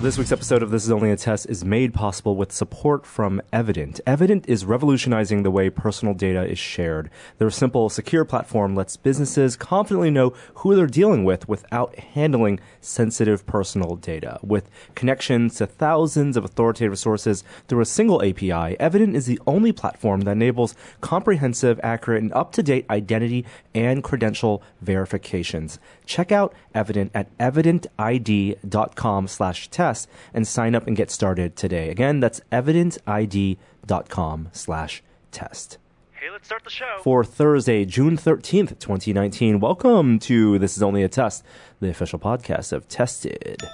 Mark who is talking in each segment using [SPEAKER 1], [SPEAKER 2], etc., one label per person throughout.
[SPEAKER 1] This week's episode of This Is Only a Test is made possible with support from Evident. Evident is revolutionizing the way personal data is shared. Their simple, secure platform lets businesses confidently know who they're dealing with without handling sensitive personal data. With connections to thousands of authoritative sources through a single API, Evident is the only platform that enables comprehensive, accurate, and up to date identity and credential verifications. Check out Evident at evidentid.com slash test and sign up and get started today. Again, that's evidentid.com slash test.
[SPEAKER 2] Hey, let's start the show.
[SPEAKER 1] For Thursday, June 13th, 2019, welcome to This Is Only a Test, the official podcast of tested.com.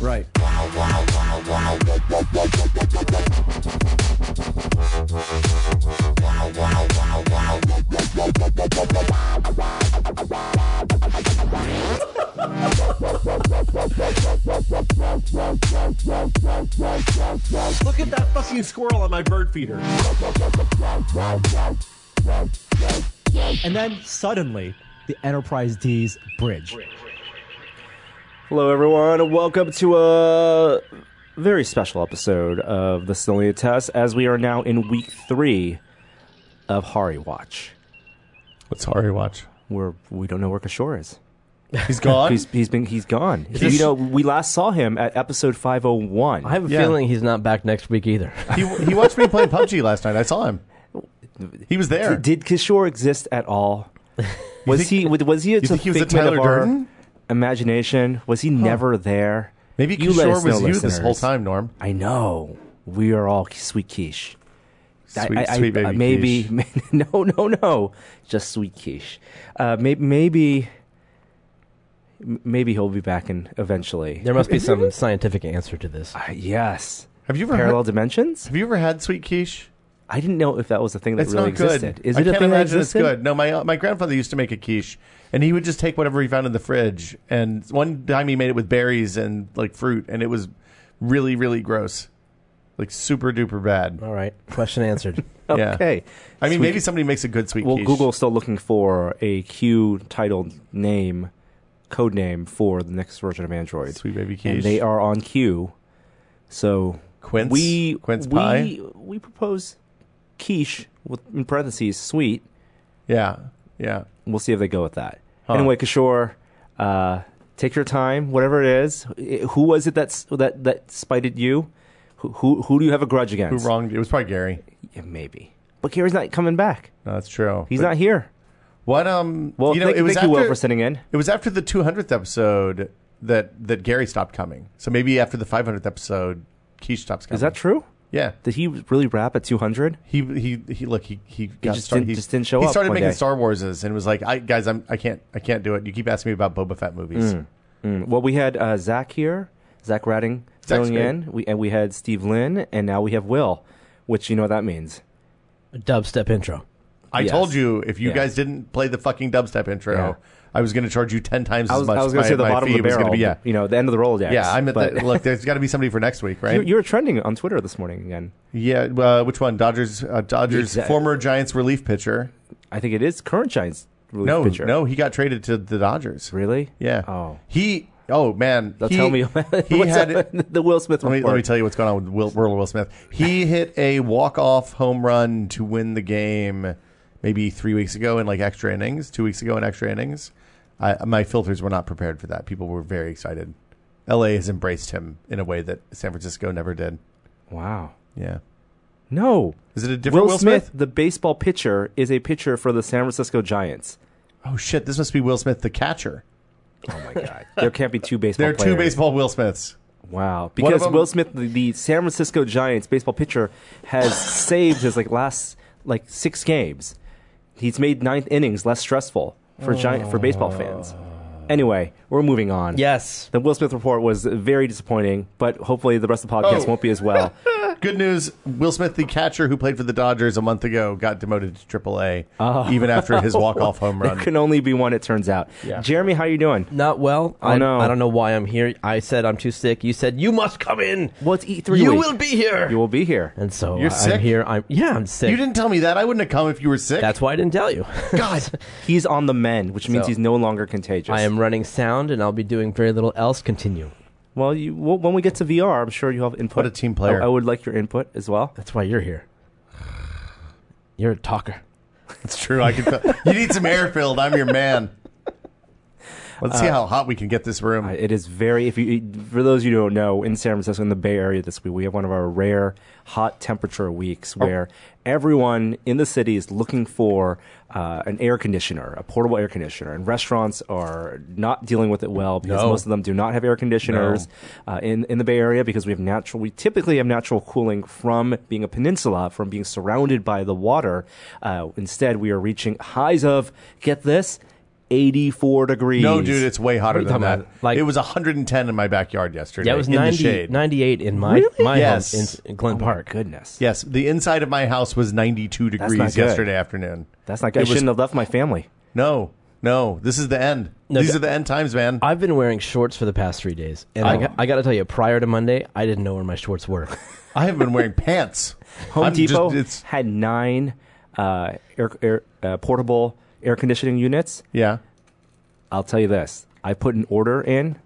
[SPEAKER 3] Right.
[SPEAKER 4] Look at that fucking squirrel on my bird feeder.
[SPEAKER 3] And then suddenly, the Enterprise D's bridge.
[SPEAKER 1] Hello, everyone. and Welcome to a very special episode of the Sicilian Test as we are now in week three of Hari Watch,
[SPEAKER 5] What's Hari watch?
[SPEAKER 1] where we don't know where Kishore is.
[SPEAKER 5] He's gone.
[SPEAKER 1] He's, he's been he's gone. you
[SPEAKER 5] this-
[SPEAKER 1] know, we last saw him at episode 501.
[SPEAKER 6] I have a
[SPEAKER 5] Yeah.
[SPEAKER 6] feeling he's not back next week either.
[SPEAKER 5] he, he watched me play PUBG last night. I saw him. He was there.
[SPEAKER 1] Did Kishore exist at all? Was
[SPEAKER 5] think-
[SPEAKER 1] he was- was he a
[SPEAKER 5] you think he was a
[SPEAKER 1] figment of
[SPEAKER 5] Tyler
[SPEAKER 1] our
[SPEAKER 5] Durden?
[SPEAKER 1] imagination? Was he never there?
[SPEAKER 5] Maybe
[SPEAKER 1] You let us
[SPEAKER 5] Kishore was
[SPEAKER 1] know,
[SPEAKER 5] you this whole
[SPEAKER 1] listeners.
[SPEAKER 5] time, Norm.
[SPEAKER 1] I know. We are all sweet quiche. I-
[SPEAKER 5] Sweet,
[SPEAKER 1] I- I-
[SPEAKER 5] sweet baby.
[SPEAKER 1] uh, maybe
[SPEAKER 5] Kish.
[SPEAKER 1] no no no just sweet quiche uh, maybe maybe m- maybe he'll be back in eventually
[SPEAKER 6] There must be some scientific answer to this.
[SPEAKER 1] Uh, yes
[SPEAKER 5] Have you ever
[SPEAKER 1] parallel
[SPEAKER 5] had,
[SPEAKER 1] dimensions
[SPEAKER 5] Have you ever had sweet quiche?
[SPEAKER 1] i didn't know if that was a thing that
[SPEAKER 5] It's
[SPEAKER 1] really
[SPEAKER 5] not good.
[SPEAKER 1] existed is
[SPEAKER 5] I
[SPEAKER 1] it a
[SPEAKER 5] can't
[SPEAKER 1] thing that
[SPEAKER 5] imagine
[SPEAKER 1] existed
[SPEAKER 5] it's good. No, my uh, my grandfather used to make a quiche, and he would just take whatever he found in the fridge. And one time he made it with berries and like fruit, and it was really really gross, like super duper bad.
[SPEAKER 6] All right, question answered.
[SPEAKER 5] Yeah.
[SPEAKER 1] okay
[SPEAKER 5] I mean,
[SPEAKER 1] Sweet-
[SPEAKER 5] maybe somebody makes a good sweet
[SPEAKER 1] well
[SPEAKER 5] quiche.
[SPEAKER 1] google's still looking for a q titled name code name for the next version of android
[SPEAKER 5] sweet baby quiche.
[SPEAKER 1] and they are on q so
[SPEAKER 5] quince.
[SPEAKER 1] we
[SPEAKER 5] quince
[SPEAKER 1] we,
[SPEAKER 5] pie.
[SPEAKER 1] we propose quiche with in parentheses sweet.
[SPEAKER 5] Yeah, yeah.
[SPEAKER 1] We'll see if they go with that.
[SPEAKER 5] Huh.
[SPEAKER 1] Anyway, Kishore, uh, take your time, whatever it is. I- Who was it that's, that that spited you? Who, who who do you have a grudge
[SPEAKER 5] Who
[SPEAKER 1] against?
[SPEAKER 5] wronged you? It was probably Gary.
[SPEAKER 1] Yeah, maybe. But Gary's not coming back.
[SPEAKER 5] No, that's true.
[SPEAKER 1] He's
[SPEAKER 5] But
[SPEAKER 1] not here.
[SPEAKER 5] What? Um.
[SPEAKER 1] Well,
[SPEAKER 5] you know,
[SPEAKER 1] thank,
[SPEAKER 5] it was
[SPEAKER 1] thank you, Will,
[SPEAKER 5] after-
[SPEAKER 1] for sending in.
[SPEAKER 5] It was after the 200th episode that that Gary stopped coming. So maybe after the 500th episode, Keish stops coming.
[SPEAKER 1] Is that true?
[SPEAKER 5] Yeah.
[SPEAKER 1] Did he really rap at 200?
[SPEAKER 5] He he he. Look, he he, got
[SPEAKER 1] just
[SPEAKER 5] started.
[SPEAKER 1] didn't-
[SPEAKER 5] he
[SPEAKER 1] just didn't show
[SPEAKER 5] He
[SPEAKER 1] up
[SPEAKER 5] started
[SPEAKER 1] one
[SPEAKER 5] making
[SPEAKER 1] day.
[SPEAKER 5] Star Warses and was like, "I guys, I'm I can't I can't do it. You keep asking me about Boba Fett movies.
[SPEAKER 1] Mm. Well, we had uh, Zach here, Zach Ratting
[SPEAKER 5] Zach's
[SPEAKER 1] filling
[SPEAKER 5] good.
[SPEAKER 1] in, we, and we had Steve Lynn, and now we have Will, which you know what that means.
[SPEAKER 6] A dubstep intro.
[SPEAKER 5] I
[SPEAKER 1] Yes.
[SPEAKER 5] told you if you
[SPEAKER 1] Yeah.
[SPEAKER 5] guys didn't play the fucking dubstep intro,
[SPEAKER 1] Yeah.
[SPEAKER 5] I was going to charge you ten times
[SPEAKER 1] I
[SPEAKER 5] as
[SPEAKER 1] was,
[SPEAKER 5] much.
[SPEAKER 1] I was going
[SPEAKER 5] My-
[SPEAKER 1] to say the
[SPEAKER 5] my
[SPEAKER 1] bottom
[SPEAKER 5] fee
[SPEAKER 1] of the
[SPEAKER 5] was
[SPEAKER 1] barrel.
[SPEAKER 5] gonna be- yeah.
[SPEAKER 1] You know, the end of the Rolodex.
[SPEAKER 5] Yeah, I'm at
[SPEAKER 1] but
[SPEAKER 5] the, look. There's got to be somebody for next week,
[SPEAKER 1] you,
[SPEAKER 5] right?
[SPEAKER 1] you were trending on Twitter this morning again.
[SPEAKER 5] yeah, uh, which one? Dodgers, uh, Dodgers,
[SPEAKER 1] Exact-
[SPEAKER 5] former Giants relief pitcher.
[SPEAKER 1] I think it is current Giants relief
[SPEAKER 5] No,
[SPEAKER 1] pitcher.
[SPEAKER 5] no, he got traded to the Dodgers.
[SPEAKER 1] really?
[SPEAKER 5] Yeah.
[SPEAKER 1] Oh.
[SPEAKER 5] He. Oh man.
[SPEAKER 1] Now
[SPEAKER 5] he,
[SPEAKER 1] tell me,
[SPEAKER 5] he
[SPEAKER 1] what's
[SPEAKER 5] had.
[SPEAKER 1] up with the Will Smith
[SPEAKER 5] Let me,
[SPEAKER 1] report.
[SPEAKER 5] let me tell you what's going on with Will, Will, Will Smith. He hit a walk off home run to win the game, maybe three weeks ago in like extra innings, two weeks ago in extra innings. I, my filters were not prepared for that. People were very excited. L.A. has embraced him in a way that San Francisco never did.
[SPEAKER 1] Wow.
[SPEAKER 5] Yeah.
[SPEAKER 1] No.
[SPEAKER 5] Is it a different Will,
[SPEAKER 1] Smith, the baseball pitcher, is a pitcher for the San Francisco Giants.
[SPEAKER 5] Oh shit! This must be Will Smith, the catcher.
[SPEAKER 1] Oh my God! there can't be two baseball.
[SPEAKER 5] There are two
[SPEAKER 1] players.
[SPEAKER 5] baseball Will Smiths.
[SPEAKER 1] Wow.
[SPEAKER 5] One of
[SPEAKER 1] Because
[SPEAKER 5] them-
[SPEAKER 1] Will Smith, the, the San Francisco Giants baseball pitcher, has saved his like last like six games. He's made ninth innings less stressful for giant for baseball fans.
[SPEAKER 5] Oh.
[SPEAKER 1] Anyway, we're moving on.
[SPEAKER 6] Yes.
[SPEAKER 1] The Will Smith report was very disappointing, but hopefully the rest of the podcast
[SPEAKER 5] Oh.
[SPEAKER 1] won't be as well.
[SPEAKER 5] Good news: Will Smith, the catcher who played for the Dodgers a month ago, got demoted to AAA even after his walk-off home
[SPEAKER 1] There
[SPEAKER 5] run.
[SPEAKER 1] can only be one, it turns out.
[SPEAKER 5] Yeah.
[SPEAKER 1] Jeremy, how you doing?
[SPEAKER 6] Not well.
[SPEAKER 5] Oh,
[SPEAKER 6] I
[SPEAKER 1] no.
[SPEAKER 6] I don't know why I'm here. I said I'm too sick. You said you must come in.
[SPEAKER 1] What's E3
[SPEAKER 6] you
[SPEAKER 1] week?
[SPEAKER 6] will be here.
[SPEAKER 1] You will be here.
[SPEAKER 6] and so
[SPEAKER 5] You're
[SPEAKER 6] I'm
[SPEAKER 5] sick?
[SPEAKER 6] here. I'm yeah. I'm sick.
[SPEAKER 5] You didn't tell me that. I wouldn't have come if you were sick.
[SPEAKER 6] That's why I didn't tell you.
[SPEAKER 5] God.
[SPEAKER 1] He's on the men, which means
[SPEAKER 6] So-
[SPEAKER 1] he's no longer contagious.
[SPEAKER 6] I am running sound, and I'll be doing very little else. Continue.
[SPEAKER 1] Well, you, well, when we get to VR, I'm sure you have input.
[SPEAKER 5] What a team player.
[SPEAKER 1] I, I would like your input as well.
[SPEAKER 6] That's why you're here. You're a talker.
[SPEAKER 5] It's true. I can. Tell. you need some air filled. I'm your man. Let's see how hot we can get this room.
[SPEAKER 1] Uh, It is very, if you, for those of you who don't know, in San Francisco, in the Bay Area this week, we have one of our rare hot temperature weeks
[SPEAKER 5] Oh.
[SPEAKER 1] where everyone in the city is looking for uh, an air conditioner, a portable air conditioner. And restaurants are not dealing with it well because
[SPEAKER 5] No.
[SPEAKER 1] most of them do not have air conditioners uh, in, in the Bay Area because we have natural, we typically have natural cooling from being a peninsula, from being surrounded by the water. Uh, instead, we are reaching highs of, get this, 84 degrees.
[SPEAKER 5] no, dude, it's way hotter
[SPEAKER 6] What are
[SPEAKER 5] than
[SPEAKER 6] you
[SPEAKER 5] that.
[SPEAKER 6] talking about? Like-
[SPEAKER 5] it was 110 in my backyard yesterday.
[SPEAKER 6] Yeah, it was
[SPEAKER 5] in the
[SPEAKER 6] 90,
[SPEAKER 5] shade.
[SPEAKER 6] 98 in my my
[SPEAKER 5] Yes.
[SPEAKER 6] home in, in Glen Park.
[SPEAKER 1] Goodness.
[SPEAKER 5] Yes, the inside of my house was 92
[SPEAKER 1] not
[SPEAKER 5] degrees
[SPEAKER 1] good.
[SPEAKER 5] yesterday afternoon.
[SPEAKER 1] That's not good. I
[SPEAKER 5] It was-
[SPEAKER 1] shouldn't have left my family.
[SPEAKER 5] No, no, this is the end.
[SPEAKER 6] No,
[SPEAKER 5] These
[SPEAKER 6] th-
[SPEAKER 5] are the end times, man.
[SPEAKER 6] I've been wearing shorts for the past three days, and I,
[SPEAKER 5] Oh.
[SPEAKER 6] got, I got to tell you, prior to Monday, I didn't know where my shorts were.
[SPEAKER 5] I have been wearing pants.
[SPEAKER 1] Home
[SPEAKER 5] I'm just-
[SPEAKER 1] Depot
[SPEAKER 5] it's
[SPEAKER 1] had nine uh, air, air, uh, portable air conditioning units.
[SPEAKER 5] yeah.
[SPEAKER 1] I'll tell you this: I put an order in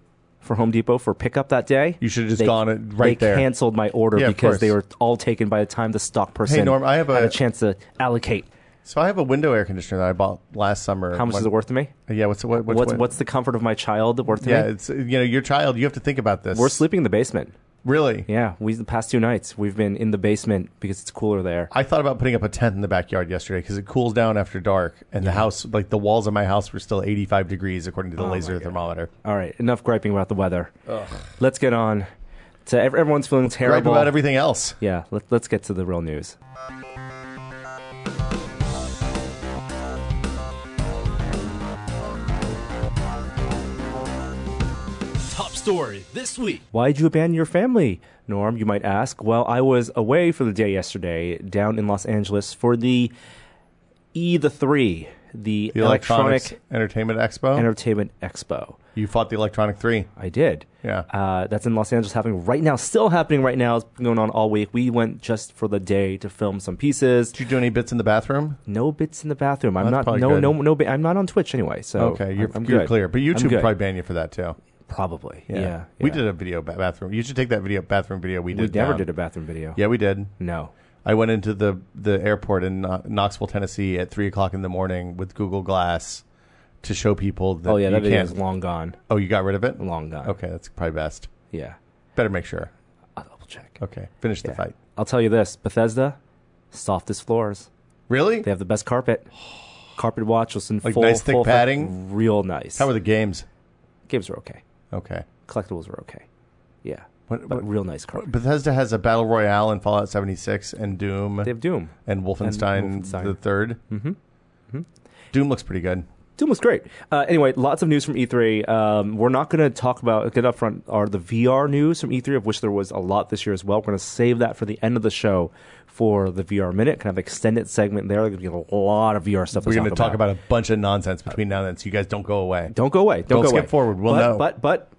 [SPEAKER 1] for Home Depot for pickup that day.
[SPEAKER 5] You should have just
[SPEAKER 1] They-
[SPEAKER 5] gone it right
[SPEAKER 1] they
[SPEAKER 5] there.
[SPEAKER 1] canceled my order
[SPEAKER 5] Yeah, of
[SPEAKER 1] because they were
[SPEAKER 5] course.
[SPEAKER 1] all taken by the time the stock person
[SPEAKER 5] Hey, Norm, I have
[SPEAKER 1] had
[SPEAKER 5] a-
[SPEAKER 1] a chance to allocate.
[SPEAKER 5] So I have a window air conditioner that I bought last summer.
[SPEAKER 1] How much
[SPEAKER 5] One-
[SPEAKER 1] is it worth to me?
[SPEAKER 5] Yeah, what's what, what's
[SPEAKER 1] what's
[SPEAKER 5] what-
[SPEAKER 1] what's the comfort of my child worth to
[SPEAKER 5] yeah,
[SPEAKER 1] me?
[SPEAKER 5] it's you know your child. You have to think about this.
[SPEAKER 1] We're sleeping in the basement.
[SPEAKER 5] really.
[SPEAKER 1] Yeah, we the past two nights we've been in the basement because it's cooler there.
[SPEAKER 5] I thought about putting up a tent in the backyard yesterday because it cools down after dark, and the house, like the walls of my house, were still 85 degrees according to
[SPEAKER 1] Oh
[SPEAKER 5] the laser thermometer.
[SPEAKER 1] All right, enough griping about the weather. Let's get on to ev- everyone's feeling
[SPEAKER 5] Gripe
[SPEAKER 1] terrible.
[SPEAKER 5] about everything else.
[SPEAKER 1] yeah, let, let's get to the real news.
[SPEAKER 3] Top story this week.
[SPEAKER 1] Why'd you abandon your family, Norm? You might ask. Well, I was away for the day yesterday down in Los Angeles for the E the Three, the,
[SPEAKER 5] The
[SPEAKER 1] Electronic
[SPEAKER 5] Electronics Entertainment Expo.
[SPEAKER 1] Entertainment Expo.
[SPEAKER 5] you fought the Electronic Three.
[SPEAKER 1] I did.
[SPEAKER 5] Yeah.
[SPEAKER 1] Uh, that's in Los Angeles happening right now, still happening right now. It's been going on all week. We went just for the day to film some pieces.
[SPEAKER 5] Did you do any bits in the bathroom?
[SPEAKER 1] No bits in the bathroom. I'm
[SPEAKER 5] That's
[SPEAKER 1] not.
[SPEAKER 5] probably
[SPEAKER 1] No,
[SPEAKER 5] good.
[SPEAKER 1] no, no. Ba- I'm not on Twitch anyway. So
[SPEAKER 5] Okay, you're,
[SPEAKER 1] I'm- I'm
[SPEAKER 5] you're
[SPEAKER 1] good.
[SPEAKER 5] clear. But
[SPEAKER 1] I'm
[SPEAKER 5] YouTube
[SPEAKER 1] good.
[SPEAKER 5] probably ban you for that too.
[SPEAKER 1] probably. Yeah, yeah.
[SPEAKER 5] we did a video ba- bathroom. You should take that video bathroom video we
[SPEAKER 1] We
[SPEAKER 5] did.
[SPEAKER 1] never
[SPEAKER 5] down.
[SPEAKER 1] did a bathroom video.
[SPEAKER 5] Yeah, we did.
[SPEAKER 1] No.
[SPEAKER 5] I went into the the airport in Kno- Knoxville, Tennessee, at three o'clock in the morning with Google Glass to show people that
[SPEAKER 1] Oh yeah, that
[SPEAKER 5] you
[SPEAKER 1] video
[SPEAKER 5] can't.
[SPEAKER 1] is long Mm-hmm. gone.
[SPEAKER 5] Oh, you got rid of it.
[SPEAKER 1] Long gone.
[SPEAKER 5] Okay, that's probably best.
[SPEAKER 1] Yeah.
[SPEAKER 5] Better make sure.
[SPEAKER 1] I'll double check.
[SPEAKER 5] Okay, finish the
[SPEAKER 1] Yeah.
[SPEAKER 5] fight.
[SPEAKER 1] I'll tell you this: Bethesda, softest floors.
[SPEAKER 5] Really?
[SPEAKER 1] They have the best carpet. Carpet watch was in
[SPEAKER 5] Like
[SPEAKER 1] full,
[SPEAKER 5] nice thick
[SPEAKER 1] full effect.
[SPEAKER 5] padding?
[SPEAKER 1] real nice.
[SPEAKER 5] How were the games?
[SPEAKER 1] games? Were okay.
[SPEAKER 5] Okay.
[SPEAKER 1] Collectibles were okay. Yeah,
[SPEAKER 5] What,
[SPEAKER 1] but
[SPEAKER 5] what,
[SPEAKER 1] real nice carpet.
[SPEAKER 5] Bethesda has a battle royale in Fallout 76 and Doom
[SPEAKER 1] They have Doom.
[SPEAKER 5] and Wolfenstein,
[SPEAKER 1] Wolfenstein.
[SPEAKER 5] the 3rd Mm-hmm. Doom looks pretty good.
[SPEAKER 1] Doom was great. Uh, anyway, lots of news from E3. Um, we're not going to talk about get up front are the VR news from E3, of which there was a lot this year as well. We're going to save that for the end of the show for the VR minute, kind of extended segment there. There's going to be a lot of VR stuff.
[SPEAKER 5] We're
[SPEAKER 1] going
[SPEAKER 5] going to talk about a bunch of nonsense between now and then, so you guys don't go away.
[SPEAKER 1] Don't go away. Don't,
[SPEAKER 5] Don't
[SPEAKER 1] go
[SPEAKER 5] skip
[SPEAKER 1] away.
[SPEAKER 5] forward. We'll
[SPEAKER 1] but,
[SPEAKER 5] know.
[SPEAKER 1] But but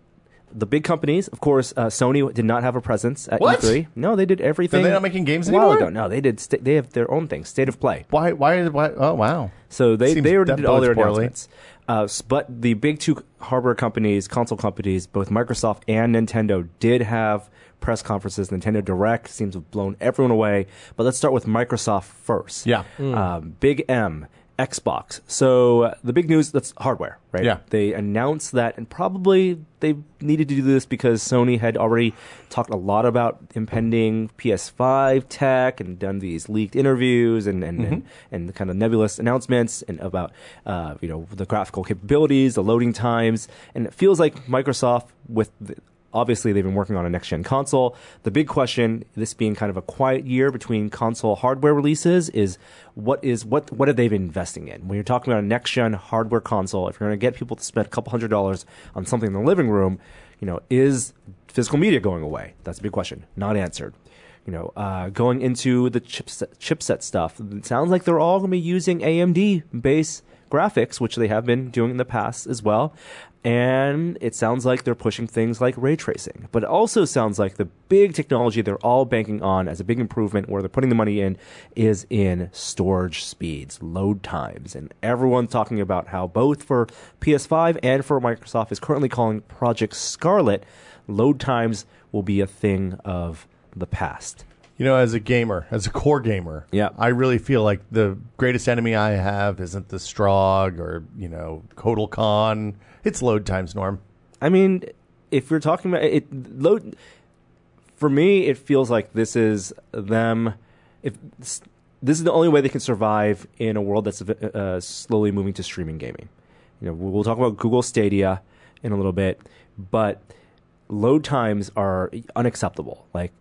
[SPEAKER 1] the big companies, of course, uh, Sony did not have a presence at
[SPEAKER 5] What?
[SPEAKER 1] E3. No, they did everything.
[SPEAKER 5] Are they not making games
[SPEAKER 1] a while
[SPEAKER 5] anymore?
[SPEAKER 1] ago. No, they did. Sta- they have their own thing, State of Play.
[SPEAKER 5] Why? Why? Why? Oh, wow.
[SPEAKER 1] So they
[SPEAKER 5] Seems
[SPEAKER 1] they already
[SPEAKER 5] that
[SPEAKER 1] did all their
[SPEAKER 5] bodes poorly.
[SPEAKER 1] announcements. Uh, s- but the big two hardware companies, console companies, both Microsoft and Nintendo did have press conferences. Nintendo Direct seems to have blown everyone away. But let's start with Microsoft first.
[SPEAKER 5] Yeah.
[SPEAKER 1] Um, big M. Xbox. So uh, the big news that's hardware, right?
[SPEAKER 5] Yeah.
[SPEAKER 1] They announced that, and probably they needed to do this because Sony had already talked a lot about impending PS5 tech and done these leaked interviews and and, and, and the kind of nebulous announcements and about uh, you know the graphical capabilities, the loading times, and it feels like Microsoft with. The, Obviously, they've been working on a next gen console. The big question, this being kind of a quiet year between console hardware releases, is what is what what have they been investing in? When you're talking about a next gen hardware console, if you're going to get people to spend a couple hundred dollars on something in the living room, you know, is physical media going away? That's a big question, not answered. you know, uh, going into the chipset, chipset stuff. It sounds like they're all going to be using AMD base graphics, which they have been doing in the past as well. And it sounds like they're pushing things like ray tracing, but it also sounds like the big technology they're all banking on as a big improvement where they're putting the money in is in storage speeds, load times. And everyone's talking about how both for PS5 and for Microsoft is currently calling Project Scarlet, load times will be a thing of the past.
[SPEAKER 5] You know, as a gamer, as a core gamer,
[SPEAKER 1] Yeah.
[SPEAKER 5] I really feel like the greatest enemy I have isn't the Strog or you know Kotal Kahn. It's load times, Norm.
[SPEAKER 1] I mean, if you're talking about it, load for me, it feels like this is them. If this this is the only way they can survive in a world that's uh, slowly moving to streaming gaming, you know, we'll talk about Google Stadia in a little bit, but load times are unacceptable. Like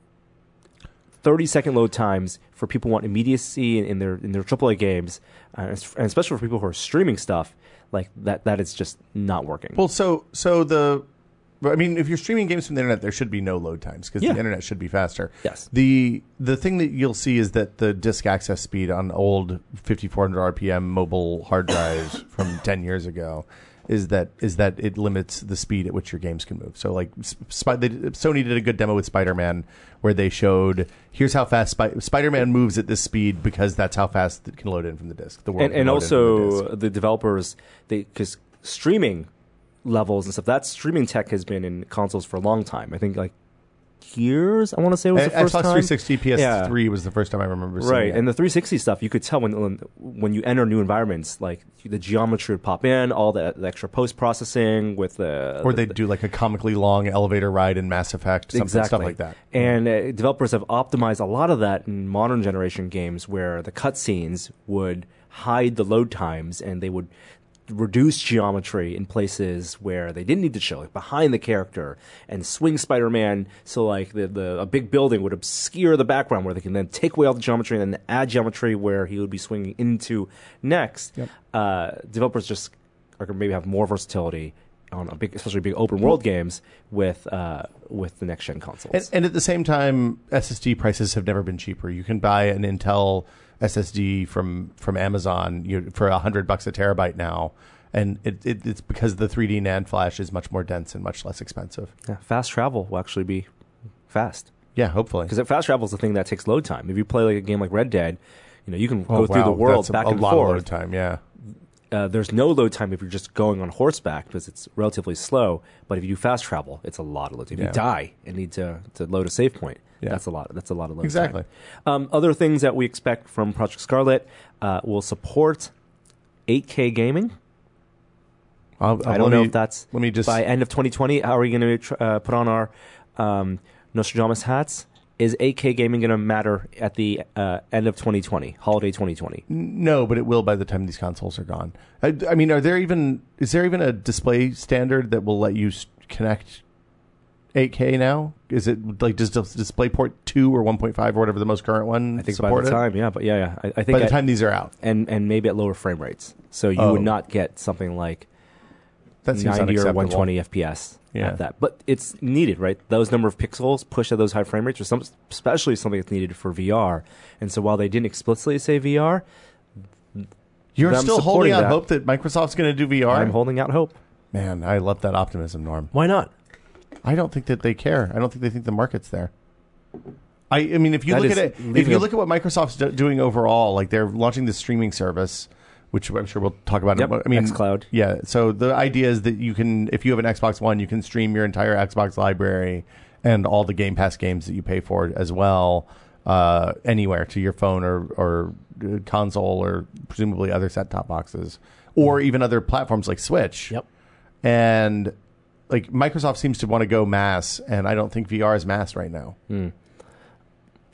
[SPEAKER 1] 30 second load times for people who want immediacy in, in their in their AAA games, uh, and especially for people who are streaming stuff. Like that, that is just not working.
[SPEAKER 5] Well, so so the, I mean, if you're streaming games from the internet, there should be no load times because
[SPEAKER 1] Yeah.
[SPEAKER 5] the internet should be faster.
[SPEAKER 1] Yes.
[SPEAKER 5] The the thing that you'll see is that the disk access speed on old 5400 RPM mobile hard drives from 10 years ago is that is that it limits the speed at which your games can move. So like S- Spy, they, Sony did a good demo with Spider-Man where they showed here's how fast Spy, Spider-Man moves at this speed because that's how fast it can load in from the disk. The world
[SPEAKER 1] and,
[SPEAKER 5] can
[SPEAKER 1] and
[SPEAKER 5] load in from the disk.
[SPEAKER 1] also the developers they because streaming levels and stuff that streaming tech has been in consoles for a long time i think like years i want to say was the
[SPEAKER 5] A-
[SPEAKER 1] first
[SPEAKER 5] Xbox
[SPEAKER 1] time
[SPEAKER 5] 360
[SPEAKER 1] Yeah.
[SPEAKER 5] PS3 was the first time I remember seeing
[SPEAKER 1] right
[SPEAKER 5] it.
[SPEAKER 1] and the 360 stuff you could tell when when- when you enter new environments like the geometry would pop in all the, the extra post processing with the
[SPEAKER 5] or they do like a comically long elevator ride in Mass Effect, something, stuff like that.
[SPEAKER 1] And uh, developers have optimized a lot of that in modern generation games where the cutscenes would hide the load times and they would reduce geometry in places where they didn't need to show, like behind the character, and swing Spider-Man so like the, the a big building would obscure the background where they can then take away all the geometry and then add geometry where he would be swinging into next. Uh, developers just are gonna maybe have more versatility on a big, especially big open world games with uh, with the next gen consoles.
[SPEAKER 5] And, and at the same time, SSD prices have never been cheaper. You can buy an Intel SSD from from Amazon you, for a hundred bucks a terabyte now, and it, it, it's because the 3D NAND flash is much more dense and much less expensive.
[SPEAKER 1] yeah, fast travel will actually be fast
[SPEAKER 5] Yeah, hopefully.
[SPEAKER 1] because fast travel is the thing that takes load time. If you play like a game like Red Dead, you know you can
[SPEAKER 5] Oh,
[SPEAKER 1] go through
[SPEAKER 5] wow,
[SPEAKER 1] the world
[SPEAKER 5] that's a-
[SPEAKER 1] back
[SPEAKER 5] a
[SPEAKER 1] and
[SPEAKER 5] lot of
[SPEAKER 1] forth.
[SPEAKER 5] load time. Yeah,
[SPEAKER 1] Uh, there's no load time if you're just going on horseback because it's relatively slow. But if you do fast travel, it's a lot of load. If
[SPEAKER 5] Yeah.
[SPEAKER 1] you die and need to, to load a save point,
[SPEAKER 5] Yeah.
[SPEAKER 1] that's a lot. That's a lot of load.
[SPEAKER 5] Exactly.
[SPEAKER 1] Time. Um, other things that we expect from Project Scarlet uh, will support 8K gaming.
[SPEAKER 5] I'll,
[SPEAKER 1] I
[SPEAKER 5] I'll-
[SPEAKER 1] don't
[SPEAKER 5] let
[SPEAKER 1] know
[SPEAKER 5] me-
[SPEAKER 1] if that's
[SPEAKER 5] let me just
[SPEAKER 1] by end of 2020. How are we going to uh, put on our um, Nostradamus hats? Is AK gaming going to matter at the uh, end of 2020, holiday 2020?
[SPEAKER 5] No, but it will by the time these consoles are gone. I, I mean, are there even is there even a display standard that will let you s- connect 8K now? Is it like does dis- DisplayPort 2 or 1.5 or whatever the most current one
[SPEAKER 1] I think by
[SPEAKER 5] support
[SPEAKER 1] the
[SPEAKER 5] it?
[SPEAKER 1] time, yeah, but yeah, yeah. I, I think
[SPEAKER 5] by the
[SPEAKER 1] at-
[SPEAKER 5] time these are out,
[SPEAKER 1] and and maybe at lower frame rates, so you
[SPEAKER 5] Oh.
[SPEAKER 1] would not get something like
[SPEAKER 5] that seems
[SPEAKER 1] 90 or
[SPEAKER 5] unacceptable.
[SPEAKER 1] 120 FPS.
[SPEAKER 5] Yeah.
[SPEAKER 1] At that, but it's needed, right? Those number of pixels push at those high frame rates, or some, especially something that's needed for VR. And so while they didn't explicitly say VR,
[SPEAKER 5] You're
[SPEAKER 1] them
[SPEAKER 5] still
[SPEAKER 1] supporting
[SPEAKER 5] holding out
[SPEAKER 1] that.
[SPEAKER 5] hope that Microsoft's going to do VR.
[SPEAKER 1] I'm holding out hope.
[SPEAKER 5] Man, I love that optimism, Norm.
[SPEAKER 6] Why not?
[SPEAKER 5] I don't think that they care. I don't think they think the market's there. I, I mean, if you
[SPEAKER 1] That
[SPEAKER 5] look
[SPEAKER 1] is
[SPEAKER 5] at it, if
[SPEAKER 1] leaving
[SPEAKER 5] you
[SPEAKER 1] a-
[SPEAKER 5] look at what Microsoft's do- doing overall, like they're launching this streaming service, which I'm sure we'll talk about. in a
[SPEAKER 1] Yep,
[SPEAKER 5] mo- I mean,
[SPEAKER 1] xCloud.
[SPEAKER 5] Yeah. So the idea is that you can, if you have an Xbox One, you can stream your entire Xbox library and all the Game Pass games that you pay for as well uh, anywhere to your phone or or uh, console or presumably other set top boxes
[SPEAKER 1] Mm-hmm.
[SPEAKER 5] or even other platforms like Switch
[SPEAKER 6] Yep.
[SPEAKER 5] and like Microsoft seems to want to go mass, and I don't think VR is mass right now.
[SPEAKER 1] Hmm.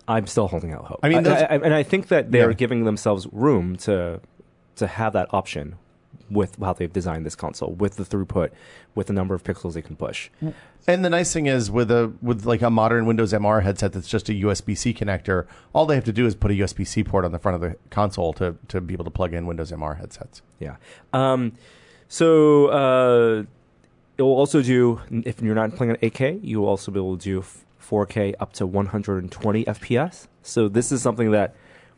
[SPEAKER 1] I'm still holding out hope.
[SPEAKER 5] I
[SPEAKER 1] I
[SPEAKER 5] mean,
[SPEAKER 1] mean,
[SPEAKER 5] those-
[SPEAKER 1] and I think that they're
[SPEAKER 5] Yeah.
[SPEAKER 1] giving themselves room to to have that option with how they've designed this console, with the throughput, with the number of pixels they can push.
[SPEAKER 5] And the nice thing is with a with like a modern Windows MR headset that's just a USB C connector, all they have to do is put a USB C port on the front of the console to to be able to plug in Windows MR headsets.
[SPEAKER 1] Yeah. Um, so uh, it will also do if you're not playing on 8K, you will also be able to do f- 4K up to 120 FPS. So this is something that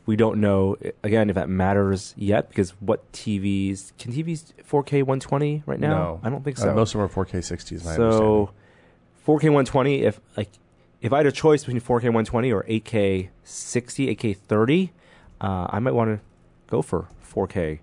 [SPEAKER 1] we don't know i- again if that matters yet because what TVs can TVs 4K 120 right now?
[SPEAKER 5] No.
[SPEAKER 1] I don't think
[SPEAKER 5] Uh,
[SPEAKER 1] so.
[SPEAKER 5] most of them are 4K 60s. My
[SPEAKER 1] so 4K 120 if like if I had a choice between 4K 120 or 8K 60, 8K 30, uh, I might want to go for 4K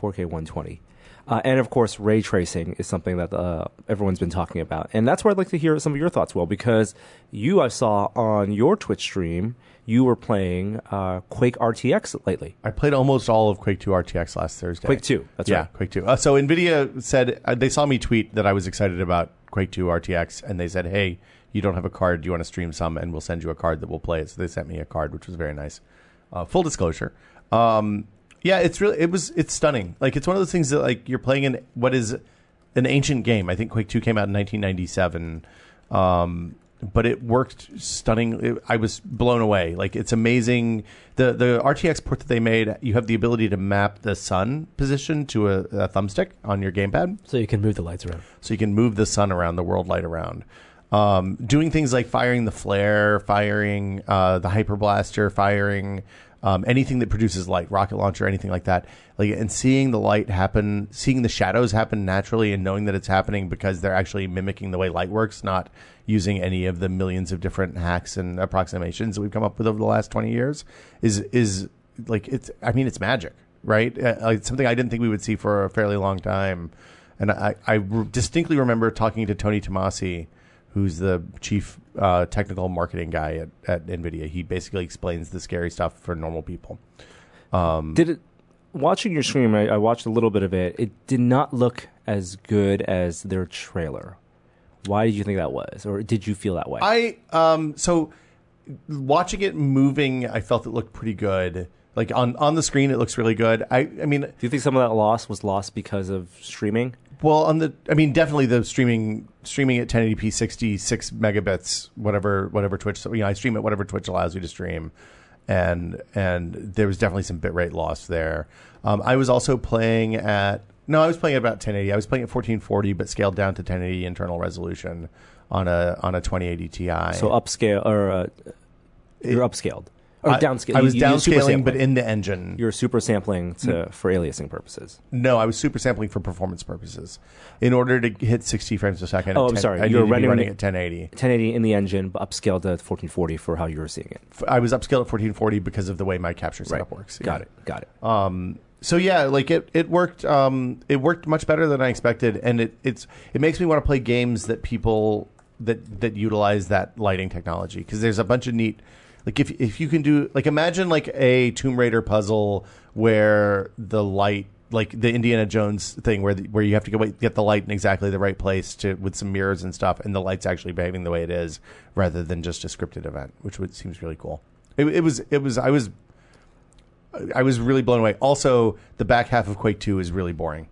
[SPEAKER 1] 4K 120. Uh, and of course, ray tracing is something that uh, everyone's been talking about, and that's where I'd like to hear some of your thoughts, Will, because you I saw on your Twitch stream you were playing uh, Quake RTX lately.
[SPEAKER 5] I played almost all of Quake 2 RTX last Thursday.
[SPEAKER 1] Quake 2, that's
[SPEAKER 5] yeah,
[SPEAKER 1] right.
[SPEAKER 5] Quake 2. Uh, so NVIDIA said uh, they saw me tweet that I was excited about Quake 2 RTX, and they said, "Hey, you don't have a card? Do you want to stream some? And we'll send you a card that will play it." So they sent me a card, which was very nice. Uh, full disclosure. Um, yeah, it's really it was it's stunning. Like it's one of those things that like you're playing in what is an ancient game. I think Quake 2 came out in 1997. Um, but it worked stunning. It- I was blown away. Like it's amazing. The the RTX port that they made, you have the ability to map the sun position to a, a thumbstick on your gamepad,
[SPEAKER 2] So you can move the lights around.
[SPEAKER 5] so you can move the sun around, the world light around. Um, doing things like firing the flare, firing uh, the hyperblaster, firing um, anything that produces light, rocket launcher, anything like that. Like and seeing the light happen, seeing the shadows happen naturally, and knowing that it's happening because they're actually mimicking the way light works, not using any of the millions of different hacks and approximations that we've come up with over the last twenty years. Is is like it's? I mean, it's magic, right? Uh, uh, it's something I didn't think we would see for a fairly long time. And I, I re- distinctly remember talking to Tony Tomasi, who's the chief uh, technical marketing guy at, at NVIDIA. He basically explains the scary stuff for normal people.
[SPEAKER 1] Did it? Watching your stream, I, I watched a little bit of it. It did not look as good as their trailer. Why did you think that was, or did you feel that way?
[SPEAKER 5] I um so watching it moving, I felt it looked pretty good. Like on, on the screen, it looks really good. I, I mean,
[SPEAKER 1] Do you think some of that loss was lost because of streaming?
[SPEAKER 5] Well, on the, I mean, definitely the streaming streaming at 1080p, 66 megabits, whatever whatever Twitch. You know, I stream at whatever Twitch allows you to stream, and and there was definitely some bitrate loss there. Um, I was also playing at no, I was playing at about 1080. I was playing at 1440, but scaled down to 1080 internal resolution on a on a 2080 Ti.
[SPEAKER 1] So upscale or uh, you're upscaled or
[SPEAKER 5] I,
[SPEAKER 1] downscaled?
[SPEAKER 5] I was downscaling, but
[SPEAKER 1] in-
[SPEAKER 5] Mm. in the engine.
[SPEAKER 1] you're super sampling to for aliasing purposes.
[SPEAKER 5] no, I was super sampling for performance purposes. In order to hit 60 frames a second.
[SPEAKER 1] Oh,
[SPEAKER 5] at
[SPEAKER 1] I'm sorry.
[SPEAKER 5] I
[SPEAKER 1] You were
[SPEAKER 5] needed to be
[SPEAKER 1] rendering
[SPEAKER 5] running
[SPEAKER 1] it-
[SPEAKER 5] at 1080.
[SPEAKER 1] 1080 in the engine, but upscaled to 1440 for how you were seeing it.
[SPEAKER 5] I was upscaled at 1440 because of the way my capture setup works.
[SPEAKER 1] Got
[SPEAKER 5] Yeah.
[SPEAKER 1] it. Got it.
[SPEAKER 5] Um, So yeah, like it, it worked. Um, it worked much better than I expected, and it it's it makes me want to play games that people that that utilize that lighting technology because there's a bunch of neat. Like if if you can do like imagine like a Tomb Raider puzzle where the light like the Indiana Jones thing where the, where you have to go wait, get the light in exactly the right place to with some mirrors and stuff and the light's actually behaving the way it is rather than just a scripted event which would, seems really cool. It, it was it was I was I was really blown away. Also, the back half of Quake Two is really boring.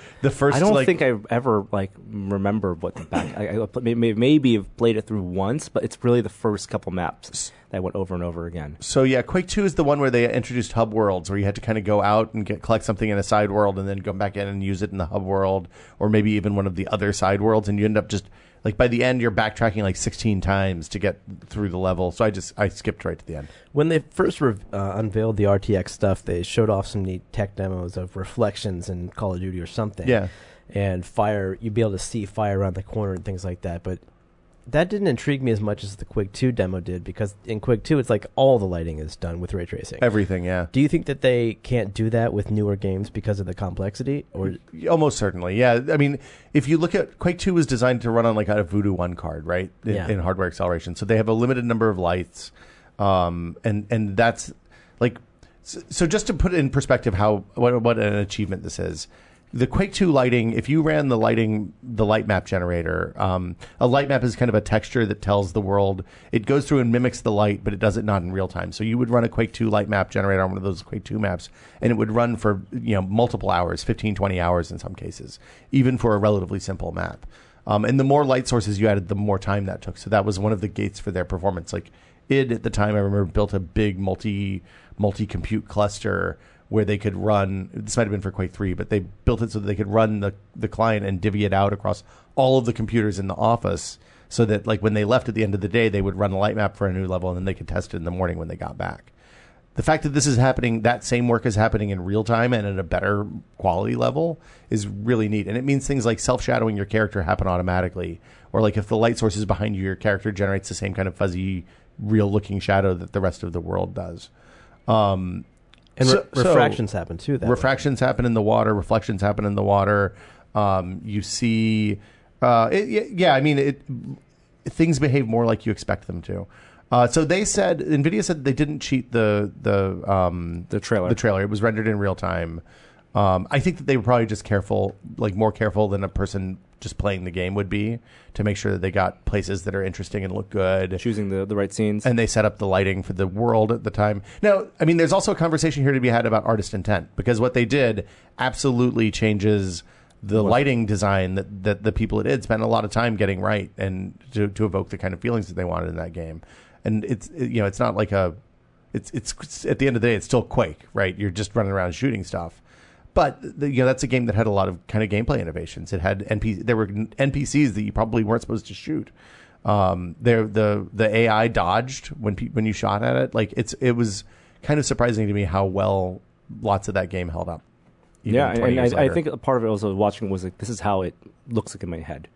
[SPEAKER 5] the first,
[SPEAKER 1] I don't
[SPEAKER 5] like,
[SPEAKER 1] think I ever like remember what the back. I, I maybe, maybe have played it through once, but it's really the first couple maps that I went over and over again.
[SPEAKER 5] so. Yeah, Quake Two is the one where they introduced hub worlds, where you had to kind of go out and get collect something in a side world, and then go back in and use it in the hub world, or maybe even one of the other side worlds, and you end up just like by the end you're backtracking like 16 times to get through the level. So I just I skipped right to the end.
[SPEAKER 2] When they first rev uh, unveiled the RTX stuff, they showed off some neat tech demos of reflections in Call of Duty or something.
[SPEAKER 5] Yeah.
[SPEAKER 2] And fire, you'd be able to see fire around the corner and things like that. But that didn't intrigue me as much as the Quake 2 demo did because in Quake 2, it's like all the lighting is done with ray tracing.
[SPEAKER 5] Everything, yeah.
[SPEAKER 2] do you think that they can't do that with newer games because of the complexity? Or
[SPEAKER 5] Almost certainly, yeah. I mean, if you look at Quake Two was designed to run on like a Voodoo One card, right? In,
[SPEAKER 2] Yeah.
[SPEAKER 5] in hardware acceleration, so they have a limited number of lights, um, and and that's like so, so. Just to put in perspective, how what what an achievement this is. The Quake Two lighting, if you ran the lighting, the light map generator, um, a light map is kind of a texture that tells the world it goes through and mimics the light, but it does it not in real time. So you would run a Quake Two light map generator on one of those Quake Two maps, and it would run for you know multiple hours, 15, 20 hours in some cases, even for a relatively simple map. Um, and the more light sources you added, the more time that took. So that was one of the gates for their performance. Like id at the time, I remember built a big multi multi compute cluster where they could run. This might have been for Quake three, but they built it so that they could run the the client and divvy it out across all of the computers in the office so that like when they left at the end of the day, they would run a light map for a new level and then they could test it in the morning when they got back. The fact that this is happening, that same work is happening in real time and at a better quality level is really neat. And it means things like self shadowing your character happen automatically, or like if the light source is behind you, your character generates the same kind of fuzzy, real looking shadow that the rest of the world does. Um,
[SPEAKER 2] And
[SPEAKER 5] So-
[SPEAKER 2] re-
[SPEAKER 5] so-
[SPEAKER 2] refractions happen too. That way.
[SPEAKER 5] refractions happen in the water reflections happen in the water um, you see uh, it, y- yeah i mean it things behave more like you expect them to uh, so they said nvidia said they didn't cheat the the um,
[SPEAKER 1] The trailer.
[SPEAKER 5] the trailer it was rendered in real time um, i think that they were probably just careful like more careful than a person just playing the game would be to make sure that they got places that are interesting and look good
[SPEAKER 1] choosing the, the right scenes.
[SPEAKER 5] and they set up the lighting for the world at the time. Now, I mean, there's also a conversation here to be had about artist intent because what they did absolutely changes the lighting design that, that the people at id spent a lot of time getting right and to, to evoke the kind of feelings that they wanted in that game. And it's it- you know it's not like a it's it's at the end of the day it's still Quake right? You're just running around shooting stuff. But the, you know that's a game that had a lot of kind of gameplay innovations. It had NP there were NPCs that you probably weren't supposed to shoot. Um, there the the AI dodged when pe- when you shot at it. Like it's it was kind of surprising to me how well lots of that game held up. even
[SPEAKER 1] yeah,
[SPEAKER 5] 20
[SPEAKER 1] and
[SPEAKER 5] years
[SPEAKER 1] I, I
[SPEAKER 5] later.
[SPEAKER 1] think a part of it was I was watching was like this is how it looks like in my head,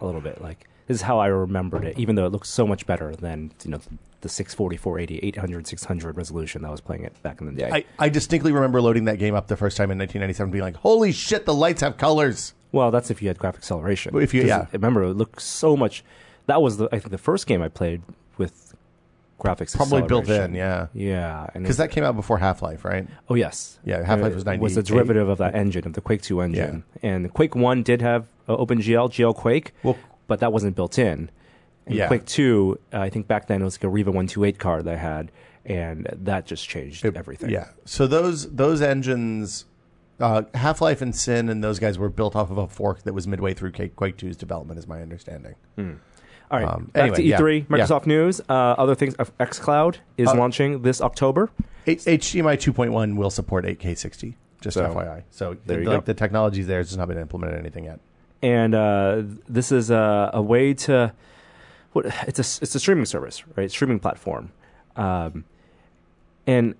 [SPEAKER 1] a little bit like this is how I remembered it, even though it looks so much better than you know the 640, 480, 800, 600 resolution that I was playing it back in the day.
[SPEAKER 5] I, I distinctly remember loading that game up the first time in 1997, being like, "Holy shit, the lights have colors!"
[SPEAKER 1] well, that's if you had graphic acceleration.
[SPEAKER 5] If you-
[SPEAKER 1] 'Cause
[SPEAKER 5] yeah.
[SPEAKER 1] I remember it looked so much. That was the I think the first game I played with graphics
[SPEAKER 5] Probably built
[SPEAKER 1] acceleration.
[SPEAKER 5] in, yeah,
[SPEAKER 1] Yeah, and
[SPEAKER 5] because
[SPEAKER 1] it-
[SPEAKER 5] that came out before Half Life, right?
[SPEAKER 1] oh yes, Uh,
[SPEAKER 5] Yeah, Half-Life was
[SPEAKER 1] It Was a
[SPEAKER 5] 98.
[SPEAKER 1] derivative of that engine of the Quake Two engine, and Quake One did have uh, OpenGL, GL Quake,
[SPEAKER 5] Well,
[SPEAKER 1] but that wasn't built in. And
[SPEAKER 5] Yeah.
[SPEAKER 1] Quake 2, uh, I think back then it was like a Riva 128 card that I had, and that just changed
[SPEAKER 5] It-
[SPEAKER 1] everything.
[SPEAKER 5] Yeah. So those those engines, uh, Half Life and Sin, and those guys were built off of a fork that was midway through Quake- Quake 2's development, is my understanding.
[SPEAKER 1] All right.
[SPEAKER 5] Um,
[SPEAKER 1] back
[SPEAKER 5] anyway, yeah.
[SPEAKER 1] to E3,
[SPEAKER 5] Yeah.
[SPEAKER 1] Microsoft News, uh, other things. uh, xCloud is
[SPEAKER 5] Uh,
[SPEAKER 1] launching this October.
[SPEAKER 5] H- HDMI 2.1 will support 8K60. Just
[SPEAKER 1] So,
[SPEAKER 5] FYI. So
[SPEAKER 1] there you
[SPEAKER 5] like
[SPEAKER 1] go.
[SPEAKER 5] the technology's there, it's just not been implemented anything yet.
[SPEAKER 1] and uh, th- this is a, a way to what it's a it's a streaming service, right? Streaming platform, um, and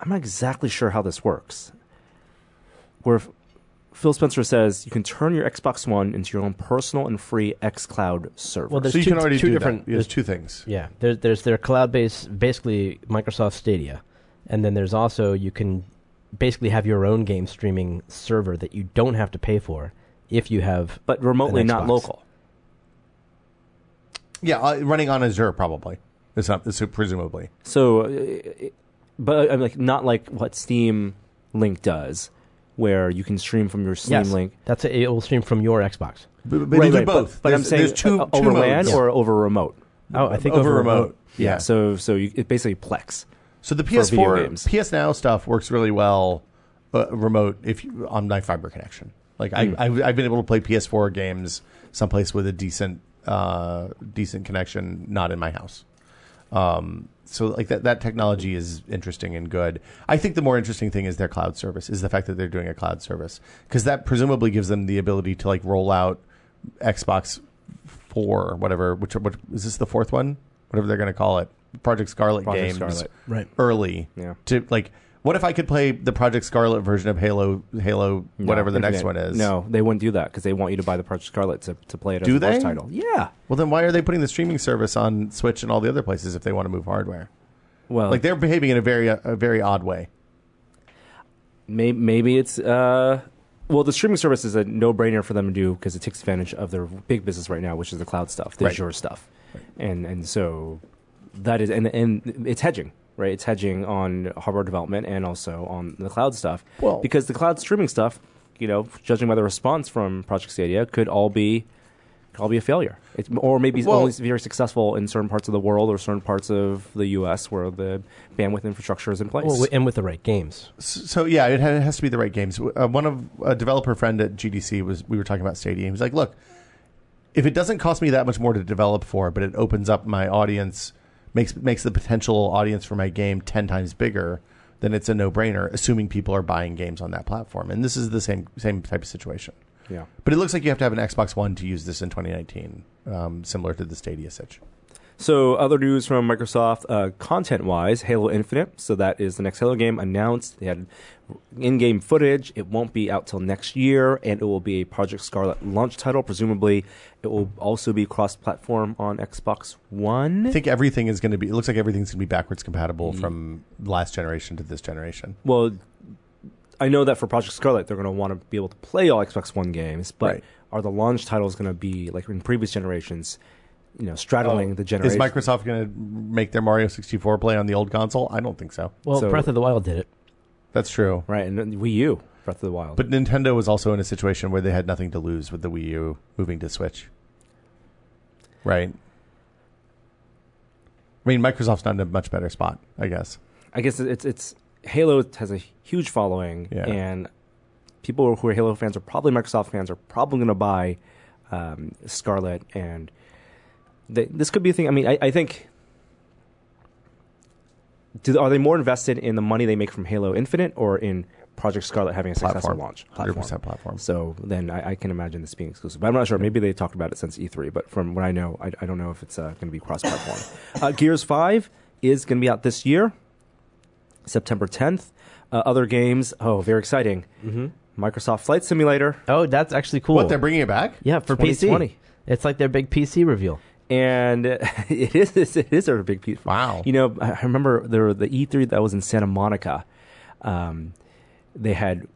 [SPEAKER 1] I'm not exactly sure how this works. Where F- Phil Spencer says you can turn your Xbox One into your own personal and free XCloud server.
[SPEAKER 2] Well, there's
[SPEAKER 5] so you
[SPEAKER 2] two,
[SPEAKER 5] can already
[SPEAKER 2] two
[SPEAKER 5] do
[SPEAKER 2] different.
[SPEAKER 5] that. There's two things.
[SPEAKER 2] Yeah, there's there's their cloud based, basically Microsoft Stadia, and then there's also you can basically have your own game streaming server that you don't have to pay for if you have.
[SPEAKER 1] but remotely,
[SPEAKER 2] an
[SPEAKER 1] not
[SPEAKER 2] Xbox.
[SPEAKER 1] local.
[SPEAKER 5] Yeah, uh, running on Azure probably. It's not. It's presumably.
[SPEAKER 1] So, uh, it- but I'm like not like what Steam Link does, where you can stream from your Steam
[SPEAKER 2] Yes.
[SPEAKER 1] Link.
[SPEAKER 2] That's it. It will stream from your Xbox.
[SPEAKER 5] But, but
[SPEAKER 1] Right,
[SPEAKER 5] you do
[SPEAKER 1] right, but-
[SPEAKER 5] both.
[SPEAKER 1] But, I'm
[SPEAKER 5] There's-
[SPEAKER 1] saying
[SPEAKER 5] there's two,
[SPEAKER 1] uh,
[SPEAKER 5] two
[SPEAKER 1] over land
[SPEAKER 5] modes.
[SPEAKER 1] or over remote.
[SPEAKER 2] Oh, I think
[SPEAKER 5] over remote.
[SPEAKER 1] Yeah. So so you, it basically Plex.
[SPEAKER 5] So the
[SPEAKER 1] video
[SPEAKER 5] PS4,
[SPEAKER 1] games.
[SPEAKER 5] PS Now stuff works really well uh, remote if you, on my fiber connection. Like
[SPEAKER 1] Hmm.
[SPEAKER 5] I, I've, I've been able to play PS4 games someplace with a decent, uh, decent connection, not in my house. Um, so like that, that technology is interesting and good. I think the more interesting thing is their cloud service is the fact that they're doing a cloud service because that presumably gives them the ability to like roll out Xbox Four, whatever. Which, which is this the fourth one? Whatever they're going to call it, Project Scarlet
[SPEAKER 1] Project
[SPEAKER 5] games
[SPEAKER 1] Scarlet.
[SPEAKER 2] Right.
[SPEAKER 5] early
[SPEAKER 1] Yeah.
[SPEAKER 5] to like what if I could play the Project Scarlet version of Halo Halo
[SPEAKER 1] No,
[SPEAKER 5] whatever the next
[SPEAKER 1] Infinite.
[SPEAKER 5] one is?
[SPEAKER 1] No, they wouldn't do that because they want you to buy the Project Scarlet to, to play it
[SPEAKER 5] Do
[SPEAKER 1] as the
[SPEAKER 5] they?
[SPEAKER 1] launch title. Yeah.
[SPEAKER 5] Well then why are they putting the streaming service on Switch and all the other places if they want to move hardware?
[SPEAKER 1] Well,
[SPEAKER 5] Like they're behaving in a very a very odd way.
[SPEAKER 1] may, maybe it's uh, well, the streaming service is a no-brainer for them to do because it takes advantage of their big business right now, which is the cloud stuff, the
[SPEAKER 5] Right.
[SPEAKER 1] Azure stuff, and and so that is and and it's hedging. Right, it's hedging on hardware development and also on the cloud stuff.
[SPEAKER 5] Well-
[SPEAKER 1] because the cloud streaming stuff, you know, judging by the response from Project Stadia, could all be could all be a failure, it's, or maybe
[SPEAKER 5] Well-
[SPEAKER 1] only very successful in certain parts of the world or certain parts of the U.S. where the bandwidth infrastructure is in place.
[SPEAKER 2] Well, wi- and with the right games.
[SPEAKER 5] S- So yeah, it, ha- it has to be the right games. Uh, one of a developer friend at GDC was we were talking about Stadia. He was like, "Look, if it doesn't cost me that much more to develop for, but it opens up my audience, makes makes the potential audience for my game ten times bigger, then it's a no brainer. Assuming people are buying games on that platform, and this is the same same type of situation.
[SPEAKER 1] yeah.
[SPEAKER 5] But it looks like you have to have an Xbox One to use this in 2019. um, similar to the Stadia Sitch.
[SPEAKER 1] So, other news from Microsoft, uh, content-wise, Halo Infinite. So that is the next Halo game announced. They had in-game footage. It won't be out till next year, and it will be a Project Scarlet launch title. Presumably, it will also be cross-platform on Xbox
[SPEAKER 5] I
[SPEAKER 1] One.
[SPEAKER 5] think everything is going to be. It looks like everything's going to be backwards compatible from last generation to this generation.
[SPEAKER 1] Well, I know that for Project Scarlet, they're going to want to be able to play all Xbox One games, but
[SPEAKER 5] Right.
[SPEAKER 1] are the launch titles going to be like in previous generations? You know, straddling the
[SPEAKER 5] Oh, Is
[SPEAKER 1] generation.
[SPEAKER 5] Microsoft going to make their Mario 64 play on the old console? I don't think so.
[SPEAKER 2] Well,
[SPEAKER 1] So-
[SPEAKER 2] Breath of the Wild did it.
[SPEAKER 5] That's true.
[SPEAKER 1] right, and then Wii U, Breath of the Wild.
[SPEAKER 5] But Nintendo was also in a situation where they had nothing to lose with the Wii U moving to Switch. Right. I mean, Microsoft's not in a much better spot, I guess.
[SPEAKER 1] I guess it's it's Halo has a huge following,
[SPEAKER 5] Yeah.
[SPEAKER 1] and people who are Halo fans are probably Microsoft fans are probably going to buy um, Scarlet, and they, this could be a thing. I mean, I, I think. Do, are they more invested in the money they make from Halo Infinite or in Project Scarlet having a successful
[SPEAKER 5] Platform.
[SPEAKER 1] launch?
[SPEAKER 5] 100% platform.
[SPEAKER 1] So then I, I can imagine this being exclusive. But I'm not sure. Maybe they talked about it since E3, but from what I know, I, I don't know if it's uh, going to be cross platform. uh, Gears 5 is going to be out this year, September 10th. Uh, other games, oh, very exciting. Mm-hmm. Microsoft Flight Simulator
[SPEAKER 2] Oh, that's actually cool.
[SPEAKER 5] What, they're bringing it back?
[SPEAKER 2] yeah, for PC.
[SPEAKER 1] 2020.
[SPEAKER 2] It's like their big PC reveal.
[SPEAKER 1] and it is it is a big piece.
[SPEAKER 5] Wow.
[SPEAKER 1] You know, I I remember there were the E3 that was in Santa Monica. Um, they had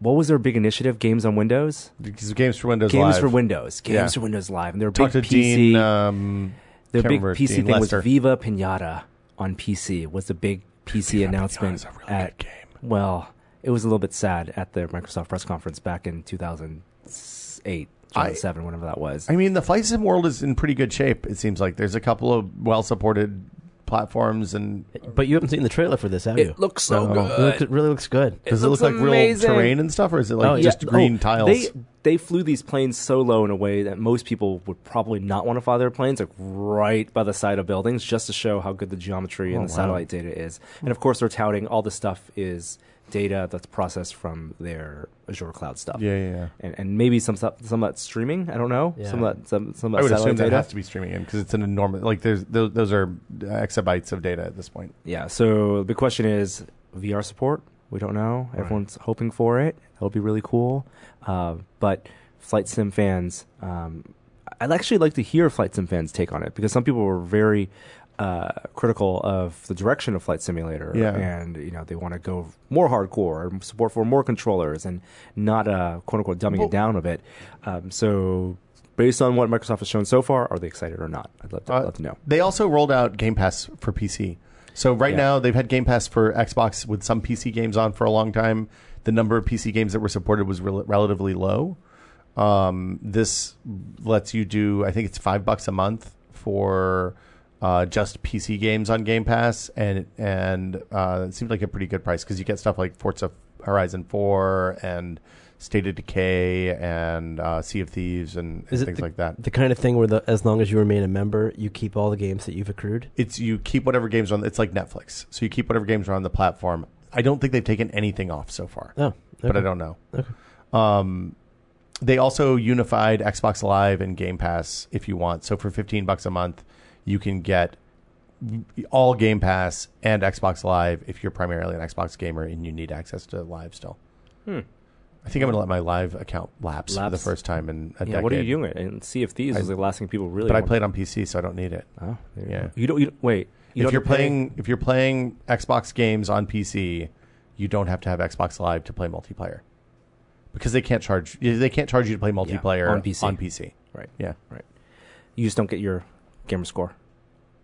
[SPEAKER 1] what was their big initiative? Games on Windows.
[SPEAKER 5] Because Games for Windows
[SPEAKER 1] Games
[SPEAKER 5] Live.
[SPEAKER 1] for Windows. Games
[SPEAKER 5] Yeah.
[SPEAKER 1] for Windows Live, and their
[SPEAKER 5] Talk to
[SPEAKER 1] big PC.
[SPEAKER 5] Dean. Um,
[SPEAKER 1] their
[SPEAKER 5] can't
[SPEAKER 1] big
[SPEAKER 5] remember if
[SPEAKER 1] PC
[SPEAKER 5] Dean
[SPEAKER 1] thing
[SPEAKER 5] Lester.
[SPEAKER 1] was Viva Pinata on PC. Was the big PC announcement
[SPEAKER 5] Pinata's a really
[SPEAKER 1] at
[SPEAKER 5] good game.
[SPEAKER 1] well, it was a little bit sad at the Microsoft press conference back in 2008,
[SPEAKER 5] I-
[SPEAKER 1] 2007, whatever that was.
[SPEAKER 5] I mean, the flight sim world is in pretty good shape. It seems like there's a couple of well-supported platforms, and
[SPEAKER 2] But you haven't seen the trailer for this, have you?
[SPEAKER 1] it looks so
[SPEAKER 2] Oh,
[SPEAKER 1] good.
[SPEAKER 2] It, looks, it really looks good.
[SPEAKER 5] does it,
[SPEAKER 1] looks
[SPEAKER 5] look like
[SPEAKER 1] amazing.
[SPEAKER 5] real terrain and stuff, or is it like
[SPEAKER 2] Oh, yeah.
[SPEAKER 5] just green
[SPEAKER 1] Oh,
[SPEAKER 5] tiles?
[SPEAKER 1] They they flew these planes so low in a way that most people would probably not want to fly their planes, like right by the side of buildings, just to show how good the geometry
[SPEAKER 5] Oh,
[SPEAKER 1] and the satellite data is. And of course, they're touting all the stuff is data that's processed from their Azure cloud stuff.
[SPEAKER 5] yeah, yeah. yeah.
[SPEAKER 1] And, and maybe some stuff, some of that's streaming. I don't know.
[SPEAKER 2] Yeah.
[SPEAKER 1] Some of that, some, some of
[SPEAKER 5] I would
[SPEAKER 1] satellite
[SPEAKER 5] assume that
[SPEAKER 1] data.
[SPEAKER 5] has to be streaming in because it's an enormous. Like there's those, those are exabytes of data at this point.
[SPEAKER 1] Yeah. So the question is VR support. We don't know. Everyone's hoping for it. That'll be really cool. Uh, but flight sim fans, um, I'd actually like to hear flight sim fans' take on it because some people were very uh, critical of the direction of flight simulator,
[SPEAKER 5] Yeah.
[SPEAKER 1] and you know they want to go more hardcore and support for more controllers and not uh, quote unquote dumbing it down a bit. Um, so. Based on what Microsoft has shown so far, are they excited or not? I'd love to,
[SPEAKER 5] Uh,
[SPEAKER 1] love to know.
[SPEAKER 5] They also rolled out Game Pass for PC. So right
[SPEAKER 1] Yeah.
[SPEAKER 5] now they've had Game Pass for Xbox with some PC games on for a long time. The number of PC games that were supported was rel- relatively low. Um, this lets you do, I think it's five bucks a month for uh, just PC games on Game Pass, and and uh, it seemed like a pretty good price because you get stuff like Forza Horizon Four and State of Decay and uh, Sea of Thieves and, and
[SPEAKER 2] Is it
[SPEAKER 5] things like that.
[SPEAKER 2] The kind of thing where the, as long as you remain a member, you keep all the games that you've accrued.
[SPEAKER 5] it's you keep whatever games are on. It's like Netflix, so you keep whatever games are on the platform. I don't think they've taken anything off so far,
[SPEAKER 2] Oh, okay.
[SPEAKER 5] but I don't know.
[SPEAKER 2] Okay.
[SPEAKER 5] Um, they also unified Xbox Live and Game Pass if you want. So for fifteen bucks a month, you can get all Game Pass and Xbox Live if you're primarily an Xbox gamer and you need access to Live still. I think I'm going to let my Live account lapse, for the
[SPEAKER 1] Hmm. Lapse?
[SPEAKER 5] first time in a
[SPEAKER 1] Yeah,
[SPEAKER 5] decade.
[SPEAKER 1] what are you doing? And Sea of Thieves
[SPEAKER 5] I-
[SPEAKER 1] is the last thing people really.
[SPEAKER 5] But I
[SPEAKER 1] want
[SPEAKER 5] played on PC, so I don't need it.
[SPEAKER 1] Oh, there you
[SPEAKER 5] Yeah.
[SPEAKER 1] go. You don't. You don't wait. You
[SPEAKER 5] if
[SPEAKER 1] don't
[SPEAKER 5] you're
[SPEAKER 1] have to pay-
[SPEAKER 5] playing if you're playing Xbox games on PC, you don't have to have Xbox Live to play multiplayer because they can't charge they can't charge you to play multiplayer
[SPEAKER 1] on PC.
[SPEAKER 5] On PC,
[SPEAKER 1] right,
[SPEAKER 5] yeah,
[SPEAKER 1] you just don't get your gamer score.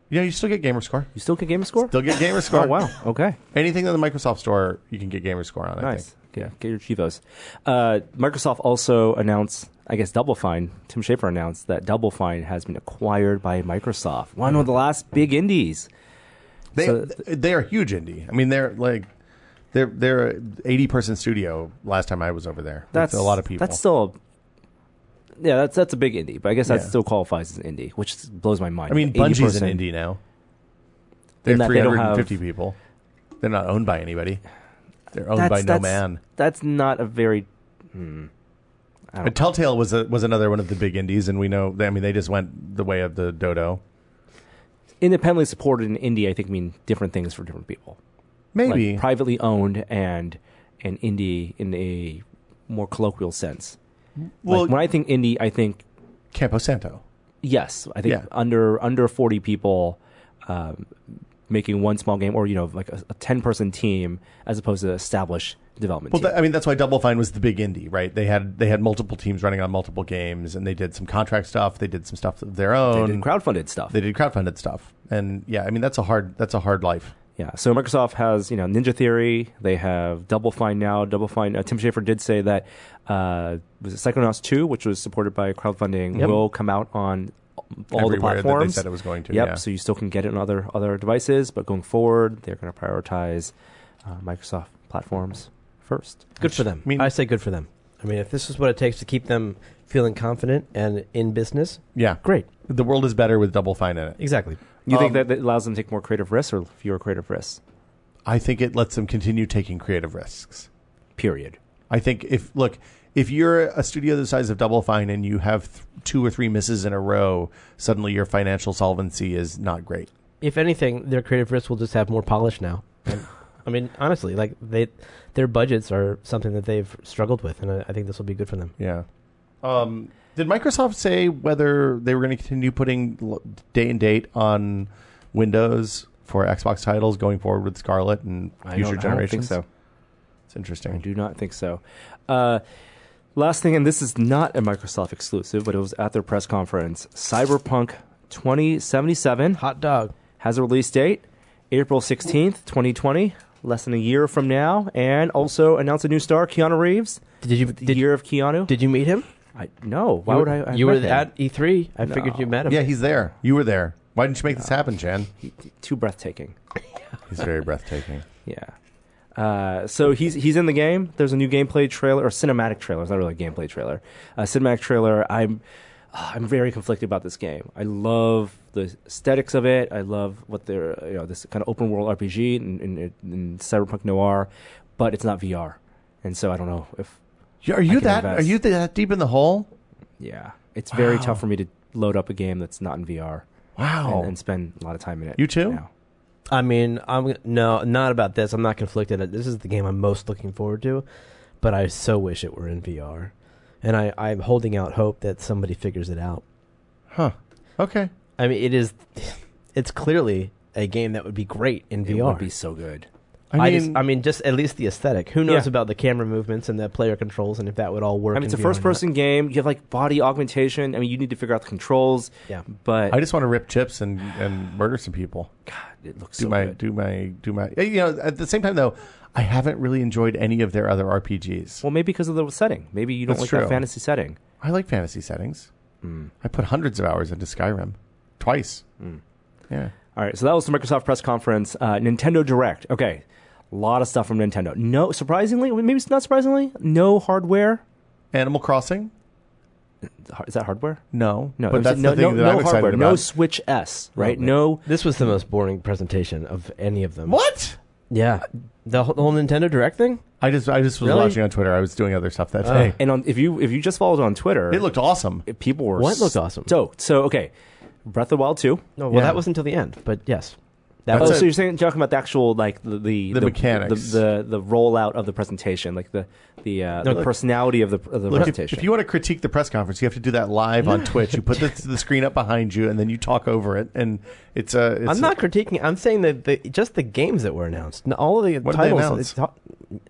[SPEAKER 5] yeah, you still get gamer score.
[SPEAKER 1] You still get gamer score.
[SPEAKER 5] Still get gamer score.
[SPEAKER 1] oh wow. Okay.
[SPEAKER 5] Anything in the Microsoft Store, you can get gamer score on. I
[SPEAKER 1] nice.
[SPEAKER 5] think.
[SPEAKER 1] Yeah. Get your Chivos. Uh, Microsoft also announced. I guess Double Fine. Tim Schafer announced that Double Fine has been acquired by Microsoft. One of the last big indies.
[SPEAKER 5] They
[SPEAKER 1] So-
[SPEAKER 5] they are huge indie. I mean, they're like they're they're an eighty person studio. Last time I was over there,
[SPEAKER 1] That's
[SPEAKER 5] a lot of people.
[SPEAKER 1] That's still. Yeah, that's that's a big indie, but I guess that
[SPEAKER 5] Yeah.
[SPEAKER 1] still qualifies as an indie, which blows my mind.
[SPEAKER 5] I mean,
[SPEAKER 1] 80%.
[SPEAKER 5] Bungie's an indie now. They're
[SPEAKER 1] In that
[SPEAKER 5] three
[SPEAKER 1] they don't
[SPEAKER 5] hundred
[SPEAKER 1] have-
[SPEAKER 5] and fifty people. They're not owned by anybody. They're owned
[SPEAKER 1] That's-
[SPEAKER 5] by no
[SPEAKER 1] that's-
[SPEAKER 5] man.
[SPEAKER 1] That's not a very. I
[SPEAKER 5] But
[SPEAKER 1] don't,
[SPEAKER 5] Telltale was a, was another one of the big indies, and we know. I mean, they just went the way of the dodo.
[SPEAKER 1] independently supported in indie, I think, mean different things for different people. Like,
[SPEAKER 5] Maybe
[SPEAKER 1] privately owned and an indie in a more colloquial sense.
[SPEAKER 5] well,
[SPEAKER 1] like when I think indie, I think
[SPEAKER 5] Campo Santo.
[SPEAKER 1] yes, I think
[SPEAKER 5] Yeah.
[SPEAKER 1] under under forty people um, making one small game, or you know, like a, a ten person team as opposed to established development.
[SPEAKER 5] Well,
[SPEAKER 1] team.
[SPEAKER 5] tha- I mean, that's why Double Fine was the big indie, right? They had they had multiple teams running on multiple games, and they did some contract stuff. They did some stuff of their
[SPEAKER 1] they
[SPEAKER 5] own.
[SPEAKER 1] did crowdfunded stuff.
[SPEAKER 5] they did crowdfunded stuff, and yeah, I mean, that's a hard that's a hard life.
[SPEAKER 1] Yeah. So Microsoft has, you know, Ninja Theory. They have Double Fine now. Double Fine. Uh, Tim Schafer did say that uh, was it Psychonauts 2, which was supported by crowdfunding, will come out on all the
[SPEAKER 5] Everywhere that they
[SPEAKER 1] platforms.
[SPEAKER 5] said it was going to,
[SPEAKER 1] Yep.
[SPEAKER 5] yeah.
[SPEAKER 1] So you still can get it on other other devices, but going forward, they're going to prioritize uh, Microsoft platforms first.
[SPEAKER 2] Good for them. I,
[SPEAKER 5] mean-
[SPEAKER 2] say good for them. I mean, if this is what it takes to keep them feeling confident and in business,
[SPEAKER 5] Yeah,
[SPEAKER 2] great.
[SPEAKER 5] the world is better with Double Fine in it.
[SPEAKER 2] Exactly.
[SPEAKER 1] You think
[SPEAKER 5] Um,
[SPEAKER 1] that, that allows them to take more creative risks or fewer creative risks?
[SPEAKER 5] I think it lets them continue taking creative risks.
[SPEAKER 1] Period.
[SPEAKER 5] I think if look, if you're a studio the size of Double Fine and you have th- two or three misses in a row, suddenly your financial solvency is not great.
[SPEAKER 2] If anything, their creative risks will just have more polish now. And, I mean, honestly, like they, their budgets are something that they've struggled with, and I, I think this will be good for them.
[SPEAKER 5] Yeah. Um, did Microsoft say whether they were going to continue putting l- day and date on Windows for Xbox titles going forward with Scarlet and
[SPEAKER 1] I
[SPEAKER 5] future
[SPEAKER 1] don't, I don't
[SPEAKER 5] generations?
[SPEAKER 1] think so.
[SPEAKER 5] It's interesting.
[SPEAKER 1] I do not think so. Uh, last thing, and this is not a Microsoft exclusive, but it was at their press conference. Cyberpunk 2077
[SPEAKER 2] Hot dog.
[SPEAKER 1] has a release date, April 16th, 2020, less than a year from now, and also announced a new star, Keanu Reeves.
[SPEAKER 2] Did you
[SPEAKER 1] The
[SPEAKER 2] did,
[SPEAKER 1] year of Keanu.
[SPEAKER 2] did you meet him?
[SPEAKER 1] I, no, why
[SPEAKER 2] You
[SPEAKER 1] would
[SPEAKER 2] were-
[SPEAKER 1] I? I
[SPEAKER 2] you were
[SPEAKER 1] met him?
[SPEAKER 2] at E3. I
[SPEAKER 1] No.
[SPEAKER 2] figured you met him.
[SPEAKER 5] Yeah, he's there. You were there. Why didn't you make this happen, Chan?
[SPEAKER 1] He- too breathtaking.
[SPEAKER 5] He's very breathtaking.
[SPEAKER 1] Yeah. Uh, so he's he's in the game. There's a new gameplay trailer or cinematic trailer. It's not really a gameplay trailer. A cinematic trailer. I'm ah, I'm very conflicted about this game. I love the aesthetics of it. I love what they're you know this kind of open world RPG and, and, and cyberpunk noir, but it's not VR, and so I don't know if
[SPEAKER 5] Yeah, Are you
[SPEAKER 1] can
[SPEAKER 5] that?
[SPEAKER 1] invest.
[SPEAKER 5] Are you that deep in the hole?
[SPEAKER 1] yeah it's very tough for me to load up a game that's not in VR
[SPEAKER 5] Wow.
[SPEAKER 1] and, and spend a lot of time in it.
[SPEAKER 5] Oh. You too?
[SPEAKER 1] now.
[SPEAKER 2] I mean, I'm no, not about this. I'm not conflicted. This is the game I'm most looking forward to, but I so wish it were in VR, and I, I'm holding out hope that somebody figures it out.
[SPEAKER 5] huh. Okay.
[SPEAKER 2] I mean, it is, it's clearly a game that would be great in
[SPEAKER 1] It
[SPEAKER 2] VR.
[SPEAKER 1] would be so good.
[SPEAKER 5] I mean,
[SPEAKER 2] I, just, I mean, just at least the aesthetic. Who knows
[SPEAKER 1] Yeah.
[SPEAKER 2] about the camera movements and the player controls and if that would all work?
[SPEAKER 1] I mean, it's a
[SPEAKER 2] in VR or not.
[SPEAKER 1] first person game. You have like body augmentation. I mean, you need to figure out the controls.
[SPEAKER 2] Yeah.
[SPEAKER 1] But
[SPEAKER 5] I just want to rip chips and, and murder some people.
[SPEAKER 1] it looks
[SPEAKER 5] do
[SPEAKER 1] so
[SPEAKER 5] my
[SPEAKER 1] good.
[SPEAKER 5] do my do my you know at the same time though i haven't really enjoyed any of their other rpgs
[SPEAKER 1] Well, maybe because of the setting. Maybe you don't
[SPEAKER 5] That's
[SPEAKER 1] like
[SPEAKER 5] true.
[SPEAKER 1] that fantasy setting.
[SPEAKER 5] i like fantasy settings
[SPEAKER 1] Mm.
[SPEAKER 5] i put hundreds of hours into skyrim twice yeah
[SPEAKER 1] All right. So that was the Microsoft press conference. Uh, Nintendo Direct. Okay. A lot of stuff from Nintendo. No, surprisingly, maybe it's not surprisingly, no hardware.
[SPEAKER 5] animal crossing
[SPEAKER 1] Is that hardware?
[SPEAKER 5] no
[SPEAKER 1] No,
[SPEAKER 5] but
[SPEAKER 1] there's
[SPEAKER 5] that's
[SPEAKER 1] no,
[SPEAKER 5] the thing
[SPEAKER 1] no,
[SPEAKER 5] that
[SPEAKER 1] no
[SPEAKER 5] i'm excited
[SPEAKER 1] hardware.
[SPEAKER 5] about
[SPEAKER 1] No Switch S, right?
[SPEAKER 5] man.
[SPEAKER 1] no,
[SPEAKER 2] This was the most boring presentation of any of them.
[SPEAKER 5] what
[SPEAKER 2] Yeah, the whole, the whole Nintendo Direct thing.
[SPEAKER 5] i just i just was
[SPEAKER 2] Really?
[SPEAKER 5] watching on twitter i was doing other stuff that day
[SPEAKER 1] and on, if you if you just followed on Twitter,
[SPEAKER 5] it looked awesome
[SPEAKER 1] people were
[SPEAKER 2] What looked awesome?
[SPEAKER 1] Stoked. So okay, Breath of the Wild two.
[SPEAKER 2] No, well,
[SPEAKER 5] Yeah.
[SPEAKER 2] that was until the end. But yes, that
[SPEAKER 5] That's
[SPEAKER 2] was
[SPEAKER 1] oh,
[SPEAKER 5] a-
[SPEAKER 1] so you're saying talking about the actual like the the,
[SPEAKER 5] The mechanics.
[SPEAKER 1] the, the the rollout of the presentation, like the the uh, the
[SPEAKER 5] look-
[SPEAKER 1] personality of the, of the
[SPEAKER 5] Look, if,
[SPEAKER 1] presentation.
[SPEAKER 5] if you want to critique the press conference, you have to do that live on Twitch. You put the, the screen up behind you, and then you talk over it, and it's a. It's
[SPEAKER 2] I'm
[SPEAKER 5] a-
[SPEAKER 2] not critiquing. I'm saying that the, just the games that were announced, n- all of the
[SPEAKER 5] What did they announce?
[SPEAKER 2] titles. it's-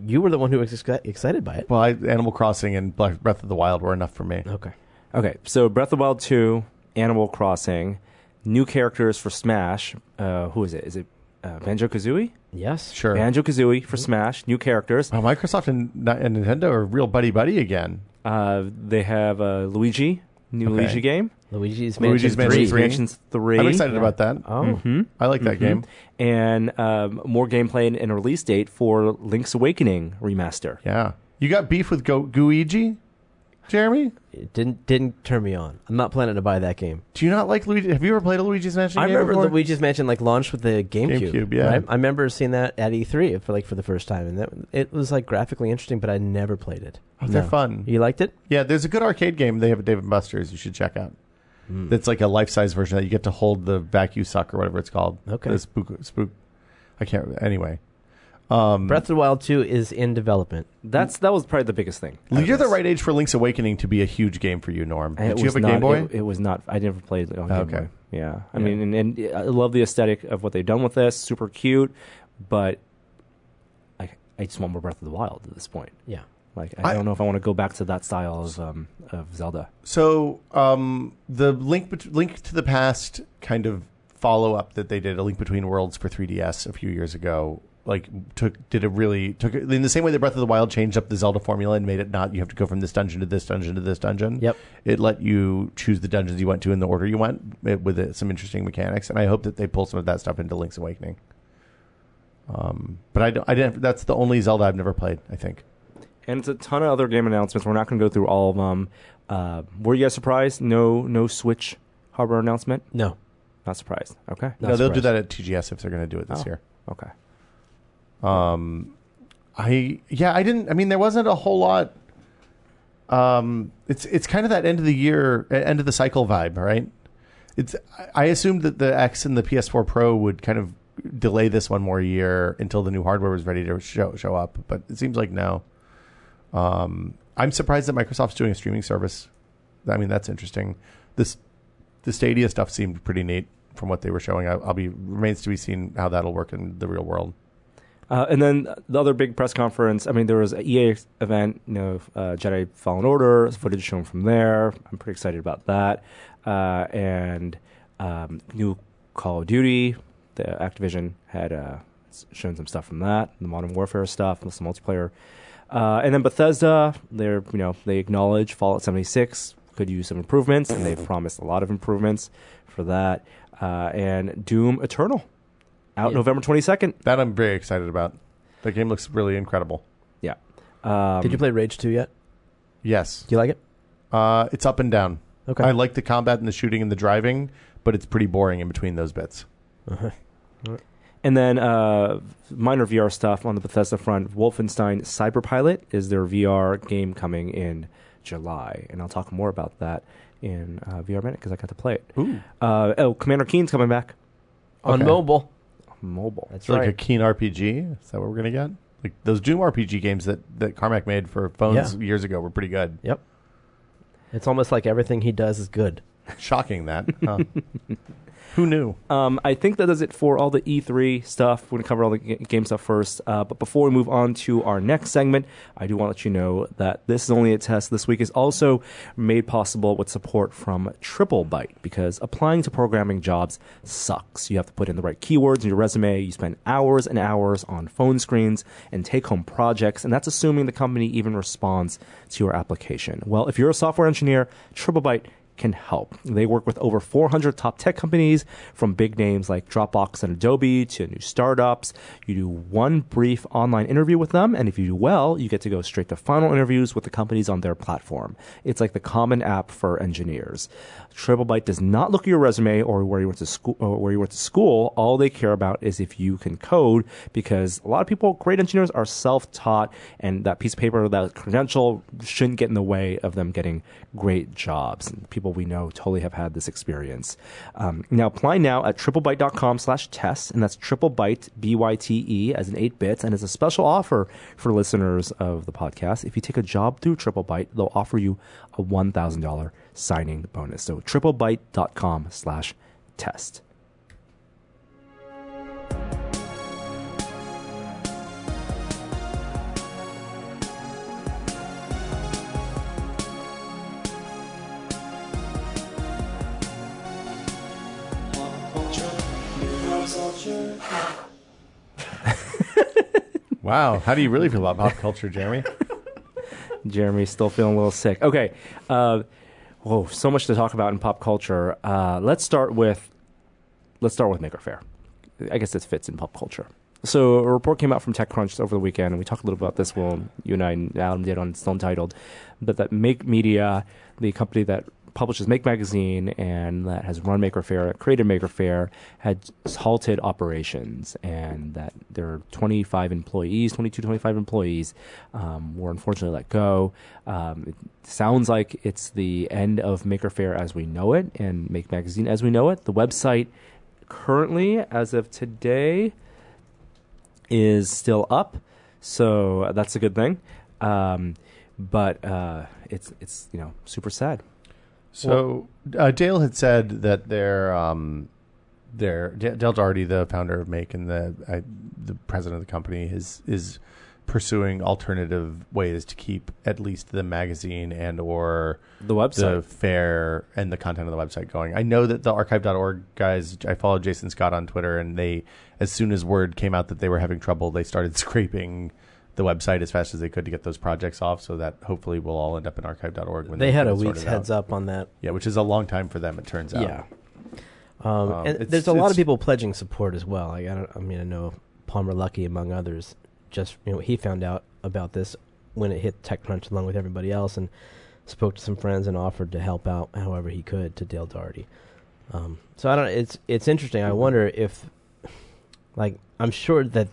[SPEAKER 2] you were the one who was exci- excited by it.
[SPEAKER 5] well, I, Animal Crossing and Bre- Breath of the Wild were enough for me.
[SPEAKER 2] Okay.
[SPEAKER 1] okay, so Breath of the Wild two, Animal Crossing, new characters for Smash. Uh, who is it? Is it uh, Banjo Kazooie?
[SPEAKER 2] Yes.
[SPEAKER 5] Sure. Mm-hmm.
[SPEAKER 1] Banjo Kazooie for Smash, new characters.
[SPEAKER 5] Wow, Microsoft and, and Nintendo are real buddy buddy again.
[SPEAKER 1] Uh, they have uh, Luigi, new
[SPEAKER 5] Okay.
[SPEAKER 1] Luigi game.
[SPEAKER 2] Luigi's Mansion
[SPEAKER 5] Luigi's Mansion Mm-hmm.
[SPEAKER 2] 3.
[SPEAKER 5] Three.
[SPEAKER 1] Mansions three. Mm-hmm.
[SPEAKER 5] I'm excited about that.
[SPEAKER 2] Oh,
[SPEAKER 5] I like that game.
[SPEAKER 1] and um, more gameplay and, and a release date for Link's Awakening remaster.
[SPEAKER 5] Yeah. You got beef with Go- Guigi, Jeremy?
[SPEAKER 2] It didn't didn't turn me on. I'm not planning to buy that game.
[SPEAKER 5] Do you not like Luigi? Have you ever played a Luigi's Mansion?
[SPEAKER 2] I
[SPEAKER 5] game
[SPEAKER 2] remember
[SPEAKER 5] before?
[SPEAKER 2] Luigi's Mansion like launched with the GameCube.
[SPEAKER 5] GameCube, yeah.
[SPEAKER 2] right? I remember seeing that at E3 for like for the first time, and that it was like graphically interesting, but I never played it.
[SPEAKER 5] Oh, they're fun.
[SPEAKER 2] You liked it?
[SPEAKER 5] Yeah, there's a good arcade game they have at David Buster's. You should check out.
[SPEAKER 2] Hmm.
[SPEAKER 5] That's like a life size version that you get to hold the vacuum suck or whatever it's called.
[SPEAKER 2] Okay.
[SPEAKER 5] The spook, spook. I can't. remember. Anyway, um,
[SPEAKER 2] Breath of the Wild 2 is in development.
[SPEAKER 1] That's that was probably the biggest thing. out of
[SPEAKER 5] you're the
[SPEAKER 1] this.
[SPEAKER 5] right age for Link's Awakening to be a huge game for you, Norm.
[SPEAKER 1] And it
[SPEAKER 5] Did you
[SPEAKER 1] was
[SPEAKER 5] have a
[SPEAKER 1] not-
[SPEAKER 5] Game Boy?
[SPEAKER 1] It, it was not. I never played it on Game
[SPEAKER 5] Okay.
[SPEAKER 1] Boy. Yeah, I mean, and, and I love the aesthetic of what they've done with this. Super cute, but I I just want more Breath of the Wild at this point.
[SPEAKER 2] Yeah.
[SPEAKER 1] Like I,
[SPEAKER 5] I-
[SPEAKER 1] don't know if I want to go back to that style of um, of Zelda.
[SPEAKER 5] So um, the link bet- link to the past kind of follow up that they did a link between worlds for 3ds a few years ago like took did a really took it- in the same way that Breath of the Wild changed up the Zelda formula and made it not you have to go from this dungeon to this dungeon to this dungeon.
[SPEAKER 2] Yep.
[SPEAKER 5] It let you choose the dungeons you went to in the order you went it, with uh, some interesting mechanics and I hope that they pull some of that stuff into Link's Awakening. Um, but I don't, I didn't that's the only Zelda I've never played, I think.
[SPEAKER 1] And it's a ton of other game announcements. We're not going to go through all of them. Uh, were you guys surprised? No, no Switch hardware announcement.
[SPEAKER 2] No.
[SPEAKER 1] Not surprised. Okay.
[SPEAKER 2] Not
[SPEAKER 5] no, they'll do
[SPEAKER 2] surprised.
[SPEAKER 5] that at TGS if they're going to do it this
[SPEAKER 1] Oh.
[SPEAKER 5] year.
[SPEAKER 1] Okay.
[SPEAKER 5] Um, I yeah, I didn't. I mean, there wasn't a whole lot. Um, it's it's kind of that end of the year, eh, end of the cycle vibe, right? It's I- I assumed that the X and the PS4 Pro would kind of delay this one more year until the new hardware was ready to show show up, but it seems like no. Um, I'm surprised that Microsoft's doing a streaming service. I mean, that's interesting. This the Stadia stuff seemed pretty neat from what they were showing. I, I'll be remains to be seen how that'll work in the real world.
[SPEAKER 1] Uh, and then the other big press conference. I mean, there was an EA event, you know, uh, Jedi Fallen Order footage shown from there. I'm pretty excited about that. Uh, and um, new Call of Duty. The Activision had uh, s- shown some stuff from that, the Modern Warfare stuff, some multiplayer. Uh, and then Bethesda, they're you know they acknowledge Fallout 76 could use some improvements, and
[SPEAKER 2] Mm-hmm.
[SPEAKER 1] they've promised a lot of improvements for that. Uh, and Doom Eternal out
[SPEAKER 2] Yeah.
[SPEAKER 1] November 22nd.
[SPEAKER 5] That I'm very excited about. That game looks really incredible.
[SPEAKER 1] Yeah. Um,
[SPEAKER 2] Did you play Rage 2 yet?
[SPEAKER 5] Yes.
[SPEAKER 2] Do you like it?
[SPEAKER 5] Uh, it's up and down.
[SPEAKER 2] Okay.
[SPEAKER 5] I like the combat and the shooting and the driving, but it's pretty boring in between those bits.
[SPEAKER 1] And then uh, minor VR stuff on the Bethesda front. Wolfenstein Cyberpilot is their VR game coming in July, and I'll talk more about that in uh, VR Minute because I got to play it.
[SPEAKER 5] Ooh.
[SPEAKER 1] Uh, oh, Commander Keen's coming back
[SPEAKER 2] On
[SPEAKER 5] Okay.
[SPEAKER 2] mobile.
[SPEAKER 1] mobile.
[SPEAKER 2] That's
[SPEAKER 5] It's like
[SPEAKER 2] right.
[SPEAKER 5] a keen RPG. Is that what we're going to get? Like those Doom RPG games that, that Carmack made for phones
[SPEAKER 2] Yeah.
[SPEAKER 5] years ago were pretty good.
[SPEAKER 2] Yep. It's almost like everything he does is good.
[SPEAKER 5] Shocking that. Huh? Who knew?
[SPEAKER 1] Um, I think that does it for all the E3 stuff. We're going to cover all the g- game stuff first. Uh, but before we move on to our next segment, I do want to let you know that This Is Only a Test this week is also made possible with support from TripleByte because applying to programming jobs sucks. You have to put in the right keywords in your resume. You spend hours and hours on phone screens and take home projects. And that's assuming the company even responds to your application. Well, if you're a software engineer, TripleByte can help. They work with over 400 top tech companies from big names like Dropbox and Adobe to new startups. You do one brief online interview with them, and if you do well, you get to go straight to final interviews with the companies on their platform. It's like the common app for engineers. TripleByte does not look at your resume or where you went to school or where you went to school. All they care about is if you can code because a lot of people, great engineers are self-taught and that piece of paper, that credential shouldn't get in the way of them getting great jobs. And people we know totally have had this experience. Um, now apply now at triplebyte.com slash test, and that's triplebyte, B-Y-T-E, E, as in 8 bits, and it's a special offer for listeners of the podcast. If you take a job through TripleByte, they'll offer you a $1,000 signing bonus. So triplebyte.com slash test.
[SPEAKER 5] Wow. How do you really feel about pop culture, Jeremy?
[SPEAKER 1] Jeremy's still feeling a little sick. Okay. Uh, whoa, so much to talk about in pop culture. Uh, let's start with let's start with Maker Fair. I guess this fits in pop culture. So a report came out from TechCrunch over the weekend, and we talked a little about this. Well, you and I and Adam did on Still Untitled, but that Make Media, the company that publishes Make Magazine and that has run Maker Fair, created Maker Fair, had halted operations, and that their 25 employees, 22, 25 employees, um, were unfortunately let go. Um, it sounds like it's the end of Maker Fair as we know it, and Make Magazine as we know it. The website currently, as of today, is still up, so uh, that's a good thing. Um, but uh, it's it's you know super sad.
[SPEAKER 5] So uh, Dale had said that their um, their D- Dale Doherty, the founder of Make and the I, the president of the company, is is pursuing alternative ways to keep at least the magazine and or
[SPEAKER 1] The
[SPEAKER 5] the
[SPEAKER 1] website.
[SPEAKER 5] fair and the content of the website going. I know that the archive.org guys, I followed Jason Scott on Twitter, and they, as soon as word came out that they were having trouble, they started scraping the website as fast as they could to get those projects off so that hopefully we'll all end up in archive.org when
[SPEAKER 2] they had
[SPEAKER 5] get
[SPEAKER 2] a
[SPEAKER 5] it
[SPEAKER 2] week's
[SPEAKER 5] sorted out.
[SPEAKER 2] heads up on that.
[SPEAKER 5] Yeah, which is a long time for them, it turns out.
[SPEAKER 2] Yeah. Um,
[SPEAKER 5] Um,
[SPEAKER 2] and
[SPEAKER 5] it's-
[SPEAKER 2] there's a lot
[SPEAKER 5] it's-
[SPEAKER 2] of people pledging support as well. Like, I, don't, I mean, I know Palmer Lucky, among others, just, you know, he found out about this when it hit TechCrunch along with everybody else and spoke to some friends and offered to help out however he could to Dale Doherty. Um, so I don't it's it's interesting.
[SPEAKER 5] Mm-hmm.
[SPEAKER 2] I wonder if like I'm sure that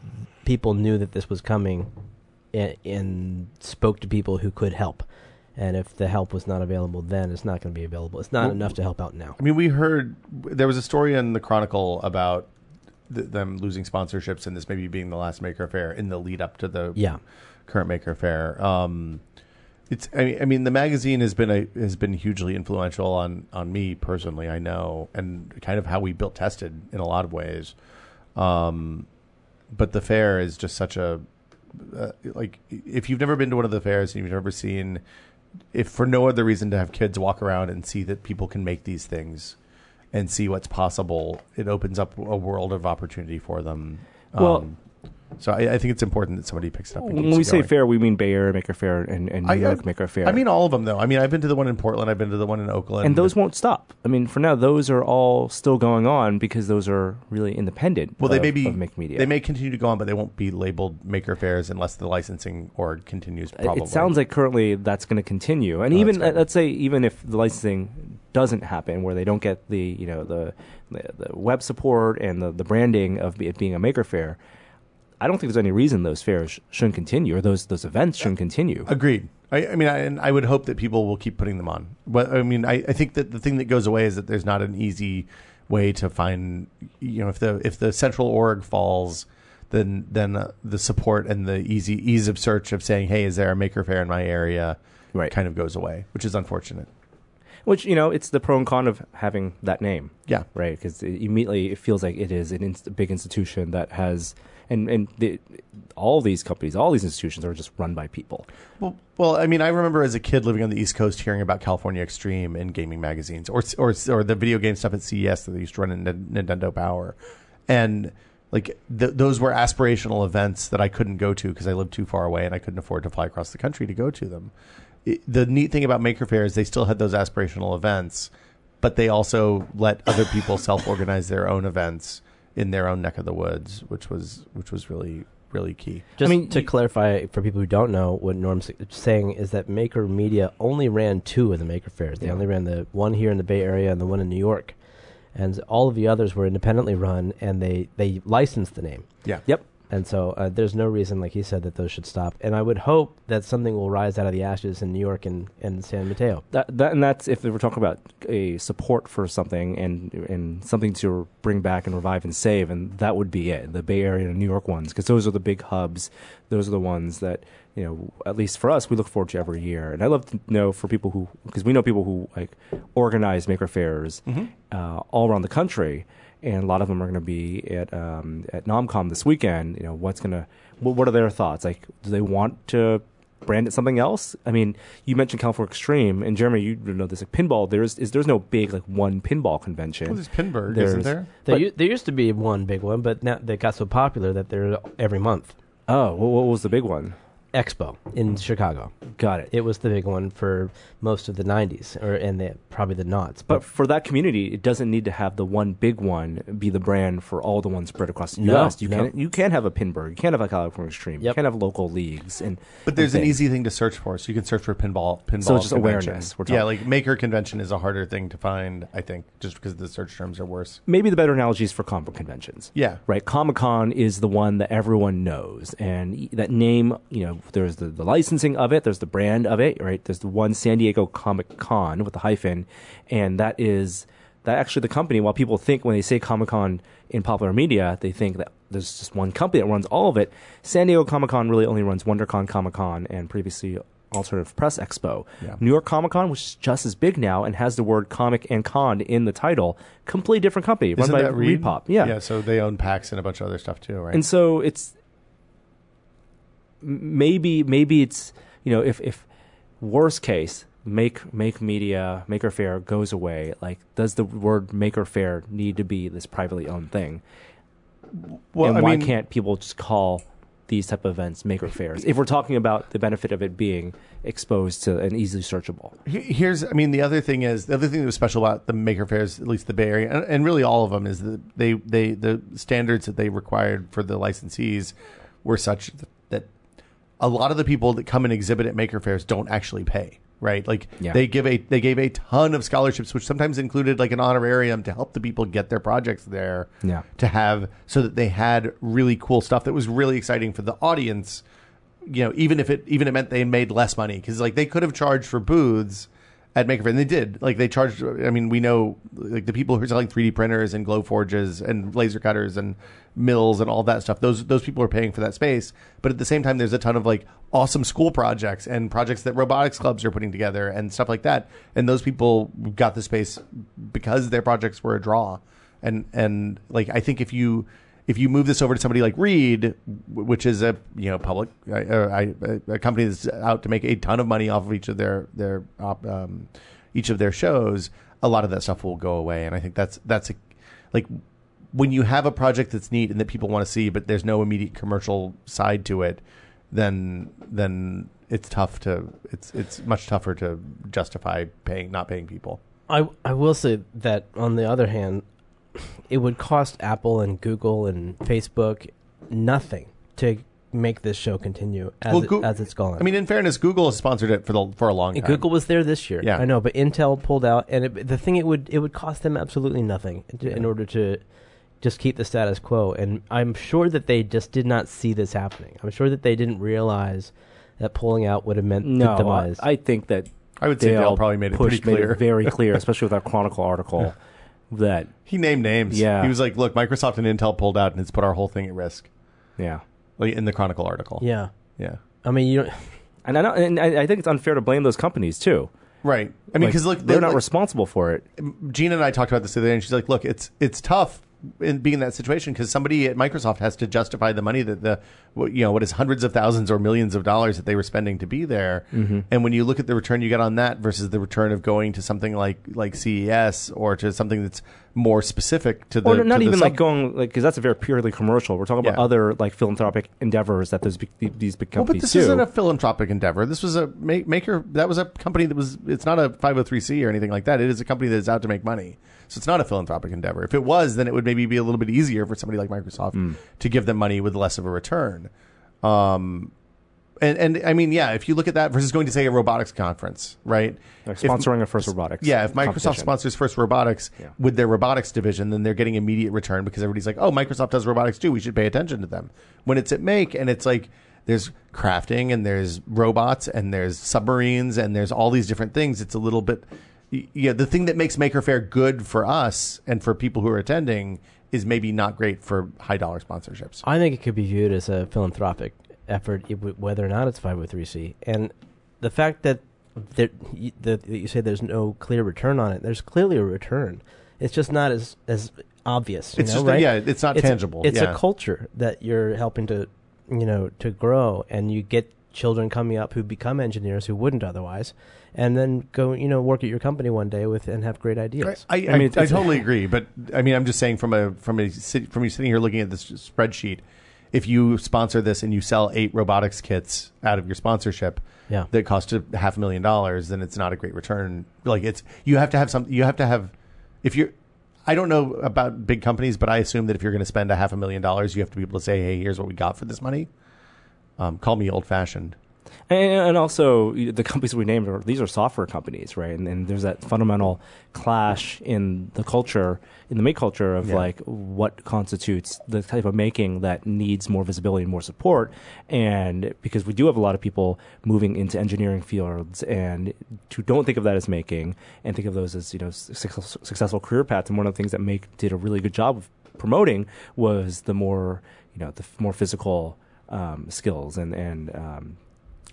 [SPEAKER 2] people knew that this was coming and, and spoke to people who could help. And if the help was not available then, it's not going to be available. It's not
[SPEAKER 5] Well-
[SPEAKER 2] enough to help out now.
[SPEAKER 5] I mean, we heard there was a story in the Chronicle about th- them losing sponsorships and this maybe being the last Maker Fair in the lead up to the
[SPEAKER 2] Yeah.
[SPEAKER 5] current Maker Fair. Um, it's I mean, I mean the magazine has been a, has been hugely influential on on me personally. I know, and kind of how we built tested in a lot of ways. Um, but the fair is just such a uh, like if you've never been to one of the fairs and you've never seen if for no other reason to have kids walk around and see that people can make these things and see what's possible it opens up a world of opportunity for them Um,
[SPEAKER 1] Well-
[SPEAKER 5] so I, I think it's important that somebody picks it up and
[SPEAKER 1] When
[SPEAKER 5] keeps
[SPEAKER 1] we
[SPEAKER 5] it
[SPEAKER 1] say
[SPEAKER 5] going.
[SPEAKER 1] fair, we mean Bay Area Maker Fair and, and New
[SPEAKER 5] I- I-
[SPEAKER 1] York Maker Fair.
[SPEAKER 5] I mean all of them though. I mean I've been to the one in Portland, I've been to the one in Oakland.
[SPEAKER 1] and those won't stop. I mean, for now, those are all still going on because those are really independent.
[SPEAKER 5] well they
[SPEAKER 1] of-
[SPEAKER 5] may be
[SPEAKER 1] of Make Media.
[SPEAKER 5] They may continue to go on, but they won't be labeled maker fairs unless the licensing org continues
[SPEAKER 1] It-
[SPEAKER 5] probably.
[SPEAKER 1] It sounds like currently that's going to continue, and
[SPEAKER 5] Oh,
[SPEAKER 1] even
[SPEAKER 5] that's good.
[SPEAKER 1] let- let's say even if the licensing doesn't happen, where they don't get the you know the the, the web support and the, the branding of it being a maker fair, I don't think there's any reason those fairs sh- shouldn't continue or those those events shouldn't continue.
[SPEAKER 5] Agreed. I, I mean, I, and I would hope that people will keep putting them on. But I mean, I, I think that the thing that goes away is that there's not an easy way to find. You know, if the if the central org falls, then then uh, the support and the easy ease of search of saying, "Hey, is there a maker fair in my area?"
[SPEAKER 1] Right.
[SPEAKER 5] kind of goes away, which is unfortunate.
[SPEAKER 1] Which you know it's the pro and con of having that name.
[SPEAKER 5] Yeah.
[SPEAKER 1] right? Because immediately it feels like it is an inst- big institution that has, and and the, all these companies, all these institutions are just run by people.
[SPEAKER 5] Well, well, I mean, I remember as a kid living on the East Coast hearing about California Extreme in gaming magazines, or or or the video game stuff at CES that they used to run in Nin- Nintendo Power, and like th- those were aspirational events that I couldn't go to because I lived too far away and I couldn't afford to fly across the country to go to them. It- the neat thing about Maker Fair is they still had those aspirational events, but they also let other people self organize their own events in their own neck of the woods, which was which was really really key.
[SPEAKER 2] Just
[SPEAKER 1] mean,
[SPEAKER 2] to
[SPEAKER 1] you-
[SPEAKER 2] clarify for people who don't know, what Norm's saying is that Maker Media only ran two of the Maker Fairs. They
[SPEAKER 1] Yeah.
[SPEAKER 2] only ran the one here in the Bay Area and the one in New York, and all of the others were independently run, and they they licensed the name.
[SPEAKER 5] Yeah.
[SPEAKER 1] Yep.
[SPEAKER 2] And so uh, there's no reason, like he said, that those should stop. And I would hope that something will rise out of the ashes in New York and, and San Mateo.
[SPEAKER 1] That, that and that's if we're talking about a support for something and and something to bring back and revive and save, and that would be it. The Bay Area and New York ones, because those are the big hubs. Those are the ones that you know, at least for us, we look forward to every year. And I love to know for people who, because we know people who like organize maker fairs uh, all around the country, and a lot of them are going to be at um, at Nomcom this weekend. You know, what's going to what, what are their thoughts? Like, do they want to brand it something else? I mean, you mentioned California Extreme, and Jeremy, you know this. Like pinball, there's is there's no big like one pinball convention.
[SPEAKER 5] Well, there's Pinburg,
[SPEAKER 1] There's-
[SPEAKER 5] isn't there?
[SPEAKER 2] There,
[SPEAKER 1] But-
[SPEAKER 2] u- there used to be one big one, but now they got so popular that they're every month.
[SPEAKER 1] oh, what, what was the big one?
[SPEAKER 2] Expo in Chicago.
[SPEAKER 1] Got it.
[SPEAKER 2] It was the big one for most of the '90s, or and the, probably the knots.
[SPEAKER 1] but for that community, it doesn't need to have the one big one be the brand for all the ones spread across the
[SPEAKER 2] No,
[SPEAKER 1] U.S. You
[SPEAKER 2] no.
[SPEAKER 1] can you can have a Pinburg, you can have a California Extreme, you
[SPEAKER 2] Yep.
[SPEAKER 1] can have local leagues, and
[SPEAKER 5] But there's an
[SPEAKER 1] thing.
[SPEAKER 5] easy thing to search for, so you can search for pinball. Pinball.
[SPEAKER 1] So it's just
[SPEAKER 5] convention.
[SPEAKER 1] awareness we're
[SPEAKER 5] yeah,
[SPEAKER 1] talking-
[SPEAKER 5] like maker convention is a harder thing to find, I think, just because the search terms are worse.
[SPEAKER 1] maybe the better analogy is for comic conventions.
[SPEAKER 5] Yeah.
[SPEAKER 1] Right. Comic Con is the one that everyone knows. And e- that name, you know, there's the, the licensing of it, there's the brand of it, right? There's the one San Diego Comic Con with the hyphen. And that is that actually the company, while people think when they say Comic Con in popular media, they think that there's just one company that runs all of it. San Diego Comic Con really only runs WonderCon Comic Con and previously Alternative Press Expo.
[SPEAKER 5] Yeah.
[SPEAKER 1] New York Comic Con, which is just as big now and has the word comic and con in the title, completely different company run
[SPEAKER 5] Isn't
[SPEAKER 1] by
[SPEAKER 5] that Reed?
[SPEAKER 1] Repop. Yeah.
[SPEAKER 5] Yeah. So they own PAX and a bunch of other stuff too, right?
[SPEAKER 1] And so it's m- maybe maybe it's you know if if worst case make make media maker fair goes away like does the word maker fair need to be this privately owned thing
[SPEAKER 5] well,
[SPEAKER 1] and
[SPEAKER 5] I
[SPEAKER 1] why
[SPEAKER 5] mean,
[SPEAKER 1] can't people just call these type of events maker fairs if we're talking about the benefit of it being exposed to and easily searchable
[SPEAKER 5] He- Here's, I mean, the other thing is the other thing that was special about the maker fairs, at least the Bay Area, and, and really all of them, is that they they the standards that they required for the licensees were such that a lot of the people that come and exhibit at maker fairs don't actually pay, right? Like
[SPEAKER 1] Yeah.
[SPEAKER 5] they give a they gave a ton of scholarships, which sometimes included like an honorarium to help the people get their projects there
[SPEAKER 1] Yeah.
[SPEAKER 5] to have so that they had really cool stuff that was really exciting for the audience you know, even if it even it meant they made less money because like they could have charged for booths at Maker Faire, and they did. Like they charged. I mean, we know like the people who are selling 3D printers and glow forges and laser cutters and mills and all that stuff. Those those people are paying for that space. But at the same time, there's a ton of like awesome school projects and projects that robotics clubs are putting together and stuff like that. And those people got the space because their projects were a draw. And and like I think if you if you move this over to somebody like Reed, w- which is a you know public uh, uh, I- a company that's out to make a ton of money off of each of their their op, um, each of their shows, a lot of that stuff will go away, and I think that's that's a, like when you have a project that's neat and that people want to see, but there's no immediate commercial side to it, then then it's tough to it's it's much tougher to justify paying not paying people.
[SPEAKER 2] I I will say that on the other hand, it would cost Apple and Google and Facebook nothing to make this show continue as
[SPEAKER 5] Well,
[SPEAKER 2] it,
[SPEAKER 5] Goo-
[SPEAKER 2] as it's gone.
[SPEAKER 5] I mean, in fairness, Google has sponsored it for the for a long time.
[SPEAKER 2] And Google was there this year.
[SPEAKER 5] Yeah.
[SPEAKER 2] I know, but Intel pulled out, and it, the thing it would it would cost them absolutely nothing to, in order to just keep the status quo. And I'm sure that they just did not see this happening. I'm sure that they didn't realize that pulling out would have meant
[SPEAKER 1] no
[SPEAKER 2] the demise.
[SPEAKER 1] I, I think that
[SPEAKER 5] I would say Dale probably made it
[SPEAKER 1] pushed-
[SPEAKER 5] pretty
[SPEAKER 1] made
[SPEAKER 5] clear.
[SPEAKER 1] it very clear especially with our chronicle article that
[SPEAKER 5] He named names.
[SPEAKER 1] Yeah.
[SPEAKER 5] He was like, look, Microsoft and Intel pulled out and it's put our whole thing at risk.
[SPEAKER 1] yeah
[SPEAKER 5] Like in the Chronicle article.
[SPEAKER 2] yeah,
[SPEAKER 5] Yeah.
[SPEAKER 2] I mean, you don't,
[SPEAKER 1] And I don't, and I, I think it's unfair to blame those companies too.
[SPEAKER 5] Right. I mean,
[SPEAKER 1] Like,
[SPEAKER 5] because look,
[SPEAKER 1] they're not
[SPEAKER 5] like,
[SPEAKER 1] responsible for it.
[SPEAKER 5] Gina and I talked about this the other day, and she's like, "Look, it's it's tough in being in that situation because somebody at Microsoft has to justify the money that the what- you know what is hundreds of thousands or millions of dollars that they were spending to be there,
[SPEAKER 1] Mm-hmm.
[SPEAKER 5] and when you look at the return you get on that versus the return of going to something like like CES or to something that's more specific to the
[SPEAKER 1] Or not
[SPEAKER 5] to the
[SPEAKER 1] even like
[SPEAKER 5] sub-
[SPEAKER 1] going like because that's a very purely commercial. We're talking about
[SPEAKER 5] Yeah.
[SPEAKER 1] other like philanthropic endeavors that those big- these big
[SPEAKER 5] Well, but
[SPEAKER 1] companies
[SPEAKER 5] this
[SPEAKER 1] do.
[SPEAKER 5] isn't a philanthropic endeavor. This was a ma- maker. That was a company that was. It's not a five hundred three c or anything like that. It is a company that is out to make money. So it's not a philanthropic endeavor. If it was, then it would maybe be a little bit easier for somebody like Microsoft
[SPEAKER 1] Hmm.
[SPEAKER 5] to give them money with less of a return. Um, and and I mean, yeah, if you look at that versus going to say a robotics conference, right?
[SPEAKER 1] Like,
[SPEAKER 5] If-
[SPEAKER 1] sponsoring a first robotics.
[SPEAKER 5] yeah, if Microsoft
[SPEAKER 1] competition.
[SPEAKER 5] sponsors First Robotics
[SPEAKER 1] Yeah.
[SPEAKER 5] with their robotics division, then they're getting immediate return because everybody's like, "Oh, Microsoft does robotics too. We should pay attention to them." When it's at Make and it's like there's crafting and there's robots and there's submarines and there's all these different things. It's a little bit y- yeah, the thing that makes Maker Faire good for us and for people who are attending is maybe not great for high dollar sponsorships.
[SPEAKER 2] I think it could be viewed as a philanthropic effort, i- w- whether or not it's 503c. And the fact that there, y- that that you say there's no clear return on it, there's clearly a return. It's just not as as obvious. you
[SPEAKER 5] It's
[SPEAKER 2] know,
[SPEAKER 5] just that-
[SPEAKER 2] right?
[SPEAKER 5] yeah, it's not tangible,
[SPEAKER 2] It's
[SPEAKER 5] yeah.
[SPEAKER 2] a culture that you're helping to, you know, to grow, and you get children coming up who become engineers who wouldn't otherwise, and then go, you know, work at your company one day with and have great ideas.
[SPEAKER 5] I, I,
[SPEAKER 1] I mean, it's-
[SPEAKER 5] I, totally agree, but I mean, I'm just saying from a from a sit- from you sitting here looking at this spreadsheet, if you sponsor this and you sell eight robotics kits out of your sponsorship
[SPEAKER 2] Yeah.
[SPEAKER 5] that cost a half a million dollars, then it's not a great return. Like it's you have to have some you have to have if you're I don't know about big companies, but I assume that if you're going to spend a half a million dollars, you have to be able to say, "Hey, here's what we got for this money." Um, call me old fashioned.
[SPEAKER 1] And, and also, you- the companies we named are these are software companies, right? And, and there's that fundamental clash in the culture, in the make culture of
[SPEAKER 5] Yeah.
[SPEAKER 1] like what constitutes the type of making that needs more visibility and more support. And because we do have a lot of people moving into engineering fields and who don't think of that as making and think of those as you know success, successful career paths. And one of the things that make did a really good job of promoting was the more you know the f- more physical um, skills and and um,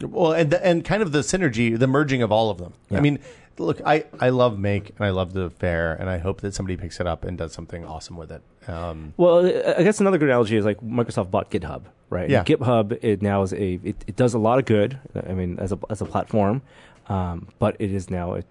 [SPEAKER 5] Well, and the, and kind of the synergy, the merging of all of them. I
[SPEAKER 1] Yeah.
[SPEAKER 5] mean, look, I I love Make and I love the fair, and I hope that somebody picks it up and does something awesome with it. Um,
[SPEAKER 1] Well, I- I guess another good analogy is like Microsoft bought GitHub, right? And
[SPEAKER 5] Yeah.
[SPEAKER 1] GitHub it now is a it, it does a lot of good. I mean, as a as a platform, um, but it is now a,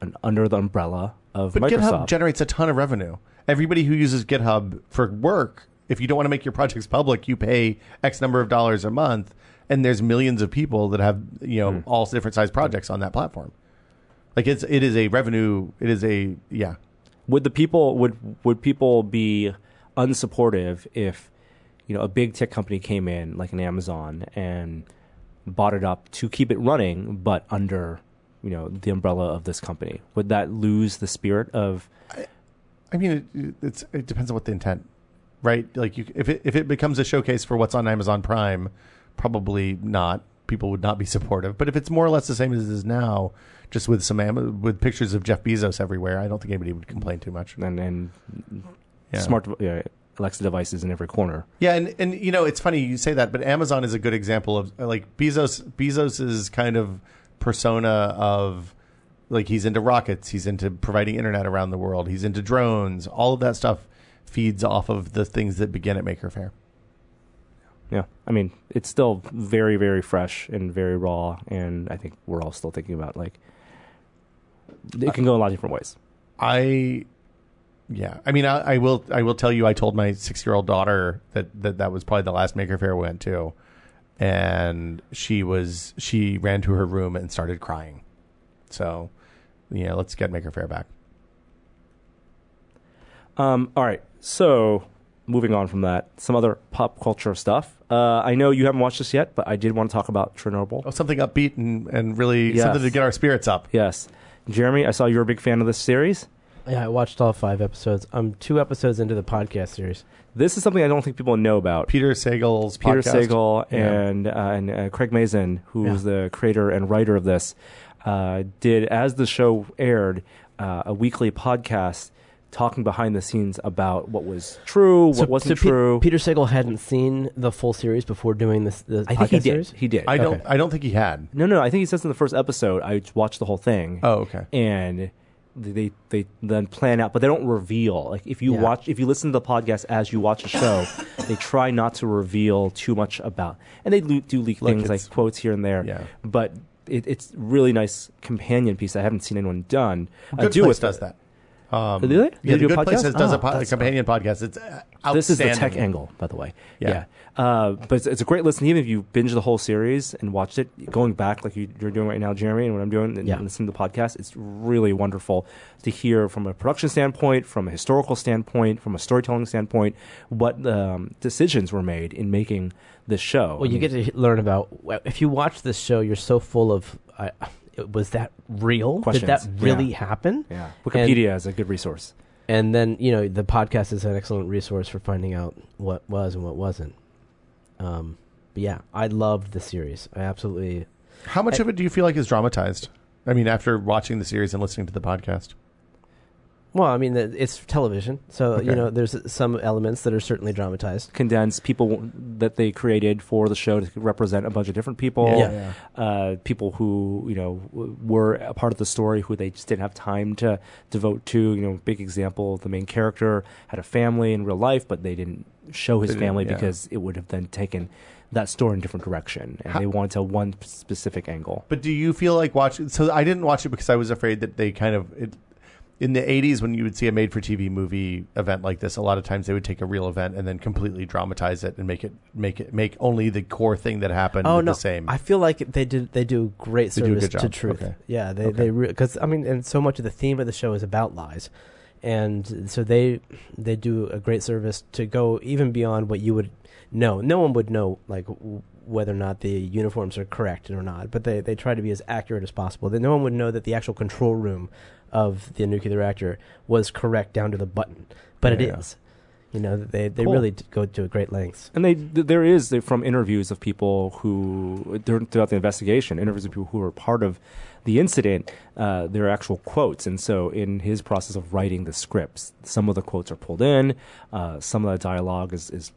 [SPEAKER 1] an under the umbrella of
[SPEAKER 5] but GitHub
[SPEAKER 1] Microsoft.
[SPEAKER 5] generates a ton of revenue. Everybody who uses GitHub for work, if you don't want to make your projects public, you pay X number of dollars a month, and there's millions of people that have you know
[SPEAKER 1] Hmm.
[SPEAKER 5] all different size projects on that platform. Like it's it is a revenue. It is a yeah.
[SPEAKER 1] would the people would would people be unsupportive if you know a big tech company came in like an Amazon and bought it up to keep it running, but under you know the umbrella of this company? Would that lose the spirit of
[SPEAKER 5] I mean, it, it's it depends on what the intent, right? Like, you, if it if it becomes a showcase for what's on Amazon Prime, probably not. People would not be supportive. But if it's more or less the same as it is now, just with some Am- with pictures of Jeff Bezos everywhere, I don't think anybody would complain too much.
[SPEAKER 1] and and
[SPEAKER 5] Yeah.
[SPEAKER 1] smart uh, Alexa devices in every corner.
[SPEAKER 5] Yeah, and, and you know it's funny you say that, but Amazon is a good example of like Bezos. Bezos's kind of persona of like he's into rockets, he's into providing internet around the world, he's into drones, all of that stuff feeds off of the things that begin at Maker Faire.
[SPEAKER 1] Yeah, I mean it's still very very fresh and very raw, and I think we're all still thinking about like it can go a lot of different ways.
[SPEAKER 5] I, yeah, I mean, I, I will, I will tell you, I told my six-year-old daughter that that that was probably the last Maker Faire we went to, and she was she ran to her room and started crying. So, yeah, let's get Maker Faire back.
[SPEAKER 1] Um, all right, so moving on from that, some other pop culture stuff. Uh, I know you haven't watched this yet, but I did want to talk about Chernobyl.
[SPEAKER 5] Oh, something upbeat and and really
[SPEAKER 1] Yes.
[SPEAKER 5] something to get our spirits up.
[SPEAKER 1] Yes, Jeremy, I saw you're a big fan of this series.
[SPEAKER 2] Yeah, I watched all five episodes. I'm two episodes into the podcast series.
[SPEAKER 1] This is something I don't think people know about.
[SPEAKER 5] Peter Sagal's
[SPEAKER 1] Peter
[SPEAKER 5] podcast.
[SPEAKER 1] Sagal
[SPEAKER 5] Yeah.
[SPEAKER 1] and uh, and uh, Craig Mazin, who was the creator and writer of this, uh, did as the show aired uh, a weekly podcast talking behind the scenes about what was true, what wasn't
[SPEAKER 2] Pe-
[SPEAKER 1] true.
[SPEAKER 2] Peter Sagal hadn't seen the full series before doing this. The
[SPEAKER 1] I think he did.
[SPEAKER 2] podcast Series?
[SPEAKER 1] He did. Uh,
[SPEAKER 5] I don't. I don't think he had.
[SPEAKER 1] no, no. I think he says in the first episode. I watched the whole thing.
[SPEAKER 5] Oh, okay.
[SPEAKER 1] and they they then plan out, but they don't reveal. Like if you
[SPEAKER 2] Yeah.
[SPEAKER 1] watch, if you listen to the podcast as you watch a show, they try not to reveal too much about, and they do, do leak
[SPEAKER 5] Look,
[SPEAKER 1] things
[SPEAKER 5] it's-
[SPEAKER 1] like quotes here and there.
[SPEAKER 5] Yeah.
[SPEAKER 1] but it, it's really nice companion piece. I haven't seen anyone done. I
[SPEAKER 5] Good
[SPEAKER 1] do
[SPEAKER 5] Place
[SPEAKER 1] with Oh,
[SPEAKER 5] does that. Um,
[SPEAKER 1] Do they? Do
[SPEAKER 5] Yeah,
[SPEAKER 1] they do a
[SPEAKER 5] Good Place
[SPEAKER 1] podcast?
[SPEAKER 5] has- does a,
[SPEAKER 1] Ah,
[SPEAKER 5] po- a
[SPEAKER 1] that's-
[SPEAKER 5] companion podcast. It's uh, outstanding.
[SPEAKER 1] This is the tech angle, by the way.
[SPEAKER 5] Yeah.
[SPEAKER 1] Yeah. Uh, but it's, it's a great listen. Even if you binge the whole series and watched it, going back like you, you're doing right now, Jeremy, and what I'm doing, and
[SPEAKER 2] Yeah.
[SPEAKER 1] listening to the podcast, it's really wonderful to hear from a production standpoint, from a historical standpoint, from a storytelling standpoint, what um, decisions were made in making this show.
[SPEAKER 2] Well, you get to he- learn about if you watch this show, you're so full of I, was that real? Did that
[SPEAKER 1] Questions.
[SPEAKER 2] really
[SPEAKER 1] Yeah.
[SPEAKER 2] happen?
[SPEAKER 1] yeah.
[SPEAKER 2] And-
[SPEAKER 1] Wikipedia is a good resource.
[SPEAKER 2] And then, you know, the podcast is an excellent resource for finding out what was and what wasn't. Um, but yeah, I loved the series. I absolutely.
[SPEAKER 5] How much of it do you feel like is dramatized? I mean, after watching the series and listening to the podcast,
[SPEAKER 2] Well, I mean, the- it's television, so
[SPEAKER 5] Okay.
[SPEAKER 2] you know, there's some elements that are certainly dramatized.
[SPEAKER 1] Condense people that they created for the show to represent a bunch of different people.
[SPEAKER 2] Yeah.
[SPEAKER 1] uh, people who you know w- were a part of the story who they just didn't have time to devote to. You know, big example: the main character had a family in real life, but they didn't show his
[SPEAKER 5] They didn't,
[SPEAKER 1] family
[SPEAKER 5] yeah.
[SPEAKER 1] because it would have then taken that story in a different direction, and
[SPEAKER 5] How-
[SPEAKER 1] they wanted to one specific angle.
[SPEAKER 5] But do you feel like watching? So I didn't watch it because I was afraid that they kind of it. in the 80s when you would see a made for TV movie event like this a lot of times they would take a real event and then completely dramatize it and make it make it make only the core thing that happened
[SPEAKER 2] Oh
[SPEAKER 5] the
[SPEAKER 2] no,
[SPEAKER 5] same
[SPEAKER 2] I feel like they did. They do great
[SPEAKER 5] They do a
[SPEAKER 2] service
[SPEAKER 5] good job.
[SPEAKER 2] to truth.
[SPEAKER 5] Okay.
[SPEAKER 2] Yeah, they they because I mean, and so much of the theme of the show is about lies, and so they they do a great service to go even beyond what you would know. No one would know like w- whether or not the uniforms are correct or not, but they they try to be as accurate as possible. That no one would know that the actual control room of the nuclear reactor was correct down to the button, but it is.
[SPEAKER 5] Yeah.
[SPEAKER 2] You know, they they
[SPEAKER 1] Cool.
[SPEAKER 2] really d- go to great lengths.
[SPEAKER 1] And they, th- there is they, from interviews of people who dur- throughout the investigation, interviews of people who were part of the incident, uh, their actual quotes. And so, in his process of writing the scripts, some of the quotes are pulled in, uh, some of the dialogue is, is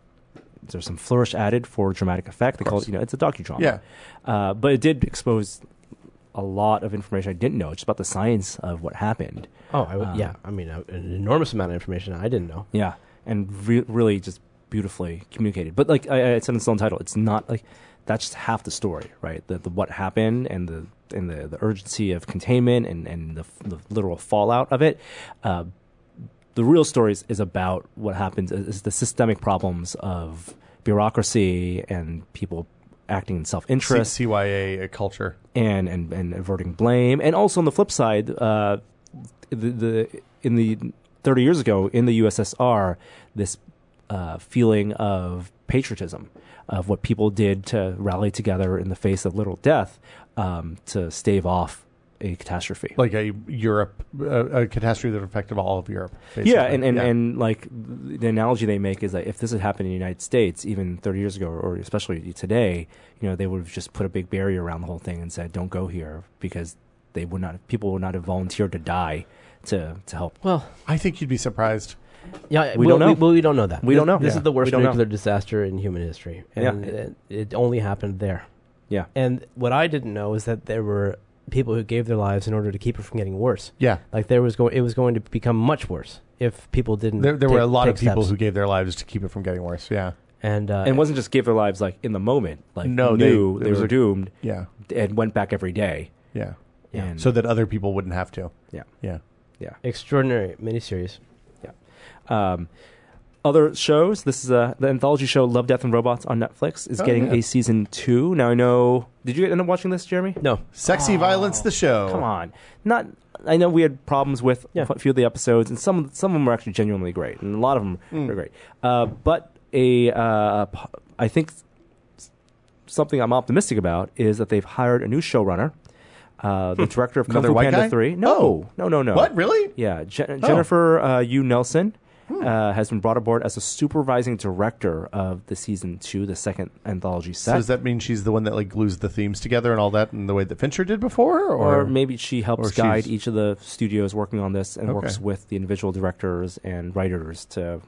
[SPEAKER 1] there's some flourish added for dramatic effect. They call it, you know, it's a docudrama.
[SPEAKER 5] Yeah.
[SPEAKER 1] Uh, but it did expose a lot of information I didn't know, just about the science of what happened.
[SPEAKER 2] Oh, I w-
[SPEAKER 1] Uh,
[SPEAKER 2] yeah. I mean, uh, an enormous amount of information I didn't know.
[SPEAKER 1] Yeah, and re- really just beautifully communicated. But like I, I said in the song title, it's not like that's just half the story, right? The, the what happened and the and the, the urgency of containment and and the, f- the literal fallout of it. Uh, the real story is, is about what happens is, is the systemic problems of bureaucracy and people acting in self
[SPEAKER 5] C-
[SPEAKER 1] interest
[SPEAKER 5] CYA uh, culture
[SPEAKER 1] and and and averting blame, and also on the flip side, uh, the, the in the thirty years ago in the USSR, this uh, feeling of patriotism of what people did to rally together in the face of literal death um, to stave off a catastrophe.
[SPEAKER 5] like a Europe a, a catastrophe that affected all of Europe basically.
[SPEAKER 1] yeah, and, and, and like th- the analogy they make is that if this had happened in the United States, even 30 years ago, or especially today, you know, they would have just put a big barrier around the whole thing and said, "Don't go here," because they would not, people would not have volunteered to die to to help.
[SPEAKER 2] Well,
[SPEAKER 5] I think you'd be surprised
[SPEAKER 2] yeah,
[SPEAKER 1] We
[SPEAKER 2] we
[SPEAKER 1] don't know.
[SPEAKER 2] We, well, we don't know that.
[SPEAKER 1] We
[SPEAKER 2] This-
[SPEAKER 1] don't know.
[SPEAKER 2] This
[SPEAKER 1] Yeah.
[SPEAKER 2] is the
[SPEAKER 1] We
[SPEAKER 2] worst
[SPEAKER 1] don't know.
[SPEAKER 2] nuclear disaster in human history, and
[SPEAKER 1] Yeah.
[SPEAKER 2] it, it only happened there.
[SPEAKER 1] Yeah,
[SPEAKER 2] And what I didn't know is that there were people who gave their lives in order to keep it from getting worse.
[SPEAKER 5] yeah
[SPEAKER 2] Like there was going, it was going to become much worse if people didn't.
[SPEAKER 5] there, there were
[SPEAKER 2] take-
[SPEAKER 5] a lot of
[SPEAKER 2] take
[SPEAKER 5] people
[SPEAKER 2] steps.
[SPEAKER 5] who gave their lives to keep it from getting worse yeah
[SPEAKER 2] and uh,
[SPEAKER 1] and it wasn't just give their lives like in the moment, like
[SPEAKER 5] No, they-
[SPEAKER 1] knew
[SPEAKER 5] there
[SPEAKER 1] they,
[SPEAKER 5] was
[SPEAKER 1] were
[SPEAKER 5] a-
[SPEAKER 1] doomed
[SPEAKER 5] yeah
[SPEAKER 1] and went back every day.
[SPEAKER 2] Mm.
[SPEAKER 5] yeah
[SPEAKER 2] Yeah.
[SPEAKER 1] And
[SPEAKER 5] so that other people wouldn't have to
[SPEAKER 1] Yeah.
[SPEAKER 5] yeah
[SPEAKER 2] extraordinary miniseries.
[SPEAKER 1] Um, other shows. This is uh, the anthology show Love, Death, and Robots on Netflix is
[SPEAKER 5] Oh,
[SPEAKER 1] getting
[SPEAKER 5] yeah.
[SPEAKER 1] a season two. Now I know. Did you end up watching this, Jeremy?
[SPEAKER 2] No,
[SPEAKER 5] sexy violence the show
[SPEAKER 1] Come on, not. I know we had problems with
[SPEAKER 2] Yeah.
[SPEAKER 1] a few of the episodes, and some some of them were actually genuinely great, and a lot of them
[SPEAKER 5] Mm.
[SPEAKER 1] were great. Uh, but a, uh, p- I think s- something I'm optimistic about is that they've hired a new showrunner, uh, the director of Kung
[SPEAKER 5] Hmm. Another
[SPEAKER 1] Fu
[SPEAKER 5] white
[SPEAKER 1] Panda
[SPEAKER 5] guy?
[SPEAKER 1] Three. No,
[SPEAKER 5] Oh.
[SPEAKER 1] no, no, no.
[SPEAKER 5] what Oh. really
[SPEAKER 1] Yeah, Je- Jennifer uh, U. Nelson
[SPEAKER 5] Hmm.
[SPEAKER 1] uh, has been brought aboard as a supervising director of the season two, the second anthology
[SPEAKER 5] So
[SPEAKER 1] set.
[SPEAKER 5] does that mean she's the one that like glues the themes together and all that in the way that Fincher did before, or,
[SPEAKER 1] or, maybe she helps
[SPEAKER 5] or
[SPEAKER 1] guide
[SPEAKER 5] she's-
[SPEAKER 1] each of the studios working on this and
[SPEAKER 5] Okay.
[SPEAKER 1] works with the individual directors and writers to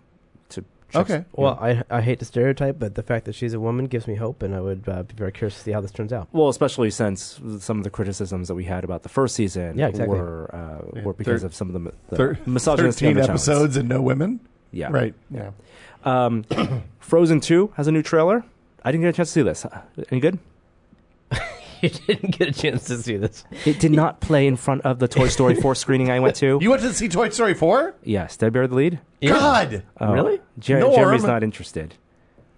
[SPEAKER 1] to just-
[SPEAKER 5] okay?
[SPEAKER 2] well, I I hate to stereotype, but the fact that she's a woman gives me hope, and I would uh, be very curious to see how this turns out.
[SPEAKER 1] Well, especially since some of the criticisms that we had about the first season
[SPEAKER 2] Yeah, exactly.
[SPEAKER 1] were uh,
[SPEAKER 5] Yeah,
[SPEAKER 1] were because
[SPEAKER 5] thir-
[SPEAKER 1] of some of the, mi- the
[SPEAKER 5] Thir-
[SPEAKER 1] misogynistic
[SPEAKER 5] Thirteen
[SPEAKER 1] undertones.
[SPEAKER 5] episodes and no women,
[SPEAKER 1] Yeah,
[SPEAKER 5] right? Yeah.
[SPEAKER 1] Um, Frozen Two has a new trailer. I didn't get a chance to see this. Uh, Any good?
[SPEAKER 2] you didn't get a chance to see this.
[SPEAKER 1] It did not play in front of the Toy Story 4 screening I went to.
[SPEAKER 5] You went to see Toy Story four?
[SPEAKER 1] yes, did I bear the lead?
[SPEAKER 5] God,
[SPEAKER 1] Oh,
[SPEAKER 2] Really?
[SPEAKER 1] Jer-
[SPEAKER 5] Norm.
[SPEAKER 1] Jeremy's not interested.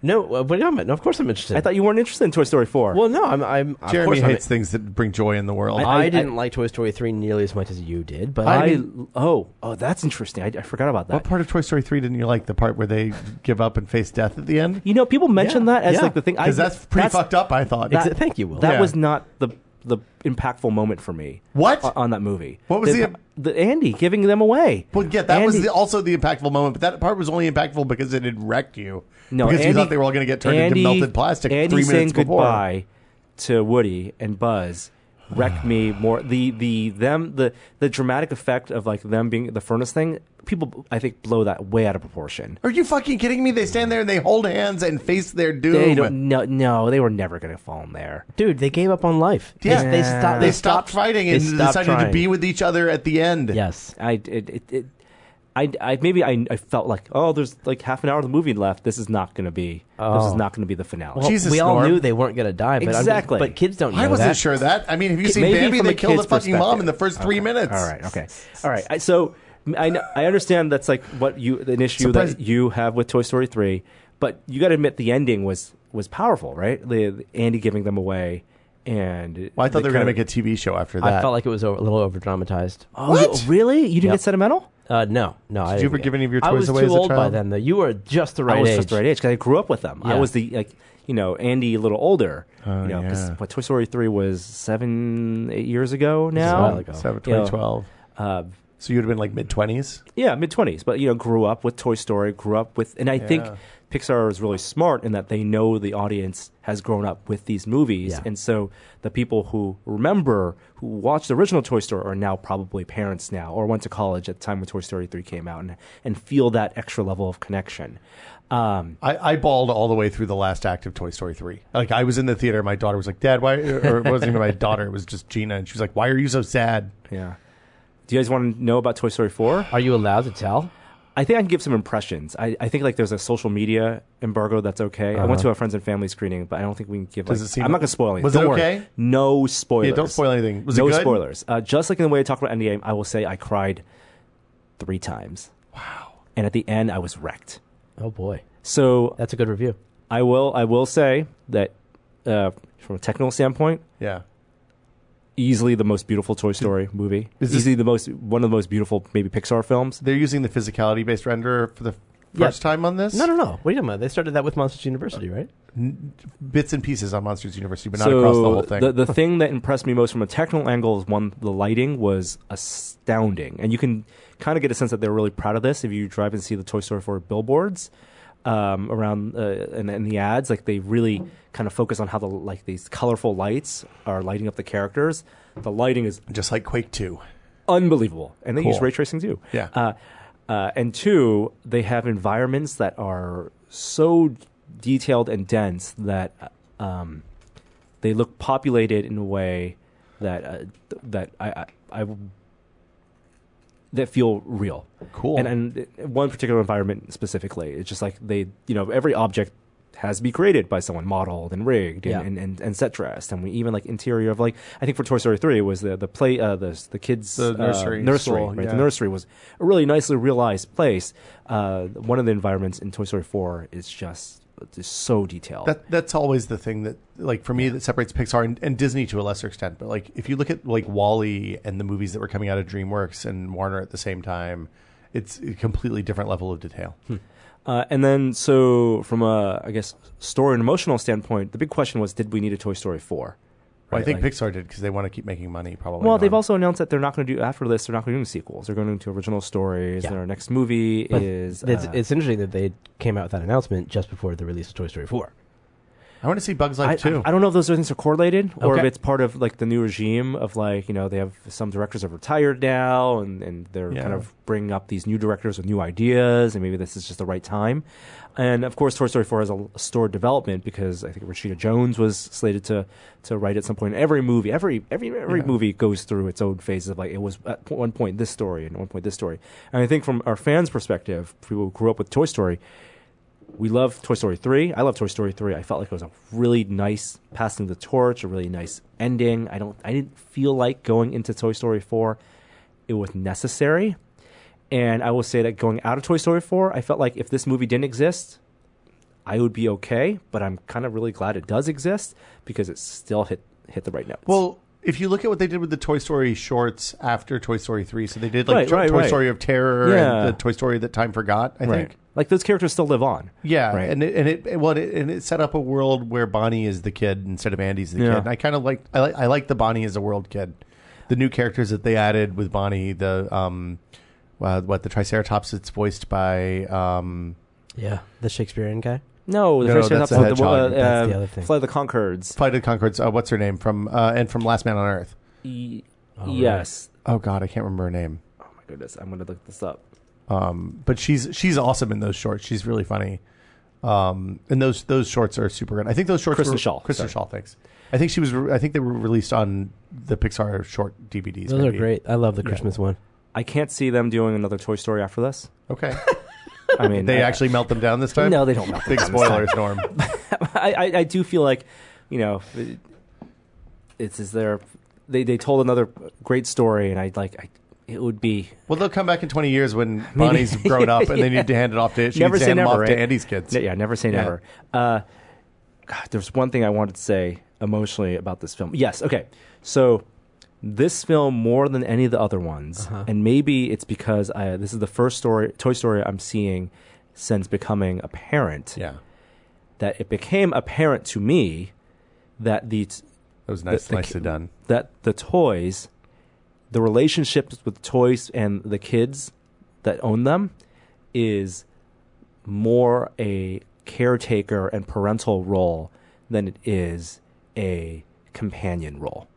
[SPEAKER 2] No, uh, but I'm, no, of course I'm interested.
[SPEAKER 1] I thought you weren't interested in Toy Story 4.
[SPEAKER 2] Well, no, I'm. I'm of
[SPEAKER 5] Jeremy
[SPEAKER 2] course I'm-
[SPEAKER 5] hates things that bring joy in the world.
[SPEAKER 2] I,
[SPEAKER 5] I,
[SPEAKER 2] I didn't like Toy Story three nearly as much as you did, but
[SPEAKER 1] I,
[SPEAKER 5] I
[SPEAKER 1] oh oh that's interesting. I, I forgot about that.
[SPEAKER 5] what part of Toy Story three didn't you like? The part where they give up and face death at the end?
[SPEAKER 1] you know, people mention
[SPEAKER 2] Yeah,
[SPEAKER 1] that as
[SPEAKER 2] yeah.
[SPEAKER 1] like the thing. I-
[SPEAKER 5] Because that's pretty fucked up. I thought.
[SPEAKER 2] Exa- thank you, Will.
[SPEAKER 1] That
[SPEAKER 5] Yeah.
[SPEAKER 1] was not the the impactful moment for me.
[SPEAKER 5] What?
[SPEAKER 1] o- on that movie?
[SPEAKER 5] What was
[SPEAKER 1] the
[SPEAKER 5] the-
[SPEAKER 1] the Andy giving them away?
[SPEAKER 5] well, yeah, that was
[SPEAKER 1] Andy-
[SPEAKER 5] the, also the impactful moment, but that part was only impactful because it had wrecked you.
[SPEAKER 1] No,
[SPEAKER 5] because you
[SPEAKER 1] Andy-
[SPEAKER 5] thought they were all going to get turned
[SPEAKER 1] Andy-
[SPEAKER 5] into melted plastic
[SPEAKER 1] Andy
[SPEAKER 5] three
[SPEAKER 1] saying
[SPEAKER 5] minutes before.
[SPEAKER 1] goodbye to Woody and Buzz wrecked me more. The the them the the dramatic effect of like them being the furnace thing. People, I think, blow that way out of proportion.
[SPEAKER 5] Are you fucking kidding me? They stand there and they hold hands and face their doom.
[SPEAKER 1] They don't. No, no, they were never going to fall in there.
[SPEAKER 2] dude, they gave up on life. They-
[SPEAKER 5] Yeah.
[SPEAKER 2] they, stopped.
[SPEAKER 5] They stopped fighting
[SPEAKER 2] they
[SPEAKER 5] and
[SPEAKER 2] stopped
[SPEAKER 5] decided to
[SPEAKER 2] trying.
[SPEAKER 5] be with each other at the end.
[SPEAKER 2] Yes,
[SPEAKER 1] I it, it, it I, I maybe I, I felt like oh there's like half an hour of the movie left. This is not going to be this is
[SPEAKER 2] Oh.
[SPEAKER 1] not going to be the finale.
[SPEAKER 5] Well, Jesus,
[SPEAKER 2] we all
[SPEAKER 5] Norm.
[SPEAKER 2] knew they weren't going to die, but I'm just-
[SPEAKER 1] Exactly.
[SPEAKER 2] but kids don't know
[SPEAKER 5] I wasn't
[SPEAKER 2] that.
[SPEAKER 5] sure of that. I mean, have you
[SPEAKER 1] Ki-
[SPEAKER 5] seen
[SPEAKER 1] maybe
[SPEAKER 5] Bambi?
[SPEAKER 1] from
[SPEAKER 5] They
[SPEAKER 1] a
[SPEAKER 5] killed the
[SPEAKER 1] kid's
[SPEAKER 5] fucking mom in the
[SPEAKER 1] perspective.
[SPEAKER 5] first three minutes.
[SPEAKER 1] All right. Okay. All right. I, so I, kn- I understand that's like what you an issue
[SPEAKER 5] Surprise-
[SPEAKER 1] that you have with Toy Story three, but you got to admit the ending was was powerful, right? The, Andy giving them away, and
[SPEAKER 5] Well, I thought they were going to make a TV show after that.
[SPEAKER 2] I felt like it was o- a little over dramatized.
[SPEAKER 1] Oh, what? really? You didn't
[SPEAKER 2] Yep.
[SPEAKER 1] get sentimental?
[SPEAKER 2] Uh, no, no. I
[SPEAKER 5] Did you
[SPEAKER 2] didn't
[SPEAKER 5] ever
[SPEAKER 2] get-
[SPEAKER 5] give any of your
[SPEAKER 2] I
[SPEAKER 5] toys
[SPEAKER 2] was
[SPEAKER 5] away
[SPEAKER 2] too
[SPEAKER 5] as a
[SPEAKER 2] old by
[SPEAKER 5] child?
[SPEAKER 2] then, though. You were just the right
[SPEAKER 1] I was
[SPEAKER 2] age.
[SPEAKER 1] just the right age because I grew up with them. I
[SPEAKER 2] Yeah.
[SPEAKER 1] was the like you know Andy a little older.
[SPEAKER 5] Oh,
[SPEAKER 1] you know, 'cause
[SPEAKER 5] yeah.
[SPEAKER 1] what Toy Story three was seven eight years ago
[SPEAKER 2] This is a while
[SPEAKER 1] now.
[SPEAKER 2] ago.
[SPEAKER 5] Seven-
[SPEAKER 1] Yeah.
[SPEAKER 5] 2012.
[SPEAKER 1] Uh,
[SPEAKER 5] So you would have been like mid 20s?
[SPEAKER 1] yeah, mid twenties, but you know, grew up with Toy Story, grew up with, and I think
[SPEAKER 5] Yeah.
[SPEAKER 1] Pixar is really smart in that they know the audience has grown up with these movies,
[SPEAKER 2] Yeah.
[SPEAKER 1] and so the people who remember, who watched the original Toy Story, are now probably parents now or went to college at the time when Toy Story three came out, and and feel that extra level of connection. Um,
[SPEAKER 5] I, I bawled all the way through the last act of Toy Story 3. Like, I was in the theater. My daughter was like, Dad, why? Or it wasn't even my daughter. It was just Gina. And she was like, Why are you so sad?
[SPEAKER 1] yeah. Do you guys want to know about Toy Story four?
[SPEAKER 2] Are you allowed to tell?
[SPEAKER 1] I think I can give some impressions. I, I think like there's a social media embargo that's okay. I went to a friends and family screening, but I don't think we can give.
[SPEAKER 5] Uh-huh. Does
[SPEAKER 1] like-
[SPEAKER 5] it seem-
[SPEAKER 1] I'm not gonna spoil anything.
[SPEAKER 5] Was
[SPEAKER 1] Don't
[SPEAKER 5] it
[SPEAKER 1] worry.
[SPEAKER 5] okay?
[SPEAKER 1] No spoilers.
[SPEAKER 5] Yeah, don't spoil anything. Was it
[SPEAKER 1] no
[SPEAKER 5] good?
[SPEAKER 1] spoilers. Uh, just like in the way I talked about Endgame, I will say I cried three times. Wow. And at the end, I was wrecked.
[SPEAKER 2] Oh boy,
[SPEAKER 1] So
[SPEAKER 2] that's a good review.
[SPEAKER 1] I will I will say that uh, from a technical standpoint,
[SPEAKER 5] Yeah.
[SPEAKER 1] easily the most beautiful Toy Story movie.
[SPEAKER 5] Is this-
[SPEAKER 1] easily the most one of the most beautiful maybe Pixar films.
[SPEAKER 5] They're using the physicality based renderer for the
[SPEAKER 2] Yeah.
[SPEAKER 5] first time on this?
[SPEAKER 2] No, no, no. What are you talking about? They started that with Monsters University, right?
[SPEAKER 5] Bits and pieces on Monsters University, but not
[SPEAKER 1] so
[SPEAKER 5] across the whole thing.
[SPEAKER 1] The, the thing that impressed me most from a technical angle is one, the lighting was astounding, and you can kind of get a sense that they're really proud of this if you drive and see the Toy Story 4 billboards um, around uh, and, and the ads. Like they really kind of focus on how the like these colorful lights are lighting up the characters. The lighting is
[SPEAKER 5] just like Quake 2.
[SPEAKER 1] unbelievable, and they
[SPEAKER 5] Cool.
[SPEAKER 1] use ray tracing too.
[SPEAKER 5] Yeah.
[SPEAKER 1] Uh, uh, and two, they have environments that are so detailed and dense that uh, um, they look populated in a way that uh, th- that I, I, I w- that feel real.
[SPEAKER 5] Cool.
[SPEAKER 1] And and uh, one particular environment specifically, it's just like they, you know, every object has to be created by someone, modeled and rigged, and,
[SPEAKER 2] Yeah.
[SPEAKER 1] and, and, and set dressed, and we even like interior of like I think for Toy Story three was the the play uh, the the kids
[SPEAKER 5] The
[SPEAKER 1] uh,
[SPEAKER 5] nursery
[SPEAKER 1] nursery
[SPEAKER 5] school,
[SPEAKER 1] right?
[SPEAKER 5] yeah.
[SPEAKER 1] the nursery was a really nicely realized place. Uh, one of the environments in Toy Story four is just just so detailed.
[SPEAKER 5] That that's always the thing that like for me that separates Pixar and, and Disney to a lesser extent. But like if you look at like Wally and the movies that were coming out of DreamWorks and Warner at the same time, it's a completely different level of detail.
[SPEAKER 1] Uh, and then, so from a, I guess, story and emotional standpoint, the big question was, did we need a Toy Story 4?
[SPEAKER 5] Well, I
[SPEAKER 1] Right,
[SPEAKER 5] think
[SPEAKER 1] like-
[SPEAKER 5] Pixar did because they want to keep making money. Probably.
[SPEAKER 1] Well,
[SPEAKER 5] not.
[SPEAKER 1] they've also announced that they're not going to do, after this, they're not going to do sequels. They're going into original stories.
[SPEAKER 2] Yeah.
[SPEAKER 1] And our next movie
[SPEAKER 2] But
[SPEAKER 1] is.
[SPEAKER 2] it's,
[SPEAKER 1] uh,
[SPEAKER 2] it's interesting that they came out with that announcement just before the release of Toy Story Four.
[SPEAKER 5] I want to see Bugs
[SPEAKER 1] I,
[SPEAKER 5] Life too.
[SPEAKER 1] I, I don't know if those things are correlated or if
[SPEAKER 2] Okay.
[SPEAKER 1] it's part of like the new regime of like, you know, they have some directors are retired now and, and they're
[SPEAKER 5] Yeah.
[SPEAKER 1] kind of bringing up these new directors with new ideas and maybe this is just the right time. And of course, Toy Story 4 has a l- store development because I think Rashida Jones was slated to, to write at some point. Every movie, every, every, every
[SPEAKER 5] Yeah.
[SPEAKER 1] movie goes through its own phases of like, it was at po- one point this story and at one point this story. And I think from our fans' perspective, people who grew up with Toy Story, we love Toy Story 3. I love Toy Story 3. I felt like it was a really nice passing the torch, a really nice ending. I don't I didn't feel like going into Toy Story 4 it was necessary. And I will say that going out of Toy Story 4, I felt like if this movie didn't exist, I would be okay, but I'm kind of really glad it does exist because it still hit hit the right notes.
[SPEAKER 5] well. If you look at what they did with the Toy Story shorts after Toy Story three, so they did
[SPEAKER 1] Right,
[SPEAKER 5] like Toy-
[SPEAKER 1] right,
[SPEAKER 5] Toy
[SPEAKER 1] right.
[SPEAKER 5] Story of Terror
[SPEAKER 1] Yeah.
[SPEAKER 5] and the Toy Story that time forgot. I
[SPEAKER 1] right.
[SPEAKER 5] think
[SPEAKER 1] Like those characters still live on.
[SPEAKER 5] Yeah,
[SPEAKER 1] Right.
[SPEAKER 5] and it, and it well, it, and it set up a world where Bonnie is the kid instead of Andy's the
[SPEAKER 1] Yeah.
[SPEAKER 5] kid. And I kind of like I like I like the Bonnie is a world kid. The new characters that they added with Bonnie, the um, well, what the Triceratops? It's voiced by um,
[SPEAKER 2] Yeah, the Shakespearean guy.
[SPEAKER 1] No, the
[SPEAKER 5] No,
[SPEAKER 1] first
[SPEAKER 5] that's
[SPEAKER 1] episode,
[SPEAKER 5] a
[SPEAKER 1] the, uh,
[SPEAKER 5] hedgehog.
[SPEAKER 2] That's
[SPEAKER 1] uh,
[SPEAKER 2] the other thing.
[SPEAKER 1] Flight of the Concords.
[SPEAKER 5] Flight of the Concords. Uh, what's her name from? Uh, and from Last Man on Earth.
[SPEAKER 1] yes.
[SPEAKER 5] Oh God, I can't remember her name.
[SPEAKER 1] Oh my goodness, I'm gonna look this up.
[SPEAKER 5] Um, but she's she's awesome in those shorts. She's really funny. Um, and those those shorts are super good. I think those shorts.
[SPEAKER 1] Kristen
[SPEAKER 5] were,
[SPEAKER 1] Schaal,
[SPEAKER 5] Kristen
[SPEAKER 1] sorry.
[SPEAKER 5] Shaw. Thanks. I think she was. Re- I think they were released on the Pixar short DVDs.
[SPEAKER 2] Those are
[SPEAKER 5] maybe.
[SPEAKER 2] great. I love the
[SPEAKER 5] Yeah.
[SPEAKER 2] Christmas one.
[SPEAKER 1] I can't see them doing another Toy Story after this.
[SPEAKER 5] Okay.
[SPEAKER 1] I mean,
[SPEAKER 5] They
[SPEAKER 1] I-
[SPEAKER 5] actually melt them down this time?
[SPEAKER 1] No, they don't melt them
[SPEAKER 5] Big
[SPEAKER 1] down this time.
[SPEAKER 5] spoilers, Norm.
[SPEAKER 1] I, I, I do feel like, you know, it- it's is there. They they told another great story, and I like I, it would be
[SPEAKER 5] Well, they'll come back in 20 years when Bonnie's grown up and they need to hand it off to, she
[SPEAKER 1] Never
[SPEAKER 5] needs to
[SPEAKER 1] say
[SPEAKER 5] hand them
[SPEAKER 1] never,
[SPEAKER 5] off
[SPEAKER 1] right?
[SPEAKER 5] to Andy's kids.
[SPEAKER 1] Yeah, yeah, never say
[SPEAKER 5] Yeah.
[SPEAKER 1] never. Uh, God, there's one thing I wanted to say emotionally about this film. Yes, okay. So this film more than any of the other ones, and maybe it's because I, this is the first story Toy Story I'm seeing since becoming a parent.
[SPEAKER 5] Yeah.
[SPEAKER 1] That it became apparent to me that the t-
[SPEAKER 5] That was nice,
[SPEAKER 1] The- the
[SPEAKER 5] nicely
[SPEAKER 1] ki-
[SPEAKER 5] done.
[SPEAKER 1] that the toys, the relationships with toys and the kids that own them is more a caretaker and parental role than it is a companion role.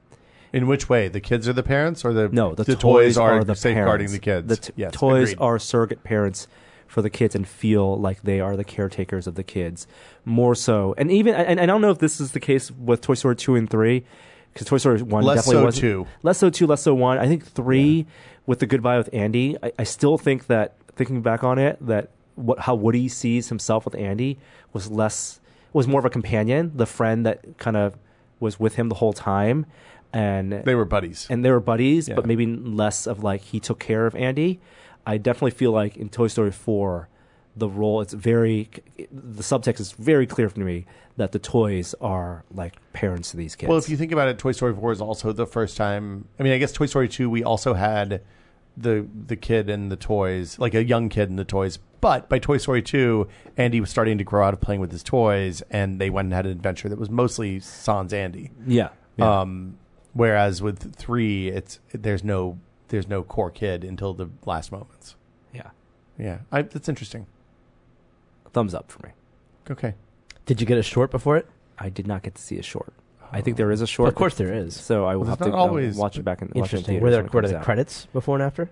[SPEAKER 5] In which way? The kids are the parents or the
[SPEAKER 1] No, the,
[SPEAKER 5] toys, are,
[SPEAKER 1] the
[SPEAKER 5] safeguarding
[SPEAKER 1] parents.
[SPEAKER 5] the kids.
[SPEAKER 1] The t-
[SPEAKER 5] Yes,
[SPEAKER 1] toys
[SPEAKER 5] agreed.
[SPEAKER 1] are surrogate parents for the kids and feel like they are the caretakers of the kids more so. And even and, and I don't know if this is the case with Toy Story two and three because Toy Story one
[SPEAKER 5] Less
[SPEAKER 1] definitely
[SPEAKER 5] so
[SPEAKER 1] was
[SPEAKER 5] two.
[SPEAKER 1] less so two, less so one. I think three with the goodbye with Andy. I, I still think that thinking back on it, that what how Woody sees himself with Andy was less was more of a companion, the friend that kind of was with him the whole time. And
[SPEAKER 5] They were buddies.
[SPEAKER 1] and they were buddies,
[SPEAKER 5] Yeah.
[SPEAKER 1] but maybe less of like he took care of Andy. I definitely feel like in Toy Story four, the role it's very the subtext is very clear for me that the toys are like parents to these kids.
[SPEAKER 5] Well, if you think about it, Toy Story Four is also the first time. I mean, I guess Toy Story Two, we also had the the kid and the toys, like a young kid and the toys. But by Toy Story Two, Andy was starting to grow out of playing with his toys, and they went and had an adventure that was mostly sans Andy.
[SPEAKER 1] yeah, yeah.
[SPEAKER 5] Um, whereas with three, it's there's no there's no core kid until the last moments.
[SPEAKER 1] yeah,
[SPEAKER 5] Yeah, I, that's interesting.
[SPEAKER 1] thumbs up for me.
[SPEAKER 5] Okay,
[SPEAKER 2] Did you get a short before it?
[SPEAKER 1] I did not get to see a short. I think there is a short,
[SPEAKER 2] Of course there is.
[SPEAKER 1] So I will
[SPEAKER 5] Well,
[SPEAKER 1] have
[SPEAKER 5] there's
[SPEAKER 1] to
[SPEAKER 5] not
[SPEAKER 1] I'll
[SPEAKER 5] always,
[SPEAKER 1] watch it back in watch it in
[SPEAKER 2] Interesting.
[SPEAKER 1] theaters
[SPEAKER 2] Were there
[SPEAKER 1] when it
[SPEAKER 2] were
[SPEAKER 1] comes
[SPEAKER 2] there
[SPEAKER 1] out.
[SPEAKER 2] credits before and after?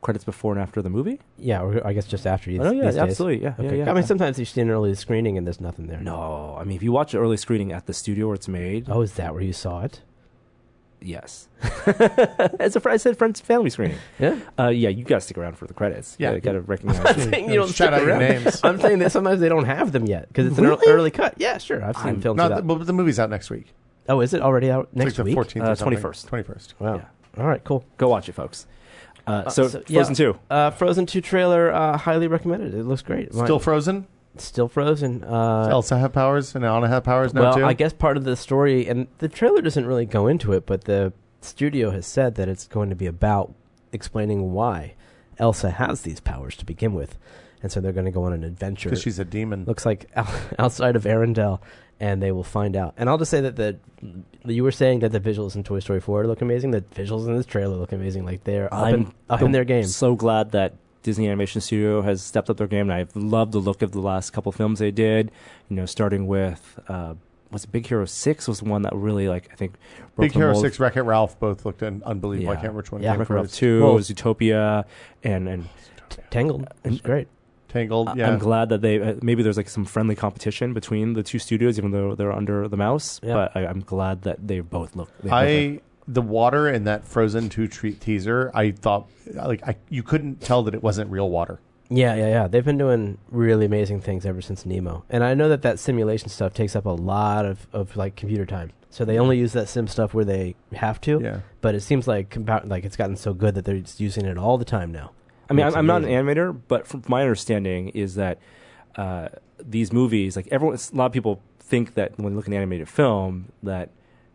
[SPEAKER 1] credits before and after the movie?
[SPEAKER 2] Yeah, or I guess just after. these-
[SPEAKER 1] Oh, yeah,
[SPEAKER 2] these days.
[SPEAKER 1] absolutely, yeah, yeah,
[SPEAKER 2] Okay.
[SPEAKER 1] yeah.
[SPEAKER 2] I mean, sometimes you see an early screening and there's nothing there.
[SPEAKER 1] No, I mean if you watch an early screening at the studio where it's made,
[SPEAKER 2] Oh, is that where you saw it?
[SPEAKER 1] yes. As a fr- I said, friends family screening.
[SPEAKER 2] Yeah.
[SPEAKER 1] Uh, yeah, you gotta stick around for the credits.
[SPEAKER 5] Yeah.
[SPEAKER 1] Yeah, you gotta recognize.
[SPEAKER 2] saying
[SPEAKER 5] Yeah, shout out your names.
[SPEAKER 2] I'm saying that sometimes they don't have them yet because it's an ear- early cut. Yeah, sure. I've seen
[SPEAKER 1] I'm
[SPEAKER 2] films.
[SPEAKER 5] not
[SPEAKER 2] without-
[SPEAKER 5] the, but the movie's out next week.
[SPEAKER 2] oh, is it already out
[SPEAKER 5] It's
[SPEAKER 2] next
[SPEAKER 5] like the
[SPEAKER 2] week?
[SPEAKER 5] 14th,
[SPEAKER 1] Uh, 21st.
[SPEAKER 5] twenty first.
[SPEAKER 2] Wow. All right. Cool.
[SPEAKER 1] Go watch it, folks. Uh, so,
[SPEAKER 2] so, yeah.
[SPEAKER 1] Frozen Two.
[SPEAKER 2] Uh, Frozen Two trailer uh, highly recommended. It looks great.
[SPEAKER 5] Still frozen.
[SPEAKER 2] still Frozen. Uh,
[SPEAKER 5] Does Elsa have powers and Anna have powers now
[SPEAKER 2] well,
[SPEAKER 5] too.
[SPEAKER 2] I guess part of the story and the trailer doesn't really go into it, but the studio has said that it's going to be about explaining why Elsa has these powers to begin with, and so they're going to go on an adventure.
[SPEAKER 5] because she's a demon.
[SPEAKER 2] looks like outside of Arendelle, and they will find out. And I'll just say that the you were saying that the visuals in Toy Story Four look amazing. The visuals in this trailer look amazing. Like they're up, in, up in their game.
[SPEAKER 1] So glad that Disney Animation Studio has stepped up their game, and I love the look of the last couple films they did. You know, starting with uh, was it Big Hero Six was the one that really like I think broke
[SPEAKER 5] Big
[SPEAKER 1] the
[SPEAKER 5] Hero
[SPEAKER 1] mold.
[SPEAKER 5] Six, Wreck It Ralph both looked un- unbelievable.
[SPEAKER 1] Yeah.
[SPEAKER 5] I can't remember which one.
[SPEAKER 2] Yeah,
[SPEAKER 5] came
[SPEAKER 1] Wreck-It Ralph
[SPEAKER 5] first.
[SPEAKER 1] Two,
[SPEAKER 2] Well-
[SPEAKER 1] Zootopia, and and
[SPEAKER 2] Tangled, it's great.
[SPEAKER 5] Tangled.
[SPEAKER 1] I-
[SPEAKER 5] Yeah,
[SPEAKER 1] I'm glad that they uh, maybe there's like some friendly competition between the two studios, even though they're under the mouse.
[SPEAKER 2] Yeah.
[SPEAKER 1] But I, I'm glad that they both look. They both look-
[SPEAKER 5] I the water in that Frozen Two tre- teaser. I thought like I, you couldn't tell that it wasn't real water.
[SPEAKER 2] Yeah, yeah, yeah. They've been doing really amazing things ever since Nemo, and I know that that simulation stuff takes up a lot of, of like computer time. So they only use that sim stuff where they have to.
[SPEAKER 5] Yeah.
[SPEAKER 2] But it seems like compa- like it's gotten so good that they're just using it all the time now.
[SPEAKER 1] I mean, I'm,
[SPEAKER 2] It's
[SPEAKER 1] I'm not an
[SPEAKER 2] amazing.
[SPEAKER 1] animator, but from my understanding is that uh, these movies, like everyone, a lot of people think that when they look at an animated film, that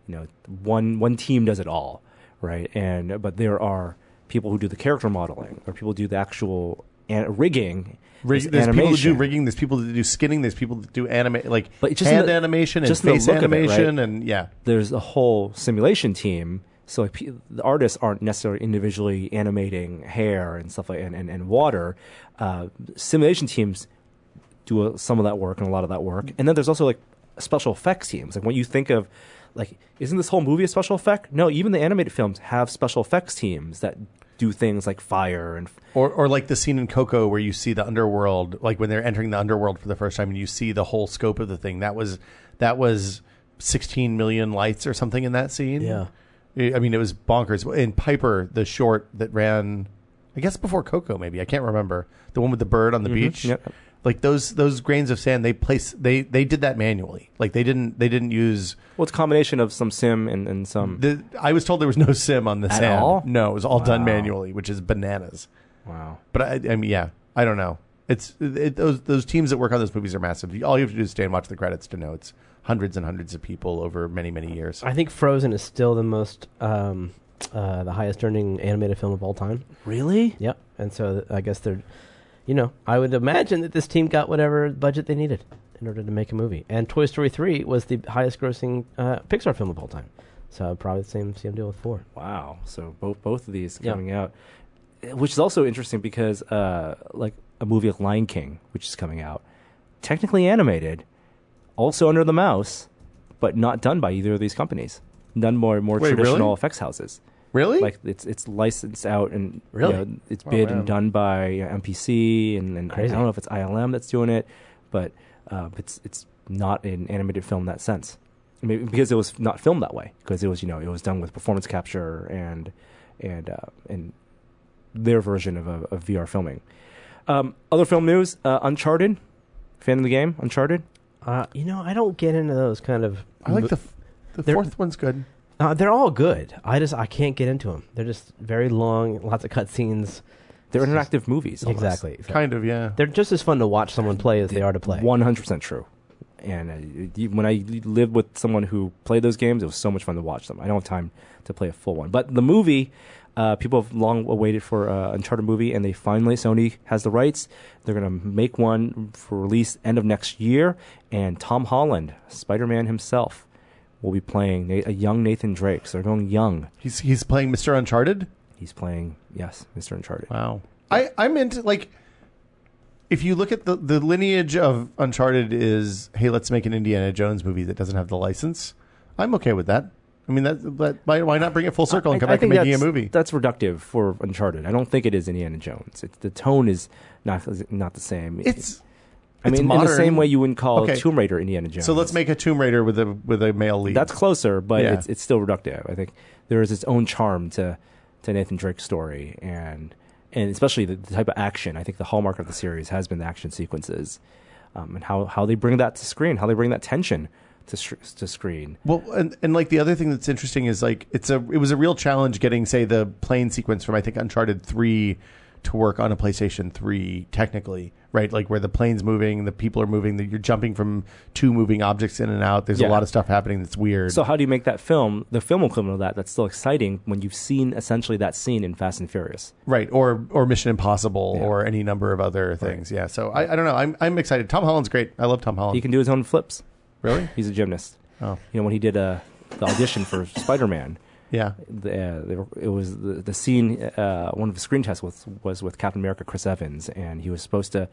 [SPEAKER 1] you know one one team does it all, right? And but there are people who do the character modeling, or people do the actual an- rigging.
[SPEAKER 5] Rig-
[SPEAKER 1] this
[SPEAKER 5] there's people that do
[SPEAKER 1] animation.
[SPEAKER 5] rigging. There's people that do skinning. There's people that do animate like
[SPEAKER 1] But just in
[SPEAKER 5] hand
[SPEAKER 1] the-
[SPEAKER 5] animation and
[SPEAKER 1] just in the
[SPEAKER 5] face
[SPEAKER 1] look of it,
[SPEAKER 5] animation
[SPEAKER 1] right?
[SPEAKER 5] and yeah.
[SPEAKER 1] there's a whole simulation team. So like, pe- the artists aren't necessarily individually animating hair and stuff like and and, and water. Uh, simulation teams do a, some of that work and a lot of that work. And then there's also like special effects teams. Like when you think of like, isn't this whole movie a special effect? No, even the animated films have special effects teams that do things like fire and
[SPEAKER 5] Or, or like the scene in Coco where you see the underworld, like when they're entering the underworld for the first time, and you see the whole scope of the thing. That was that was 16 million lights or something in that scene.
[SPEAKER 2] Yeah.
[SPEAKER 5] I I mean, it was bonkers. In Piper, the short that ran I guess before cocoa, maybe I can't remember the one with the bird on the beach.
[SPEAKER 1] Mm-hmm. Yep.
[SPEAKER 5] Like those those grains of sand, they place they they did that manually. Like they didn't they didn't use
[SPEAKER 1] Well, it's a combination of some sim and, and some.
[SPEAKER 5] the. I was told there was no sim on the
[SPEAKER 1] At
[SPEAKER 5] sand.
[SPEAKER 1] all?
[SPEAKER 5] No, it was all done manually, which is bananas.
[SPEAKER 1] wow.
[SPEAKER 5] But I, I mean, yeah, I don't know. It's it, those those teams that work on those movies are massive. You- All you have to do is stay and watch the credits to know it's hundreds and hundreds of people over many many years.
[SPEAKER 2] I think Frozen is still the most, um, uh, the highest earning animated film of all time.
[SPEAKER 1] Really?
[SPEAKER 2] Yep. And so th- I guess they're, you know, I would imagine that this team got whatever budget they needed in order to make a movie. And Toy Story 3 was the highest grossing uh, Pixar film of all time. So probably the same same deal with 4.
[SPEAKER 1] Wow. So both both of these
[SPEAKER 2] Yeah.
[SPEAKER 1] coming out, eh, which is also interesting because uh, like a movie like Lion King, which is coming out, technically animated, also under the mouse, but not done by either of these companies. None more more
[SPEAKER 5] Wait, really?
[SPEAKER 1] traditional effects houses.
[SPEAKER 5] Really?
[SPEAKER 1] Like it's it's licensed out and
[SPEAKER 2] Really?
[SPEAKER 1] you know, it's
[SPEAKER 5] Oh,
[SPEAKER 1] bid
[SPEAKER 5] man.
[SPEAKER 1] and done by uh, you know, MPC and, and I-
[SPEAKER 2] Crazy.
[SPEAKER 1] I don't know if it's ILM that's doing it, but uh, it's it's not an animated film in that sense. I mean, because it was not filmed that way. Because it was you know it was done with performance capture and and uh, and their version of, uh, of, of VR filming. Um, other film news: uh, Uncharted. Fan of the game, Uncharted.
[SPEAKER 2] Uh, you know, I don't get into those kind of.
[SPEAKER 5] I like the f- the
[SPEAKER 2] They're-
[SPEAKER 5] fourth one's good.
[SPEAKER 2] Uh, they're all good. I just I can't get into them. They're just very long, lots of cutscenes.
[SPEAKER 1] They're
[SPEAKER 2] It's just-
[SPEAKER 1] interactive movies. Almost.
[SPEAKER 2] Exactly.
[SPEAKER 5] Kind of, yeah.
[SPEAKER 2] They're just as fun to watch someone play as they are to play.
[SPEAKER 1] One hundred percent true. And uh, you- when I lived with someone who played those games, it was so much fun to watch them. I don't have time to play a full one, but the movie. Uh, people have long awaited for uh, Uncharted movie, and they finally Sony has the rights. They're going to make one for release end of next year, and Tom Holland, Spider Man himself, will be playing Na- a young Nathan Drake. So they're going young.
[SPEAKER 5] He's he's playing Mr. Uncharted.
[SPEAKER 1] He's playing yes, Mr. Uncharted.
[SPEAKER 5] Wow. I I'm into like if you look at the the lineage of Uncharted is hey let's make an Indiana Jones movie that doesn't have the license. I'm okay with that. I mean that, that why, why not bring it full circle and come back to
[SPEAKER 1] think
[SPEAKER 5] making a
[SPEAKER 1] that's-
[SPEAKER 5] movie?
[SPEAKER 1] That's reductive for Uncharted. I don't think it is Indiana Jones. It's, the tone is not not the same.
[SPEAKER 5] It's
[SPEAKER 1] I
[SPEAKER 5] it's
[SPEAKER 1] mean, in the
[SPEAKER 5] modern.
[SPEAKER 1] same way you wouldn't call
[SPEAKER 5] Okay.
[SPEAKER 1] Tomb Raider Indiana Jones.
[SPEAKER 5] so let's make a Tomb Raider with a with a male lead.
[SPEAKER 1] that's closer, but
[SPEAKER 5] Yeah.
[SPEAKER 1] it's it's still reductive. I think there is its own charm to to Nathan Drake's story, and and especially the, the type of action. I think the hallmark of the series has been the action sequences, um, and how how they bring that to screen, how they bring that tension to str- to screen.
[SPEAKER 5] Well, and, and like the other thing that's interesting is like it's a it was a real challenge getting say the plane sequence from I think Uncharted three to work on a PlayStation three technically right like where the plane's moving the people are moving the, you're jumping from two moving objects in and out there's
[SPEAKER 1] Yeah.
[SPEAKER 5] a lot of stuff happening that's weird
[SPEAKER 1] So how do you make that film, the film equivalent of that, that's still exciting when you've seen essentially that scene in Fast and Furious?
[SPEAKER 5] right or or Mission Impossible
[SPEAKER 1] Yeah.
[SPEAKER 5] or any number of other things yeah so I, I don't know I'm I'm excited Tom Holland's great I love Tom Holland
[SPEAKER 1] He can do his own flips.
[SPEAKER 5] really
[SPEAKER 1] He's a gymnast.
[SPEAKER 5] Oh.
[SPEAKER 1] You know when he did uh, the audition for Spider Man,
[SPEAKER 5] yeah
[SPEAKER 1] the, uh, the, it was the, the scene. Uh, one of the screen tests was was with Captain America, Chris Evans, and he was supposed to.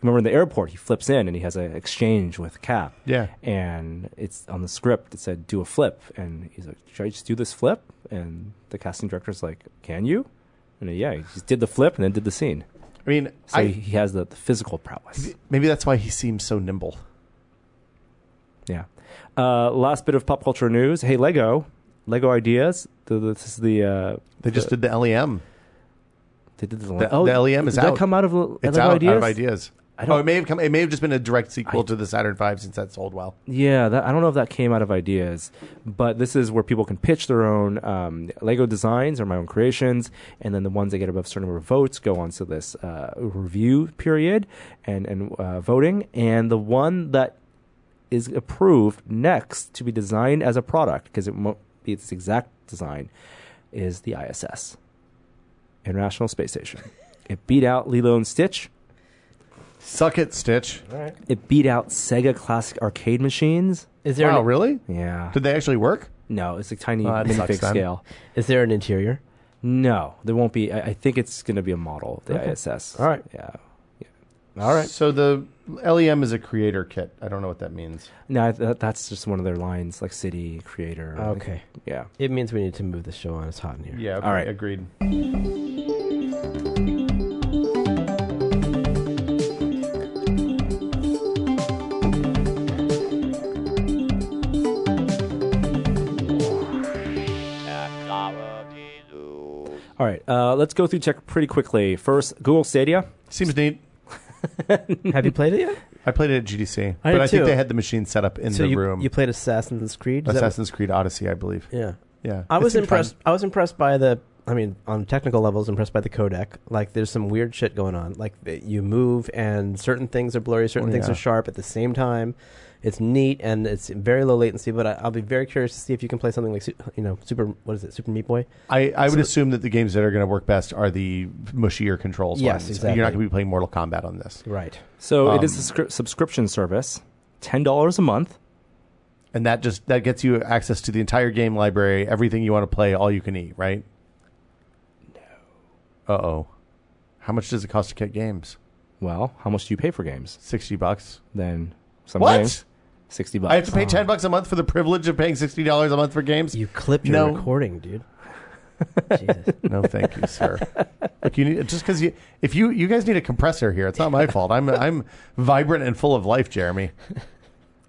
[SPEAKER 1] Remember in the airport, he flips in and he has an exchange with Cap.
[SPEAKER 5] Yeah.
[SPEAKER 1] And it's on the script. It said, "Do a flip," and he's like, "Should I just do this flip?" And the casting director's like, "Can you?" And yeah, he just did the flip and then did the scene.
[SPEAKER 5] I mean
[SPEAKER 1] So
[SPEAKER 5] I,
[SPEAKER 1] he has the, the physical prowess.
[SPEAKER 5] maybe that's why he seems so nimble
[SPEAKER 1] Yeah. Uh, last bit of pop culture news. Hey, Lego. Lego ideas. The, the- this is the uh,
[SPEAKER 5] they just did the E LEM
[SPEAKER 1] they did the, E
[SPEAKER 5] the LEM is
[SPEAKER 1] did that
[SPEAKER 5] out.
[SPEAKER 1] come out of E Lego
[SPEAKER 5] It's out,
[SPEAKER 1] ideas?
[SPEAKER 5] out of ideas.
[SPEAKER 1] I don't-
[SPEAKER 5] oh, it may have come. It may have just been a direct sequel
[SPEAKER 1] I-
[SPEAKER 5] to the Saturn V since that sold well.
[SPEAKER 1] Yeah, that, I don't know if that came out of ideas, but this is where people can pitch their own um, Lego designs or my own creations, and then the ones that get above a certain number of votes go on to this uh, review period and and uh, voting, and the one that is approved next to be designed as a product because it won't be its exact design is the ISS, International Space Station. it beat out Lilo and Stitch.
[SPEAKER 5] Suck it, Stitch.
[SPEAKER 1] It beat out Sega Classic Arcade machines.
[SPEAKER 2] Is there
[SPEAKER 5] Wow,
[SPEAKER 2] an,
[SPEAKER 5] really?
[SPEAKER 1] Yeah.
[SPEAKER 5] Did they actually work?
[SPEAKER 1] No, it's a tiny
[SPEAKER 5] Oh, that sucks
[SPEAKER 1] minifig
[SPEAKER 5] then.
[SPEAKER 1] scale.
[SPEAKER 2] is there an interior?
[SPEAKER 1] No, there won't be. I, I think it's going to be a model of the ISS.
[SPEAKER 2] All right.
[SPEAKER 1] Yeah.
[SPEAKER 2] All right.
[SPEAKER 5] So the LEM is a creator kit. I don't know what that means.
[SPEAKER 1] No, that, that's just one of their lines, like city creator. I think.
[SPEAKER 2] Okay.
[SPEAKER 1] Yeah.
[SPEAKER 2] It means we need to move the show on. It's hot in here.
[SPEAKER 5] Yeah.
[SPEAKER 1] All right.
[SPEAKER 5] Agreed.
[SPEAKER 1] All right, uh, let's go through tech pretty quickly. First, Google Stadia.
[SPEAKER 5] Seems neat.
[SPEAKER 2] Have you played it yet?
[SPEAKER 5] I played it at GDC,
[SPEAKER 2] I
[SPEAKER 5] but
[SPEAKER 2] did
[SPEAKER 5] I think
[SPEAKER 2] too.
[SPEAKER 5] they had the machine set up in
[SPEAKER 2] so
[SPEAKER 5] the
[SPEAKER 2] you,
[SPEAKER 5] room.
[SPEAKER 2] you played Assassin's Creed? Is that what-
[SPEAKER 5] Assassin's Creed Odyssey, I believe.
[SPEAKER 2] yeah.
[SPEAKER 5] Yeah,
[SPEAKER 2] I
[SPEAKER 5] It
[SPEAKER 2] was
[SPEAKER 5] seemed
[SPEAKER 2] impressed.
[SPEAKER 5] fun.
[SPEAKER 2] I was impressed by the. I mean, on technical levels, impressed by the codec. Like, there's some weird shit going on. Like, that you move, and certain things are blurry, certain
[SPEAKER 5] Oh,
[SPEAKER 2] things
[SPEAKER 5] yeah.
[SPEAKER 2] are sharp at the same time. It's neat, and it's very low latency. But I, I'll be very curious to see if you can play something like, Su- you know, Super. What is it? Super Meat Boy.
[SPEAKER 5] I, I would assume that the games that are going to work best are the mushier controls.
[SPEAKER 2] Yes,
[SPEAKER 5] ones.
[SPEAKER 2] exactly.
[SPEAKER 5] You're not going to be playing Mortal Kombat on this,
[SPEAKER 2] Right.
[SPEAKER 1] So it is
[SPEAKER 5] Um,
[SPEAKER 1] a scri- subscription service, ten dollars a month.
[SPEAKER 5] and that just that gets you access to the entire game library, everything you want to play, all you can eat. Right? No. Uh oh. How much does it cost to get games?
[SPEAKER 1] Well, how much do you pay for games?
[SPEAKER 5] Sixty bucks.
[SPEAKER 1] Then some
[SPEAKER 5] what?
[SPEAKER 1] games, sixty bucks.
[SPEAKER 5] I have to pay ten bucks a month for the privilege of paying sixty dollars a month for games.
[SPEAKER 2] You clipped your
[SPEAKER 5] No.
[SPEAKER 2] recording, dude. Jesus.
[SPEAKER 5] No, thank you, sir. Look, you need just because you if you you guys need a compressor here. It's not my fault. I'm I'm vibrant and full of life, Jeremy.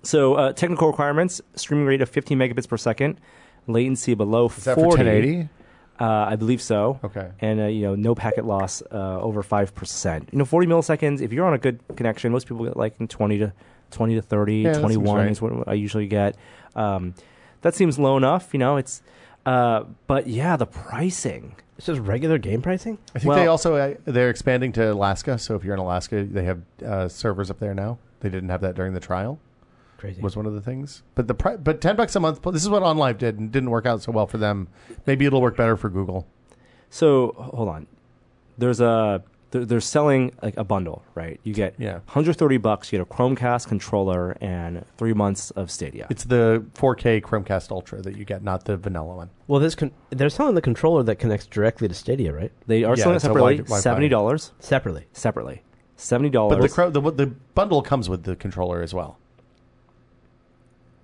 [SPEAKER 1] So uh, technical requirements: streaming rate of 15 megabits per second, latency below
[SPEAKER 5] Is that
[SPEAKER 1] 40.
[SPEAKER 5] for 1080?
[SPEAKER 1] Uh, I believe so.
[SPEAKER 5] Okay.
[SPEAKER 1] And uh, you know, no packet loss uh, over five percent. You know, 40 milliseconds. If you're on a good connection, most people get like in 20 to 20 to 30,
[SPEAKER 5] Yeah, that seems
[SPEAKER 1] 21
[SPEAKER 5] right.
[SPEAKER 1] is what I usually get. Um, that seems low enough. You know, it's. Uh, but yeah, the pricing.
[SPEAKER 2] It's just regular game pricing.
[SPEAKER 5] I think
[SPEAKER 1] Well-
[SPEAKER 5] they also uh, they're expanding to Alaska. So if you're in Alaska, they have uh, servers up there now. They didn't have that during the trial.
[SPEAKER 2] Crazy.
[SPEAKER 5] Was one of the things. But the pri- but ten bucks a month. This is what OnLive did and didn't work out so well for them. Maybe it'll work better for Google.
[SPEAKER 1] So h- hold on. There's a they're, they're selling like a bundle, right? You get
[SPEAKER 5] Yeah.
[SPEAKER 1] 130 bucks. You get a Chromecast controller and three months of Stadia.
[SPEAKER 5] It's the 4K Chromecast Ultra that you get, not the vanilla one.
[SPEAKER 2] well, this con- they're selling the controller that connects directly to Stadia, right?
[SPEAKER 1] They are
[SPEAKER 5] Yeah,
[SPEAKER 1] selling it
[SPEAKER 5] it's a
[SPEAKER 1] separately.
[SPEAKER 5] Wi- Wi-Fi.
[SPEAKER 1] Seventy dollars
[SPEAKER 2] Separately.
[SPEAKER 1] separately. Seventy
[SPEAKER 5] But
[SPEAKER 1] dollars.
[SPEAKER 5] the, cro- the the bundle comes with the controller as well.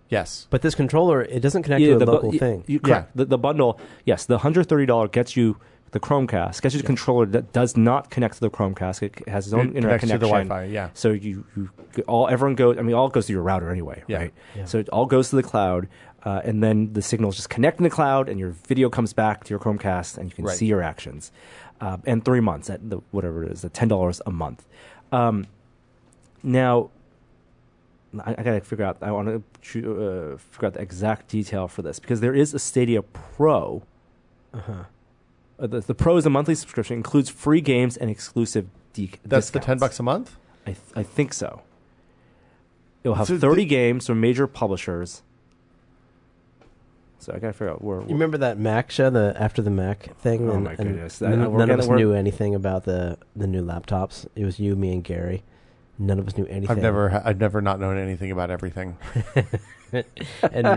[SPEAKER 5] Yes.
[SPEAKER 2] But this controller, it doesn't connect to a local thing.
[SPEAKER 1] You, correct.
[SPEAKER 5] Yeah.
[SPEAKER 1] The, the bundle. Yes, the hundred thirty dollar gets you the Chromecast. Gets you the controller that does not connect to the Chromecast. It has its own
[SPEAKER 5] It
[SPEAKER 1] internet
[SPEAKER 5] connects to
[SPEAKER 1] connection.
[SPEAKER 5] the Wi-Fi, yeah.
[SPEAKER 1] So you, you all everyone goes. I mean, all goes through your router anyway,
[SPEAKER 5] Yeah.
[SPEAKER 1] right?
[SPEAKER 2] Yeah.
[SPEAKER 1] So it all goes to the cloud, uh, and then the signals just connect in the cloud, and your video comes back to your Chromecast, and you can
[SPEAKER 5] Right.
[SPEAKER 1] see your actions. Uh, and three months at the whatever it is, the ten dollars a month. Um, now, I, I gotta figure out. I want to uh, figure out the exact detail for this because there is a Stadia Pro.
[SPEAKER 2] Uh-huh.
[SPEAKER 1] Uh, the, the Pro is a monthly subscription, includes free games and exclusive de-
[SPEAKER 5] That's the
[SPEAKER 1] discounts.
[SPEAKER 5] ten bucks a month.
[SPEAKER 1] I, th- I think so. It'll have
[SPEAKER 5] So
[SPEAKER 1] thirty
[SPEAKER 5] the-
[SPEAKER 1] games from major publishers. So I gotta figure out where.
[SPEAKER 2] You remember that Mac show, the after the Mac thing?
[SPEAKER 1] Oh my goodness. I-
[SPEAKER 2] None,
[SPEAKER 1] I- we're
[SPEAKER 2] none
[SPEAKER 1] gonna-
[SPEAKER 2] of us
[SPEAKER 1] we're-
[SPEAKER 2] knew anything about the, the new laptops. It was you, me, and Gary. None of us knew anything.
[SPEAKER 5] I've never I've never not known anything about everything.
[SPEAKER 2] and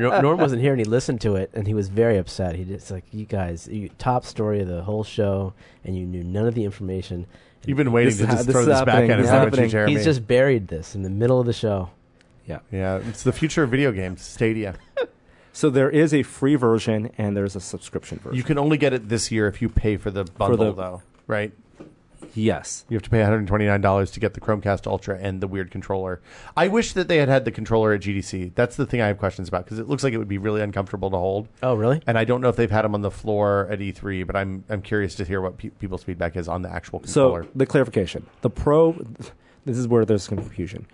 [SPEAKER 2] Nor- Norm wasn't here, and he listened to it, and he was very upset. He just like, you guys, you, top story of the whole show, and you knew none of the information.
[SPEAKER 5] You've been waiting
[SPEAKER 1] This
[SPEAKER 5] to
[SPEAKER 1] is ha-
[SPEAKER 5] just
[SPEAKER 1] this
[SPEAKER 5] throw
[SPEAKER 1] is
[SPEAKER 5] this back
[SPEAKER 1] happening.
[SPEAKER 5] at us,
[SPEAKER 1] It's
[SPEAKER 5] haven't you,
[SPEAKER 1] happening.
[SPEAKER 5] Jeremy?
[SPEAKER 2] He's just buried this in the middle of the show.
[SPEAKER 1] yeah.
[SPEAKER 5] yeah, it's the future of video games, Stadia.
[SPEAKER 1] So there is a free version and there's a subscription version.
[SPEAKER 5] You can only get it this year if you pay for the bundle,
[SPEAKER 1] the-
[SPEAKER 5] though, right?
[SPEAKER 1] yes.
[SPEAKER 5] You have to pay $129 to get the Chromecast Ultra and the weird controller. I wish that they had had the controller at GDC. That's the thing I have questions about because it looks like it would be really uncomfortable to hold.
[SPEAKER 2] Oh, really?
[SPEAKER 5] And I don't know if they've had them on the floor at E3, but I'm I'm curious to hear what pe- people's feedback is on the actual
[SPEAKER 1] So
[SPEAKER 5] controller.
[SPEAKER 1] the clarification: the Pro. This is where there's confusion.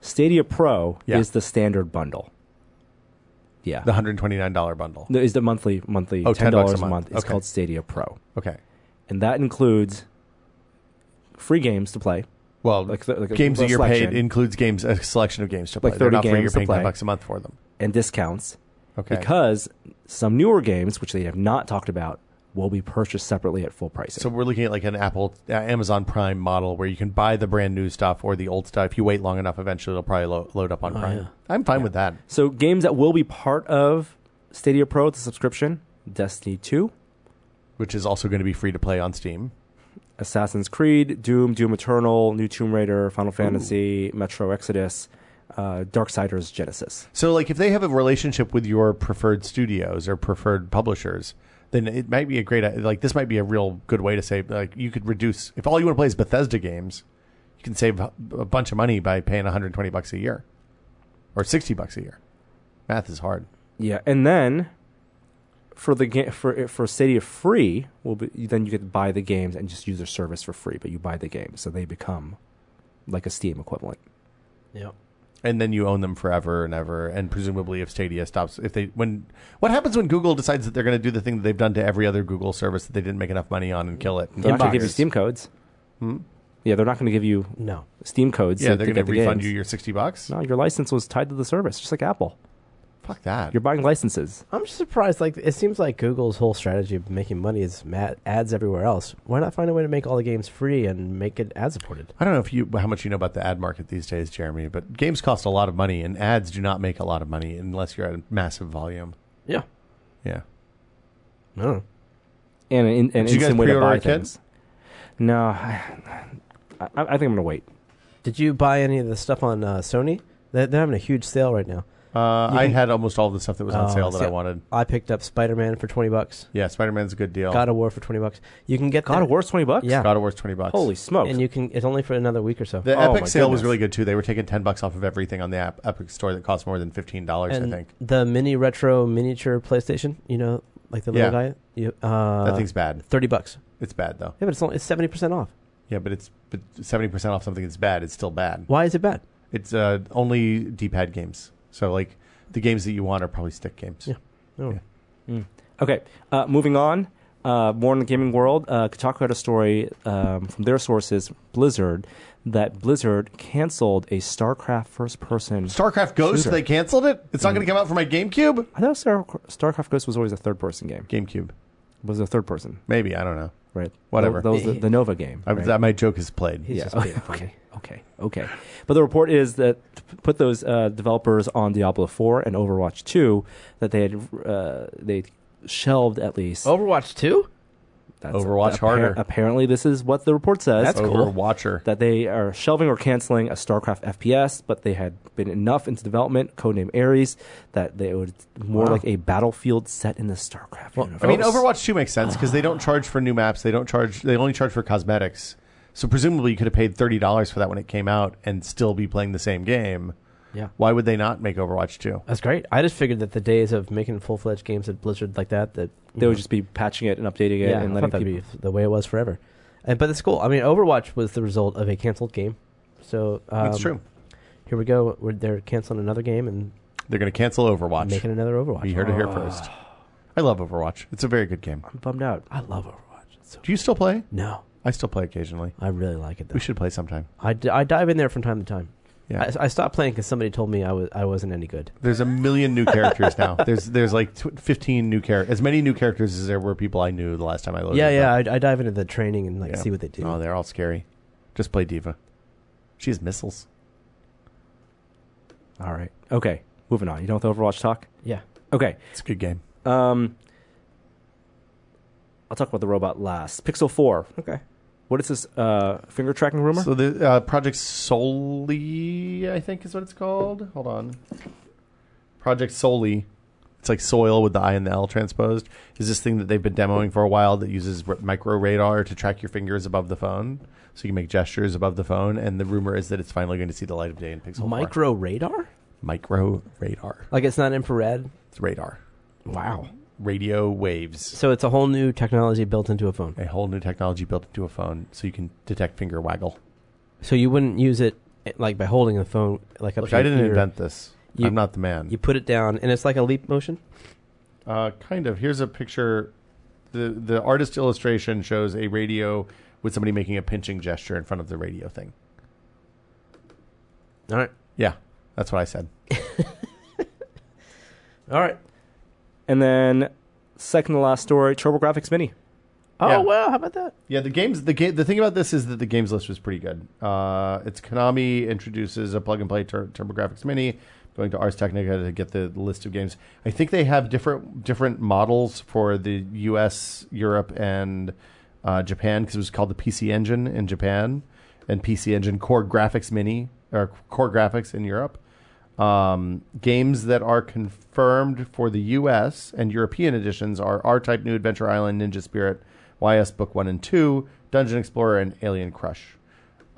[SPEAKER 1] Stadia Pro
[SPEAKER 5] Yeah.
[SPEAKER 1] is the standard bundle. Yeah,
[SPEAKER 5] the $129 bundle.
[SPEAKER 1] No, is the monthly monthly
[SPEAKER 5] Oh,
[SPEAKER 1] ten
[SPEAKER 5] $10
[SPEAKER 1] dollars
[SPEAKER 5] a
[SPEAKER 1] a month.
[SPEAKER 5] month.
[SPEAKER 1] It's
[SPEAKER 5] Okay.
[SPEAKER 1] called Stadia Pro,
[SPEAKER 5] Okay.
[SPEAKER 1] and that includes free games to play.
[SPEAKER 5] Well,
[SPEAKER 1] Like the- like a-
[SPEAKER 5] games that
[SPEAKER 1] a
[SPEAKER 5] you're
[SPEAKER 1] selection.
[SPEAKER 5] paid includes games a selection of games to play.
[SPEAKER 1] Like
[SPEAKER 5] They're
[SPEAKER 1] 30
[SPEAKER 5] not free. You're
[SPEAKER 1] games to
[SPEAKER 5] paying ten
[SPEAKER 1] play.
[SPEAKER 5] bucks a month for them.
[SPEAKER 1] and discounts
[SPEAKER 5] Okay.
[SPEAKER 1] because some newer games, which they have not talked about, will be purchased separately at full pricing.
[SPEAKER 5] so we're looking at like an Apple uh, Amazon Prime model where you can buy the brand new stuff or the old stuff. If you wait long enough, eventually it'll probably lo- load up on
[SPEAKER 2] Oh,
[SPEAKER 5] Prime.
[SPEAKER 2] yeah.
[SPEAKER 5] I'm fine with that.
[SPEAKER 1] So games that will be part of Stadia Pro, the subscription: Destiny Two,
[SPEAKER 5] Which is also going to be free to play on Steam.
[SPEAKER 1] Assassin's Creed, Doom, Doom Eternal, New Tomb Raider, Final Fantasy, Metro Exodus, uh, Darksiders Genesis.
[SPEAKER 5] So like if they have a relationship with your preferred studios or preferred publishers, then it might be a great like this might be a real good way to save. Like you could reduce if all you want to play is Bethesda games, you can save a a bunch of money by paying 120 bucks a year or 60 bucks a year. Math is hard.
[SPEAKER 1] Yeah, and then for the ga- for for Stadia free, will be, then you get to buy the games and just use their service for free. But you buy the games, so they become like a Steam equivalent.
[SPEAKER 2] Yep.
[SPEAKER 5] and then you own them forever and ever. And presumably, if Stadia stops, if they when what happens when Google decides that they're going to do the thing that they've done to every other Google service that they didn't make enough money on and kill it?
[SPEAKER 1] They're not going to give you
[SPEAKER 5] Inbox.
[SPEAKER 1] Steam codes. Yeah, they're not going to give you
[SPEAKER 2] No.
[SPEAKER 1] Steam codes.
[SPEAKER 5] Yeah,
[SPEAKER 1] to-
[SPEAKER 5] they're
[SPEAKER 1] to
[SPEAKER 5] going
[SPEAKER 1] get Mm-hmm.
[SPEAKER 5] to
[SPEAKER 1] the
[SPEAKER 5] refund
[SPEAKER 1] games.
[SPEAKER 5] you your sixty bucks.
[SPEAKER 1] No, your license was tied to the service, just like Apple.
[SPEAKER 5] Fuck that.
[SPEAKER 1] You're buying licenses.
[SPEAKER 2] I'm just surprised. Like it seems like Google's whole strategy of making money is ma- ads everywhere else. Why not find a way to make all the games free and make it ad supported?
[SPEAKER 5] I don't know if you how much you know about the ad market these days, Jeremy, but games cost a lot of money, and ads do not make a lot of money unless you're at a massive volume.
[SPEAKER 2] Yeah.
[SPEAKER 5] Yeah,
[SPEAKER 2] No.
[SPEAKER 1] and an, an
[SPEAKER 5] Did you guys
[SPEAKER 1] instant way to
[SPEAKER 5] pre-order
[SPEAKER 1] buy
[SPEAKER 5] a kit?
[SPEAKER 1] things. No, I, I, I think I'm gonna wait.
[SPEAKER 2] Did you buy any of the stuff on uh, Sony? They're, they're having a huge sale right now.
[SPEAKER 5] uh, I
[SPEAKER 2] can-
[SPEAKER 5] had almost all the stuff that was on
[SPEAKER 2] Oh,
[SPEAKER 5] sale that
[SPEAKER 2] see,
[SPEAKER 5] I wanted.
[SPEAKER 2] I picked up Spider Man for twenty bucks.
[SPEAKER 5] Yeah, Spider Man's a good deal.
[SPEAKER 2] God of War for twenty bucks. You can get
[SPEAKER 1] God
[SPEAKER 2] that-
[SPEAKER 1] of War's twenty bucks.
[SPEAKER 2] Yeah.
[SPEAKER 5] God of War's twenty bucks.
[SPEAKER 1] Holy smokes!
[SPEAKER 2] and you can. It's only for another week or so.
[SPEAKER 5] The
[SPEAKER 1] Oh, my
[SPEAKER 5] Epic sale was
[SPEAKER 1] goodness.
[SPEAKER 5] really good too. They were taking ten bucks off of everything on the app, Epic store that cost more than fifteen dollars. I
[SPEAKER 2] and
[SPEAKER 5] think
[SPEAKER 2] the mini retro miniature PlayStation. You know, like the little
[SPEAKER 5] Yeah.
[SPEAKER 2] guy. You, uh,
[SPEAKER 5] that thing's bad.
[SPEAKER 2] thirty bucks.
[SPEAKER 5] It's bad though.
[SPEAKER 2] Yeah, but it's only it's seventy percent off.
[SPEAKER 5] Yeah, but it's but seventy percent off something that's bad. It's still bad.
[SPEAKER 2] Why is it bad?
[SPEAKER 5] It's uh, only D-pad games. So like the games that you want are probably stick games.
[SPEAKER 2] Yeah. Oh.
[SPEAKER 5] Yeah.
[SPEAKER 1] okay, uh, moving on. Uh, more in the gaming world, uh, Kotaku had a story um, from their sources, Blizzard, that Blizzard canceled a StarCraft first-person.
[SPEAKER 5] StarCraft Ghost,
[SPEAKER 1] Shooter.
[SPEAKER 5] they canceled it. It's not going to come out for my GameCube.
[SPEAKER 1] I thought Star- StarCraft Ghost was always a third-person game.
[SPEAKER 5] GameCube,
[SPEAKER 1] Was a third-person,
[SPEAKER 5] maybe I don't know.
[SPEAKER 1] right?
[SPEAKER 5] Whatever.
[SPEAKER 1] That was the, the Nova game.
[SPEAKER 5] I,
[SPEAKER 1] right?
[SPEAKER 5] that, my joke is played.
[SPEAKER 2] He's
[SPEAKER 1] Yeah.
[SPEAKER 2] just being funny.
[SPEAKER 1] okay. Okay. Okay. But the report is that to p- put those uh, developers on Diablo 4 and Overwatch 2 that they had uh, they shelved at least.
[SPEAKER 6] Overwatch 2?
[SPEAKER 1] That's
[SPEAKER 5] Oh, Overwatch harder.
[SPEAKER 1] Apparently, this is what the report says.
[SPEAKER 5] That's over Watcher.
[SPEAKER 1] That they are shelving or canceling a StarCraft FPS, but they had been enough into development, codename Ares, that they would more like a battlefield set in the StarCraft universe.
[SPEAKER 5] I mean, Overwatch 2 makes sense because they don't charge for new maps. They don't charge. They only charge for cosmetics. So presumably, you could have paid thirty dollars for that when it came out and still be playing the same game.
[SPEAKER 2] Yeah.
[SPEAKER 5] Why would they not make Overwatch 2?
[SPEAKER 2] That's great. I just figured that the days of making full fledged games at Blizzard like that, that
[SPEAKER 1] they would just be patching it and updating it
[SPEAKER 2] yeah,
[SPEAKER 1] and
[SPEAKER 2] I
[SPEAKER 1] letting
[SPEAKER 2] thought that'd
[SPEAKER 1] people.
[SPEAKER 2] be the way it was forever. And but it's cool. I mean, Overwatch was the result of a canceled game, so um,
[SPEAKER 5] That's true.
[SPEAKER 2] Here we go. We're, they're canceling another game and
[SPEAKER 5] They're going to cancel Overwatch.
[SPEAKER 2] making another
[SPEAKER 5] you
[SPEAKER 2] Overwatch.
[SPEAKER 5] heard it here first. I love Overwatch. It's a very good game.
[SPEAKER 1] I'm bummed out.
[SPEAKER 2] I love Overwatch. It's so
[SPEAKER 5] Do you still play?
[SPEAKER 2] no,
[SPEAKER 5] I still play occasionally.
[SPEAKER 2] I really like it though.
[SPEAKER 5] We should play sometime.
[SPEAKER 2] I, d- I dive in there from time to time.
[SPEAKER 5] Yeah.
[SPEAKER 2] I, I stopped playing because somebody told me I was I wasn't any good.
[SPEAKER 5] There's a million new characters now. There's there's like tw- 15 new characters. As many new characters as there were people I knew the last time I loaded.
[SPEAKER 2] yeah,
[SPEAKER 5] it
[SPEAKER 2] yeah.
[SPEAKER 5] up.
[SPEAKER 2] I, I dive into the training and like see what they do.
[SPEAKER 5] Oh, they're all scary. Just play Diva. She has missiles.
[SPEAKER 1] All right. Okay. Moving on. You done with Overwatch talk?
[SPEAKER 2] yeah.
[SPEAKER 1] Okay.
[SPEAKER 5] It's a good game.
[SPEAKER 1] Um, I'll talk about the robot last. Pixel 4. Okay. What is this uh, finger tracking rumor?
[SPEAKER 5] So the uh, Project Soli, I think, is what it's called. Hold on. Project Soli. It's like soil with the I and the L transposed. Is this thing that they've been demoing for a while that uses r- micro radar to track your fingers above the phone, so you can make gestures above the phone. And the rumor is that it's finally going to see the light of day in Pixel 4.
[SPEAKER 2] Micro radar?
[SPEAKER 5] micro radar.
[SPEAKER 2] Like it's not infrared.
[SPEAKER 5] It's radar,
[SPEAKER 2] Wow.
[SPEAKER 5] radio waves,
[SPEAKER 2] So it's a whole new technology built into a phone.
[SPEAKER 5] a whole new technology built into a phone, so you can detect finger waggle.
[SPEAKER 2] So you wouldn't use it eh, like by holding the phone like up
[SPEAKER 5] Look,
[SPEAKER 2] to
[SPEAKER 5] I
[SPEAKER 2] your
[SPEAKER 5] didn't
[SPEAKER 2] ear.
[SPEAKER 5] invent this.
[SPEAKER 2] You-
[SPEAKER 5] I'm not the man.
[SPEAKER 2] You put it down and it's like a leap motion.
[SPEAKER 5] Uh, kind of. Here's a picture. The the artist illustration shows a radio with somebody making a pinching gesture in front of the radio thing.
[SPEAKER 2] All right.
[SPEAKER 5] Yeah, that's what I said.
[SPEAKER 2] All right.
[SPEAKER 1] and then, second to last story, TurboGrafx Mini.
[SPEAKER 2] Oh
[SPEAKER 5] Yeah.
[SPEAKER 2] wow, how about that?
[SPEAKER 5] Yeah, the games the game the thing about this is that the games list was pretty good. Uh, it's Konami introduces a plug and play tur- TurboGrafx Mini. Going to Ars Technica to get the list of games. I think they have different different models for the U.S., Europe, and uh, Japan because it was called the PC Engine in Japan and PC Engine Core Graphics Mini or Core Graphics in Europe. Um, games that are confirmed for the U.S. and European editions are R-Type: New Adventure Island, Ninja Spirit, YS Book One and Two, Dungeon Explorer, and Alien Crush.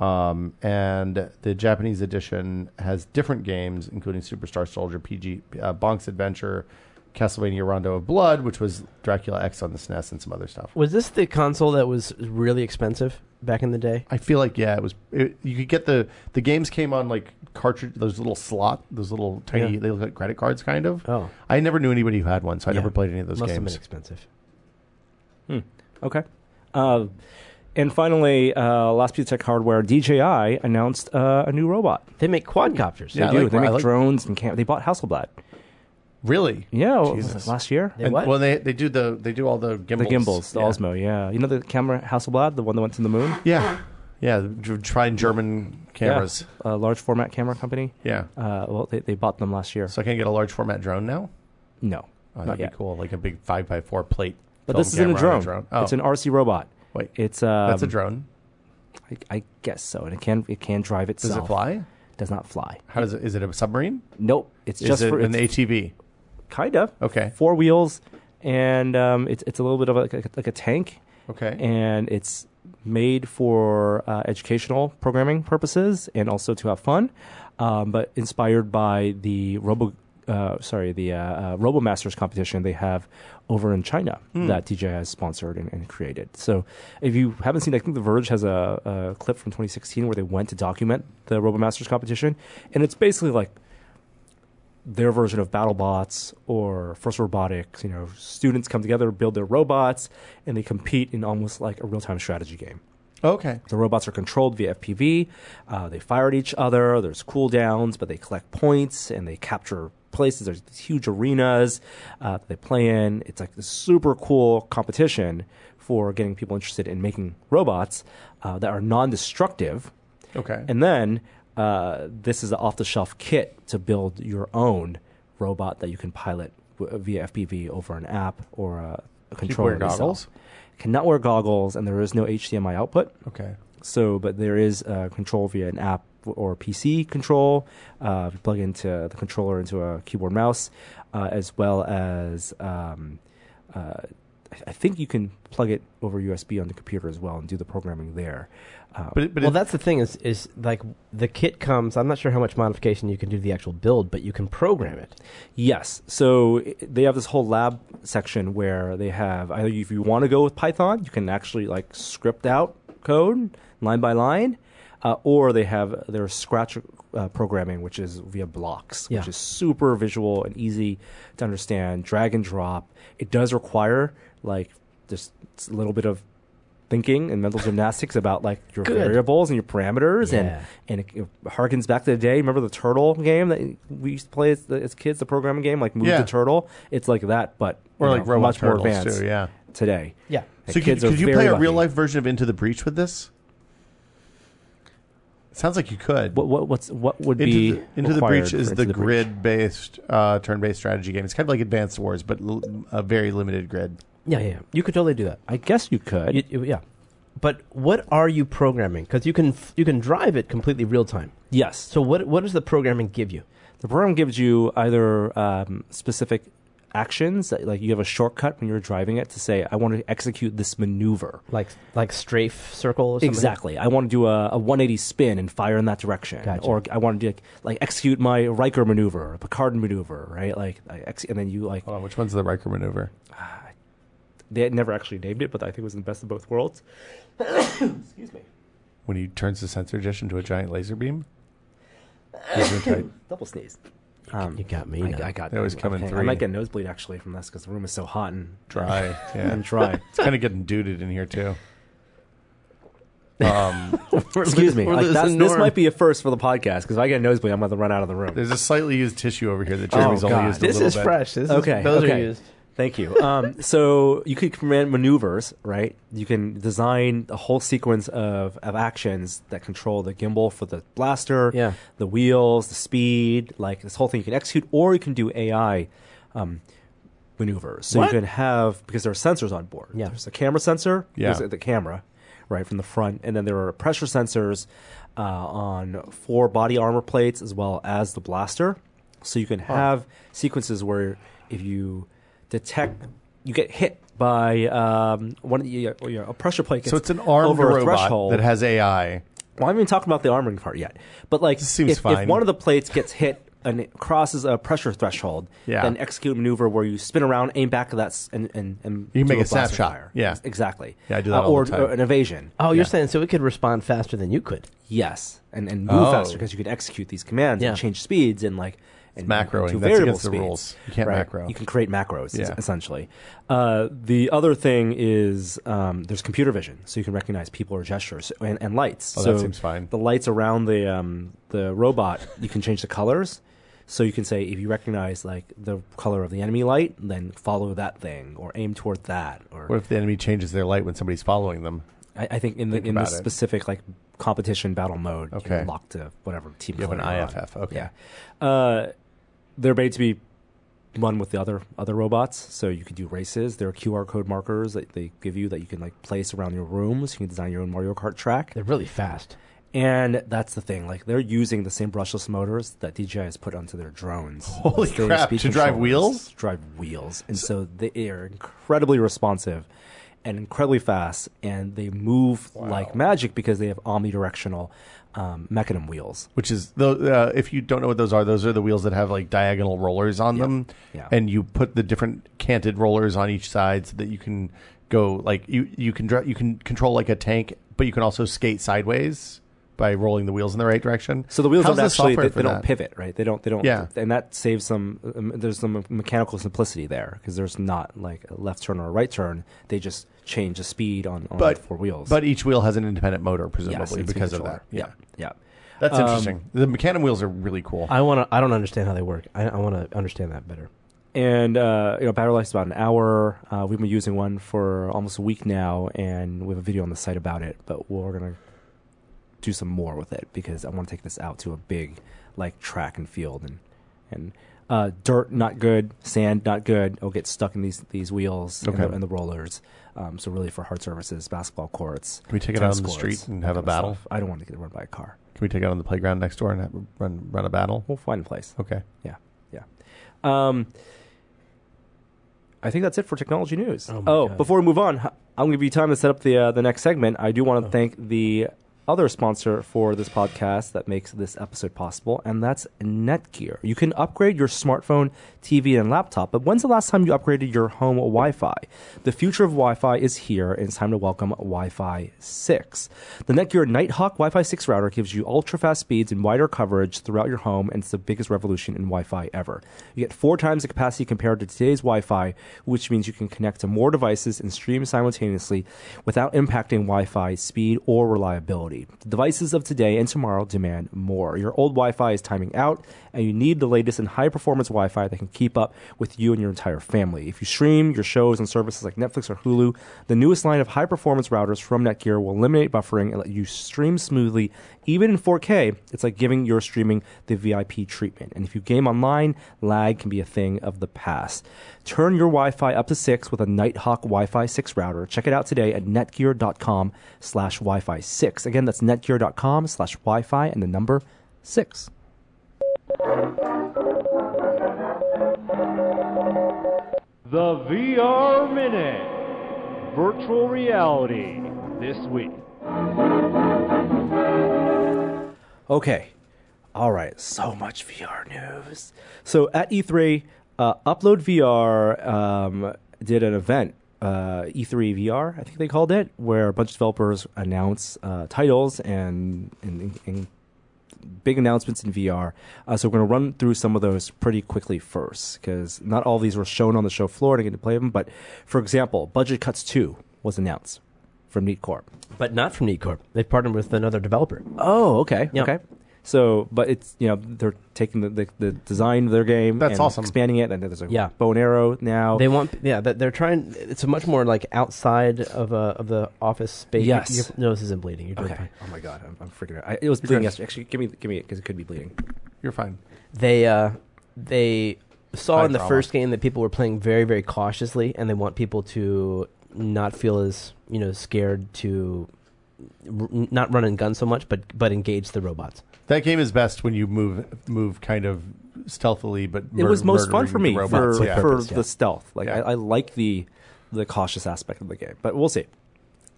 [SPEAKER 5] Um, and the Japanese edition has different games, including Superstar Soldier, PG, uh, Bonk's Adventure, Castlevania Rondo of Blood, which was Dracula X on the SNES and some other stuff.
[SPEAKER 2] Was this the console that was really expensive back in the day?
[SPEAKER 5] I feel like yeah, it was. It, you could get the the games came on like cartridge, those little slot, those little tiny.
[SPEAKER 2] Yeah.
[SPEAKER 5] They look like credit cards, kind of.
[SPEAKER 2] Oh,
[SPEAKER 5] I never knew anybody who had one, so I
[SPEAKER 2] Yeah.
[SPEAKER 5] never played any of those
[SPEAKER 2] must have been
[SPEAKER 5] games.
[SPEAKER 2] expensive.
[SPEAKER 1] Okay. Uh, and finally, uh, last piece of tech hardware, DJI announced uh, a new robot.
[SPEAKER 2] They make quadcopters.
[SPEAKER 5] Yeah. I
[SPEAKER 1] they do.
[SPEAKER 5] like-
[SPEAKER 1] they
[SPEAKER 5] I
[SPEAKER 1] make
[SPEAKER 5] like-
[SPEAKER 1] drones and cam- they bought Hasselblad.
[SPEAKER 5] Really?
[SPEAKER 1] Yeah, what
[SPEAKER 5] Jesus.
[SPEAKER 1] was it, last year.
[SPEAKER 2] They
[SPEAKER 5] And-
[SPEAKER 2] what?
[SPEAKER 5] Well, they they do the they do all the
[SPEAKER 1] the
[SPEAKER 5] gimbals.
[SPEAKER 1] gimbals, the
[SPEAKER 5] yeah.
[SPEAKER 1] Osmo. Yeah, you know the camera Hasselblad, the one that went to the moon.
[SPEAKER 5] Yeah, yeah. dr- Trying German cameras.
[SPEAKER 1] Yeah. A large format camera company.
[SPEAKER 5] Yeah.
[SPEAKER 1] Uh, well, they, they bought them last year.
[SPEAKER 5] So I can get a large format drone now.
[SPEAKER 1] no,
[SPEAKER 5] Oh,
[SPEAKER 1] not
[SPEAKER 5] that'd
[SPEAKER 1] yet.
[SPEAKER 5] be cool, like a big five by four plate.
[SPEAKER 1] But
[SPEAKER 5] film
[SPEAKER 1] this isn't a
[SPEAKER 5] camera
[SPEAKER 1] drone.
[SPEAKER 5] on Oh,
[SPEAKER 1] It's an RC robot.
[SPEAKER 5] wait.
[SPEAKER 1] It's um,
[SPEAKER 5] that's a drone.
[SPEAKER 1] I, I guess so, and it can it can drive
[SPEAKER 5] Does
[SPEAKER 1] itself.
[SPEAKER 5] it fly?
[SPEAKER 1] Does not fly.
[SPEAKER 5] How does it? Is it a submarine?
[SPEAKER 1] Nope. It's just
[SPEAKER 5] is it
[SPEAKER 1] for
[SPEAKER 5] an
[SPEAKER 1] it's
[SPEAKER 5] ATV?
[SPEAKER 1] kind of
[SPEAKER 5] Okay.
[SPEAKER 1] four wheels, and um, it's it's a little bit of like a, like a tank,
[SPEAKER 5] Okay.
[SPEAKER 1] and it's made for uh, educational programming purposes and also to have fun, um, but inspired by the Robo. Uh, sorry, the uh, uh, RoboMasters competition they have over in China that DJI has sponsored and, and created. So, if you haven't seen, I think The Verge has a, a clip from 2016 where they went to document the RoboMasters competition, and it's basically like their version of BattleBots or First Robotics. You know, students come together, build their robots, and they compete in almost like a real-time strategy game.
[SPEAKER 5] okay.
[SPEAKER 1] The robots are controlled via FPV. Uh, they fire at each other. There's cooldowns, but they collect points and they capture places. There's these huge arenas uh, that they play in. It's like this super cool competition for getting people interested in making robots uh, that are non-destructive.
[SPEAKER 5] Okay.
[SPEAKER 1] And then uh, this is the off-the-shelf kit to build your own robot that you can pilot w- via FPV over an app or a, a controller.
[SPEAKER 5] wear
[SPEAKER 1] that they sell.
[SPEAKER 5] goggles?
[SPEAKER 1] Cannot wear goggles, and there is no HDMI output.
[SPEAKER 5] okay.
[SPEAKER 1] So, but there is uh, control via an app or PC control. Uh, you plug into the controller into a keyboard mouse, uh, as well as um, uh, I- I think you can plug it over USB on the computer as well and do the programming there. Uh,
[SPEAKER 5] But it- but
[SPEAKER 2] well,
[SPEAKER 5] it-
[SPEAKER 2] that's the thing is is like the kit comes. I'm not sure how much modification you can do to the actual build, but you can program it.
[SPEAKER 1] Yes. So i- they have this whole lab section where they have either if you want to go with Python, you can actually like script out code line by line, uh, or they have their Scratch uh, programming, which is via blocks,
[SPEAKER 2] Yeah.
[SPEAKER 1] which is super visual and easy to understand. Drag and drop. It does require like just a little bit of thinking and mental gymnastics about like your
[SPEAKER 2] Good.
[SPEAKER 1] variables and your parameters
[SPEAKER 2] Yeah.
[SPEAKER 1] and and it, it harkens back to the day. Remember the turtle game that we used to play as, as kids, the programming game, like move
[SPEAKER 5] Yeah.
[SPEAKER 1] the turtle. It's like that, but you
[SPEAKER 5] or like
[SPEAKER 1] know,
[SPEAKER 5] robot
[SPEAKER 1] much more
[SPEAKER 5] turtles
[SPEAKER 1] advanced
[SPEAKER 5] too. Yeah.
[SPEAKER 1] today.
[SPEAKER 2] Yeah.
[SPEAKER 1] The
[SPEAKER 5] So could,
[SPEAKER 1] kids are
[SPEAKER 5] could you
[SPEAKER 1] very
[SPEAKER 5] play a
[SPEAKER 1] lucky.
[SPEAKER 5] real life version of Into the Breach with this? It sounds like you could.
[SPEAKER 1] What, what what's what would be
[SPEAKER 5] Into the, Into the
[SPEAKER 1] required
[SPEAKER 5] Breach
[SPEAKER 1] for
[SPEAKER 5] is
[SPEAKER 1] Into
[SPEAKER 5] the,
[SPEAKER 1] Breach?
[SPEAKER 5] grid based uh, turn based strategy game. It's kind of like Advanced Wars, but l- a very limited grid.
[SPEAKER 2] Yeah, yeah. You could totally do that.
[SPEAKER 1] I guess you could.
[SPEAKER 2] You- you- yeah. But what are you programming? Because you can f- you can drive it completely real time.
[SPEAKER 1] yes.
[SPEAKER 2] So what what does the programming give you?
[SPEAKER 1] The program gives you either um, specific actions, that, like you have a shortcut when you're driving it to say, I want to execute this maneuver.
[SPEAKER 2] Like like strafe circle or something?
[SPEAKER 1] Exactly. I want to do a, a 180 spin and fire in that direction,
[SPEAKER 2] Gotcha.
[SPEAKER 1] or I want to do, like, like execute my Riker maneuver, Picard maneuver, right? Like, I ex- and then you like
[SPEAKER 5] Hold on, which one's the Riker maneuver?
[SPEAKER 1] they had never actually named it, but I think it was in the best of both worlds.
[SPEAKER 5] When he turns the sensor dish into a giant laser beam? Laser tight.
[SPEAKER 1] Double sneeze.
[SPEAKER 2] You got me. now.
[SPEAKER 1] Um, I, I got.
[SPEAKER 5] They always come in
[SPEAKER 1] okay, I
[SPEAKER 5] three.
[SPEAKER 1] might get a nosebleed actually from this because the room is so hot and
[SPEAKER 5] Dry. Yeah.
[SPEAKER 1] and dry.
[SPEAKER 5] It's kind of getting duded in here, too. Um,
[SPEAKER 1] Excuse me.
[SPEAKER 6] We're
[SPEAKER 1] Like,
[SPEAKER 6] losing
[SPEAKER 1] that's, this
[SPEAKER 6] Norm.
[SPEAKER 1] might be a first for the podcast because if I get a nosebleed, I'm going to run out of the room.
[SPEAKER 5] there's a slightly used tissue over here that Jeremy's
[SPEAKER 1] Oh, God.
[SPEAKER 5] only used a
[SPEAKER 2] this
[SPEAKER 5] little
[SPEAKER 2] is
[SPEAKER 5] bit.
[SPEAKER 2] fresh. This is-
[SPEAKER 1] Okay,
[SPEAKER 2] those
[SPEAKER 1] okay.
[SPEAKER 2] are used.
[SPEAKER 1] Thank you. Um, so you could command maneuvers, right? You can design a whole sequence of, of actions that control the gimbal for the blaster,
[SPEAKER 2] Yeah.
[SPEAKER 1] the wheels, the speed, like this whole thing you can execute, or you can do AI um, maneuvers. So
[SPEAKER 2] What?
[SPEAKER 1] you can have, because there are sensors on board.
[SPEAKER 2] Yeah.
[SPEAKER 1] There's a camera sensor,
[SPEAKER 5] Yeah.
[SPEAKER 1] there's the camera, right, from the front, and then there are pressure sensors uh, on four body armor plates as well as the blaster. So you can have sequences where if you detect, you get hit by um, one of the, or, you know, a pressure plate.
[SPEAKER 5] So
[SPEAKER 1] gets
[SPEAKER 5] it's an armed
[SPEAKER 1] over a
[SPEAKER 5] robot
[SPEAKER 1] threshold.
[SPEAKER 5] that has AI.
[SPEAKER 1] Well, I haven't even talked about the armoring part yet. But like,
[SPEAKER 5] This seems
[SPEAKER 1] if, if
[SPEAKER 5] fine.
[SPEAKER 1] one of the plates gets hit an crosses a pressure threshold,
[SPEAKER 5] Yeah.
[SPEAKER 1] then execute maneuver where you spin around, aim back at that, s- and and, and
[SPEAKER 5] You can
[SPEAKER 1] do
[SPEAKER 5] make a
[SPEAKER 1] blaster
[SPEAKER 5] snapshot.
[SPEAKER 1] fire.
[SPEAKER 5] Yeah.
[SPEAKER 1] exactly.
[SPEAKER 5] Yeah, I do that
[SPEAKER 1] Uh,
[SPEAKER 5] all
[SPEAKER 1] or,
[SPEAKER 5] the time.
[SPEAKER 1] or an evasion.
[SPEAKER 2] Oh, you're saying so it could respond faster than you could.
[SPEAKER 1] Yes, and and move
[SPEAKER 5] Oh.
[SPEAKER 1] faster because you can execute these commands
[SPEAKER 2] Yeah.
[SPEAKER 1] and change speeds and like and
[SPEAKER 5] macroing.
[SPEAKER 1] do
[SPEAKER 5] That's
[SPEAKER 1] variable
[SPEAKER 5] against the
[SPEAKER 1] speeds.
[SPEAKER 5] rules. You can't
[SPEAKER 1] right?
[SPEAKER 5] macro.
[SPEAKER 1] You can create macros es-
[SPEAKER 5] Yeah.
[SPEAKER 1] essentially. Uh, the other thing is um, there's computer vision, so you can recognize people or gestures and, and lights.
[SPEAKER 5] Oh,
[SPEAKER 1] so
[SPEAKER 5] that seems fine.
[SPEAKER 1] The lights around the um, the robot, you can change the colors. So you can say if you recognize like the color of the enemy light, then follow that thing or aim toward that. Or
[SPEAKER 5] What if the enemy changes their light when somebody's following them?
[SPEAKER 1] I, I think in the
[SPEAKER 5] Think
[SPEAKER 1] in the
[SPEAKER 5] about it.
[SPEAKER 1] specific like competition battle mode,
[SPEAKER 5] Okay.
[SPEAKER 1] you're locked to whatever team.
[SPEAKER 5] You have an
[SPEAKER 1] color you're on.
[SPEAKER 5] IFF. Okay.
[SPEAKER 1] Yeah, uh, they're made to be one with the other other robots, so you could do races. There are QR code markers that they give you that you can like place around your rooms. You can design your own Mario Kart track,
[SPEAKER 2] They're really fast.
[SPEAKER 1] and that's the thing. Like they're using the same brushless motors that DJI has put onto their drones.
[SPEAKER 5] Holy
[SPEAKER 1] Those state of
[SPEAKER 5] crap,
[SPEAKER 1] speed
[SPEAKER 5] to drive
[SPEAKER 1] controllers
[SPEAKER 5] wheels?
[SPEAKER 1] to drive wheels, and so, they are incredibly responsive and incredibly fast, and they move like magic because they have omnidirectional um, mechanism wheels.
[SPEAKER 5] Which is the uh, if you don't know what those are, those are the wheels that have like diagonal rollers on them,
[SPEAKER 1] Yeah.
[SPEAKER 5] and you put the different canted rollers on each side so that you can go like you you can dri- you can control like a tank, but you can also skate sideways by rolling the wheels in the right direction.
[SPEAKER 1] So the wheels don't
[SPEAKER 5] How's the
[SPEAKER 1] actually they,
[SPEAKER 5] software
[SPEAKER 1] they
[SPEAKER 5] for
[SPEAKER 1] don't
[SPEAKER 5] that?
[SPEAKER 1] pivot, right? They don't they don't
[SPEAKER 5] Yeah.
[SPEAKER 1] and that saves some um, there's some mechanical simplicity there because there's not like a left turn or a right turn. They just change the speed on, on
[SPEAKER 5] But-
[SPEAKER 1] four wheels.
[SPEAKER 5] But each wheel has an independent motor,
[SPEAKER 1] Yes,
[SPEAKER 5] presumably
[SPEAKER 1] and speed
[SPEAKER 5] because of
[SPEAKER 1] controller.
[SPEAKER 5] that. Yeah,
[SPEAKER 1] Yeah. Um,
[SPEAKER 5] that's interesting. The mechanum wheels are really cool.
[SPEAKER 2] I want to. I don't understand how they work. I, I want to understand that better.
[SPEAKER 1] and uh, you know, battery life's about an hour. Uh, we've been using one for almost a week now, and we have a video on the site about it. But we're gonna do some more with it because I want to take this out to a big like track and field and and uh, dirt not good, sand not good. It'll get stuck in these these wheels
[SPEAKER 5] Okay.
[SPEAKER 1] and, the, and the rollers. Um, so really for hard surfaces, basketball courts.
[SPEAKER 5] Can we take it
[SPEAKER 1] tennis
[SPEAKER 5] out on the
[SPEAKER 1] courts,
[SPEAKER 5] street and
[SPEAKER 1] that
[SPEAKER 5] have a
[SPEAKER 1] kind of
[SPEAKER 5] battle?
[SPEAKER 1] stuff. I don't want to get run by a car.
[SPEAKER 5] Can we take it out on the playground next door and have, run run a battle?
[SPEAKER 1] We'll find a place.
[SPEAKER 5] Okay.
[SPEAKER 1] Yeah, yeah. Um, I think that's it for technology news.
[SPEAKER 2] Oh
[SPEAKER 1] Oh,
[SPEAKER 2] my God.
[SPEAKER 1] before we move on, h- I'm going to give you time to set up the uh, the next segment. I do
[SPEAKER 2] Oh.
[SPEAKER 1] want to thank the other sponsor for this podcast that makes this episode possible, and that's Netgear. You can upgrade your smartphone, TV, and laptop, but when's the last time you upgraded your home Wi-Fi? The future of Wi-Fi is here, and it's time to welcome Wi-Fi 6. The Netgear Nighthawk Wi-Fi 6 router gives you ultra-fast speeds and wider coverage throughout your home, and it's the biggest revolution in Wi-Fi ever. You get four times the capacity compared to today's Wi-Fi, which means you can connect to more devices and stream simultaneously without impacting Wi-Fi speed or reliability. The devices of today and tomorrow demand more. Your old Wi-Fi is timing out, and you need the latest and high-performance Wi-Fi that can keep up with you and your entire family. If you stream your shows on services like Netflix or Hulu, the newest line of high-performance routers from Netgear will eliminate buffering and let you stream smoothly, even in 4K. It's like giving your streaming the VIP treatment. And if you game online, lag can be a thing of the past. Turn your Wi-Fi up to six with a Nighthawk Wi-Fi 6 router. Check it out today at netgear.com slash Wi-Fi 6. Again, that's netgear.com slash Wi-Fi and the number 6.
[SPEAKER 7] The VR Minute Virtual Reality this week.
[SPEAKER 1] Okay. All right. So much VR news. So at E3, uh, Upload VR um, did an event, uh, E3 VR, I think they called it, where a bunch of developers announce uh, titles and, and, and big announcements in VR. Uh, so we're going to run through some of those pretty quickly first, because not all of these were shown on the show floor and I get to play them. But for example, Budget Cuts 2 was announced from Neat Corp.
[SPEAKER 2] But not from Neat Corp. They've partnered with another developer.
[SPEAKER 1] Oh, okay,
[SPEAKER 2] Yeah.
[SPEAKER 1] okay. So, but it's you know they're taking the, the, the design of their game.
[SPEAKER 5] That's
[SPEAKER 1] and
[SPEAKER 5] awesome.
[SPEAKER 1] Expanding it, and there's a
[SPEAKER 2] Yeah.
[SPEAKER 1] bow and arrow now.
[SPEAKER 2] They want, yeah, that they're trying. It's a much more like outside of a of the office space. Your-
[SPEAKER 1] Yes.
[SPEAKER 2] your, nose isn't bleeding. You're doing
[SPEAKER 1] okay.
[SPEAKER 2] fine.
[SPEAKER 1] Oh my god, I'm, I'm freaking out. I, it was bleeding yesterday. Actually, give me give me it because it could be bleeding.
[SPEAKER 5] You're fine.
[SPEAKER 2] They uh, they saw
[SPEAKER 5] High
[SPEAKER 2] in the
[SPEAKER 5] drama.
[SPEAKER 2] first game that people were playing very very cautiously, and they want people to not feel as you know scared to r- not run and gun so much, but but engage the robots.
[SPEAKER 5] That game is best when you move move kind of stealthily, but
[SPEAKER 1] it was
[SPEAKER 5] mur-
[SPEAKER 1] most fun
[SPEAKER 5] murdering
[SPEAKER 1] for
[SPEAKER 5] the
[SPEAKER 1] me
[SPEAKER 5] robots.
[SPEAKER 1] for,
[SPEAKER 5] yeah.
[SPEAKER 1] for
[SPEAKER 2] Purpose, yeah.
[SPEAKER 1] the stealth. Like
[SPEAKER 5] Yeah.
[SPEAKER 1] I, I like the the cautious aspect of the game, but we'll see.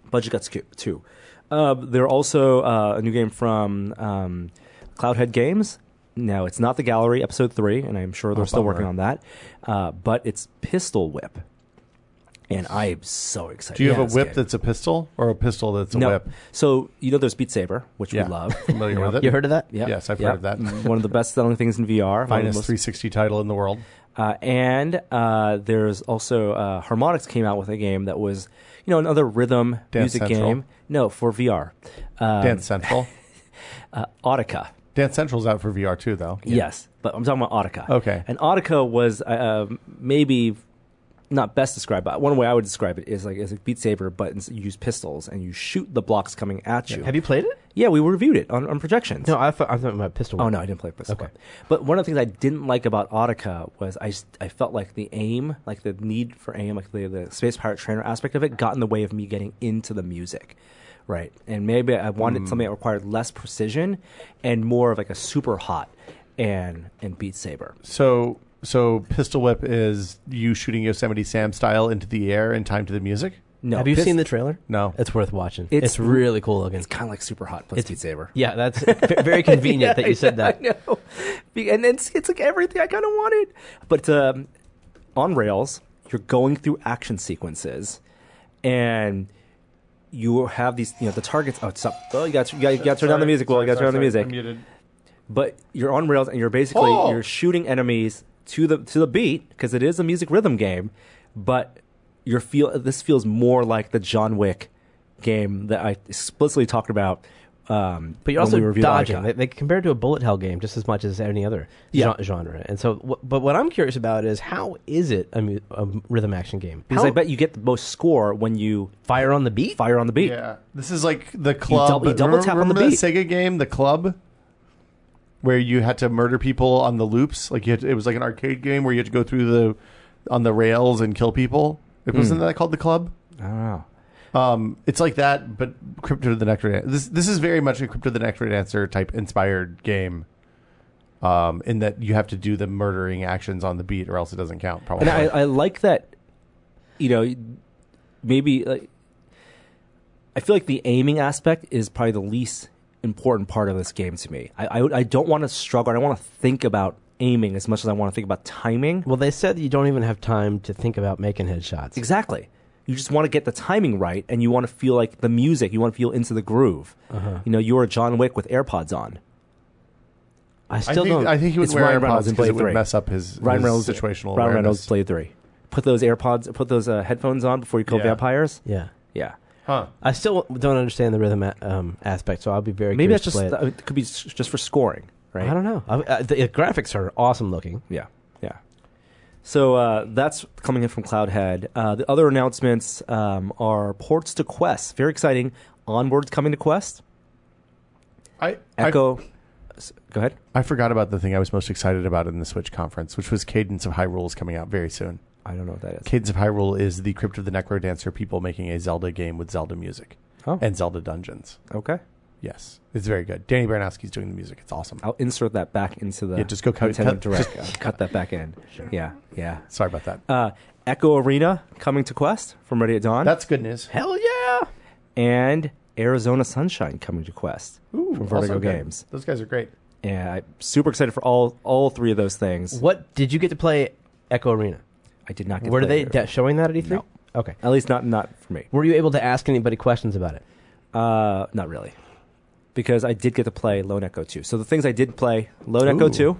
[SPEAKER 1] Budget Cuts Cu- Two. Uh, there are also uh, a new game from um, Cloudhead Games. Now, it's not the gallery, episode three, and I'm
[SPEAKER 5] Oh,
[SPEAKER 1] sure they're still working on that, uh, but it's Pistol Whip. And I am so excited.
[SPEAKER 5] Do you
[SPEAKER 1] for
[SPEAKER 5] have a
[SPEAKER 1] this
[SPEAKER 5] whip
[SPEAKER 1] game.
[SPEAKER 5] that's a pistol or a pistol that's a
[SPEAKER 1] no.
[SPEAKER 5] whip?
[SPEAKER 1] So, you know, there's Beat Saber, which
[SPEAKER 5] Yeah.
[SPEAKER 1] we love.
[SPEAKER 5] Familiar with it?
[SPEAKER 6] You heard of that?
[SPEAKER 1] Yep.
[SPEAKER 5] Yes, I've
[SPEAKER 1] Yep.
[SPEAKER 5] heard of that.
[SPEAKER 1] One of the best selling things in VR. one of
[SPEAKER 5] Finest
[SPEAKER 1] the most-
[SPEAKER 5] 360 title in the world.
[SPEAKER 1] Uh, and uh, there's also uh, Harmonix came out with a game that was, you know, another rhythm
[SPEAKER 5] Dance
[SPEAKER 1] music
[SPEAKER 5] Central.
[SPEAKER 1] game. No, for VR. Um,
[SPEAKER 5] Dance Central.
[SPEAKER 1] Uh, Audica.
[SPEAKER 5] Dance Central's out for VR too, though.
[SPEAKER 1] Yes, but I'm talking about Audica.
[SPEAKER 5] Okay.
[SPEAKER 1] And Audica was uh, um, maybe not best described, but one way I would describe it is like as a Beat Saber, but ins- you use pistols and you shoot the blocks coming at you.
[SPEAKER 6] Have you played it?
[SPEAKER 1] yeah, we reviewed it on, on projections.
[SPEAKER 2] No, I thought, I'm talking about pistol.
[SPEAKER 1] Oh
[SPEAKER 2] Whip.
[SPEAKER 1] no, I didn't play Pistol
[SPEAKER 2] Okay.
[SPEAKER 1] Whip. But one of the things I didn't like about Audica was I, s- I felt like the aim, like the need for aim, like the, the space pirate trainer aspect of it, got in the way of me getting into the music, right? And maybe I
[SPEAKER 2] Hmm.
[SPEAKER 1] wanted something that required less precision and more of like a super hot and and Beat Saber.
[SPEAKER 5] So, so pistol whip is you shooting Yosemite Sam style into the air in time to the music.
[SPEAKER 1] No,
[SPEAKER 2] Have you
[SPEAKER 1] Pist-
[SPEAKER 2] seen the trailer?
[SPEAKER 5] No.
[SPEAKER 2] It's worth watching. It's,
[SPEAKER 1] It's-
[SPEAKER 2] really cool looking.
[SPEAKER 1] It's kind of like super hot plus Beat Saber.
[SPEAKER 2] yeah, that's v- very convenient that you said that.
[SPEAKER 1] I know. Be- And it's, it's like everything I kind of wanted. But um, on Rails, you're going through action sequences and you have these, you know, the targets. Oh, stop. Oh, you got you got, you got to turn down the music. Well, you got to turn down the music. But you're on Rails and you're basically
[SPEAKER 5] Oh.
[SPEAKER 1] you're shooting enemies to the to the beat because it is a music rhythm game. But you're feel this feels more like the John Wick game that I explicitly talked about. Um,
[SPEAKER 2] But you're
[SPEAKER 1] when
[SPEAKER 2] also
[SPEAKER 1] we reviewed
[SPEAKER 2] dodging.
[SPEAKER 1] Ica.
[SPEAKER 2] They, they compare it to a bullet hell game just as much as any other
[SPEAKER 1] Yeah.
[SPEAKER 2] gen- genre. And so, wh- but what I'm curious about is how is it a, mu- a rhythm action game?
[SPEAKER 1] Because
[SPEAKER 2] How-
[SPEAKER 1] I bet you get the most score when you
[SPEAKER 2] fire on the beat.
[SPEAKER 1] fire on the beat.
[SPEAKER 5] Yeah, this is like the club.
[SPEAKER 1] double- you double
[SPEAKER 5] remember,
[SPEAKER 1] tap on the
[SPEAKER 5] remember
[SPEAKER 1] beat.
[SPEAKER 5] Sega game, the club, where you had to murder people on the loops. Like you had to- it was like an arcade game where you had to go through the on the rails and kill people. It wasn't
[SPEAKER 1] Hmm.
[SPEAKER 5] that called the club.
[SPEAKER 1] I don't know.
[SPEAKER 5] Um, it's like that, but Crypto the Necro Dancer. This this is very much a Crypto the Necro Dancer type inspired game. Um, in that you have to do the murdering actions on the beat, or else it doesn't count. Probably.
[SPEAKER 1] And I, I like that, you know, maybe like, I feel like the aiming aspect is probably the least important part of this game to me. I, I, I don't want to struggle. I don't want to think about aiming as much as I want to think about timing.
[SPEAKER 2] Well, they said that you don't even have time to think about making headshots.
[SPEAKER 1] Exactly. You just want to get the timing right, and you want to feel like the music. You want to feel into the groove. You know, you're a John Wick with AirPods on.
[SPEAKER 2] I
[SPEAKER 5] I
[SPEAKER 2] still
[SPEAKER 5] think
[SPEAKER 2] don't.
[SPEAKER 5] I think he would
[SPEAKER 1] It's
[SPEAKER 5] wear
[SPEAKER 1] Ryan Reynolds
[SPEAKER 5] AirPods
[SPEAKER 1] in
[SPEAKER 5] because
[SPEAKER 1] Blade
[SPEAKER 5] it would
[SPEAKER 1] Three.
[SPEAKER 5] mess up his,
[SPEAKER 1] Ryan
[SPEAKER 5] his
[SPEAKER 1] Reynolds,
[SPEAKER 5] situational.
[SPEAKER 1] Ryan
[SPEAKER 5] awareness.
[SPEAKER 1] Reynolds, Blade Three. Put those AirPods, put those uh, headphones on before you kill
[SPEAKER 5] Yeah.
[SPEAKER 1] vampires.
[SPEAKER 2] yeah,
[SPEAKER 1] Yeah,
[SPEAKER 5] Huh.
[SPEAKER 2] I still don't understand the rhythm a- um, aspect. So I'll be very.
[SPEAKER 1] maybe
[SPEAKER 2] curious
[SPEAKER 1] that's
[SPEAKER 2] to
[SPEAKER 1] just uh,
[SPEAKER 2] play it.
[SPEAKER 1] that it could be s- just for scoring, right?
[SPEAKER 2] I don't know. I, I, the uh, graphics are awesome looking.
[SPEAKER 1] Yeah, yeah. So uh, that's coming in from Cloudhead. Uh, the other announcements um, are ports to Quest. Very exciting. Onward's coming to Quest.
[SPEAKER 5] I I,
[SPEAKER 1] Echo. s- Go ahead.
[SPEAKER 5] I forgot about the thing I was most excited about in the Switch conference, which was Cadence of Hyrule's coming out very soon.
[SPEAKER 1] I don't know what that is.
[SPEAKER 5] Cadence of Hyrule is the Crypt of the Necro Dancer people making a Zelda game with Zelda music
[SPEAKER 1] Oh.
[SPEAKER 5] and Zelda dungeons.
[SPEAKER 1] Okay.
[SPEAKER 5] Yes, it's very good. Danny Baranowski's doing the music. It's awesome.
[SPEAKER 2] Oh.
[SPEAKER 1] I'll insert that back into the
[SPEAKER 5] Yeah, just go cut-
[SPEAKER 1] Nintendo
[SPEAKER 5] cut-
[SPEAKER 1] Direct. Uh, cut that back in. Yeah, yeah.
[SPEAKER 5] Sorry about that.
[SPEAKER 1] Uh, Echo Arena coming to Quest from Ready at Dawn.
[SPEAKER 5] That's good news.
[SPEAKER 2] Hell yeah!
[SPEAKER 1] and Arizona Sunshine coming to Quest from Vertigo
[SPEAKER 5] also good.
[SPEAKER 1] Games.
[SPEAKER 5] Those guys are great.
[SPEAKER 1] And I'm super excited for all all three of those things.
[SPEAKER 2] What did you get to play? Echo Arena.
[SPEAKER 1] I did not get. to
[SPEAKER 2] Were
[SPEAKER 1] play
[SPEAKER 2] they
[SPEAKER 1] it.
[SPEAKER 2] de- showing that at E3? Okay.
[SPEAKER 1] At least not not for me.
[SPEAKER 2] Were you able to ask anybody questions about it?
[SPEAKER 1] Uh, not really, because I did get to play Lone Echo two. So the things I did play Lone Echo
[SPEAKER 5] Ooh.
[SPEAKER 1] two.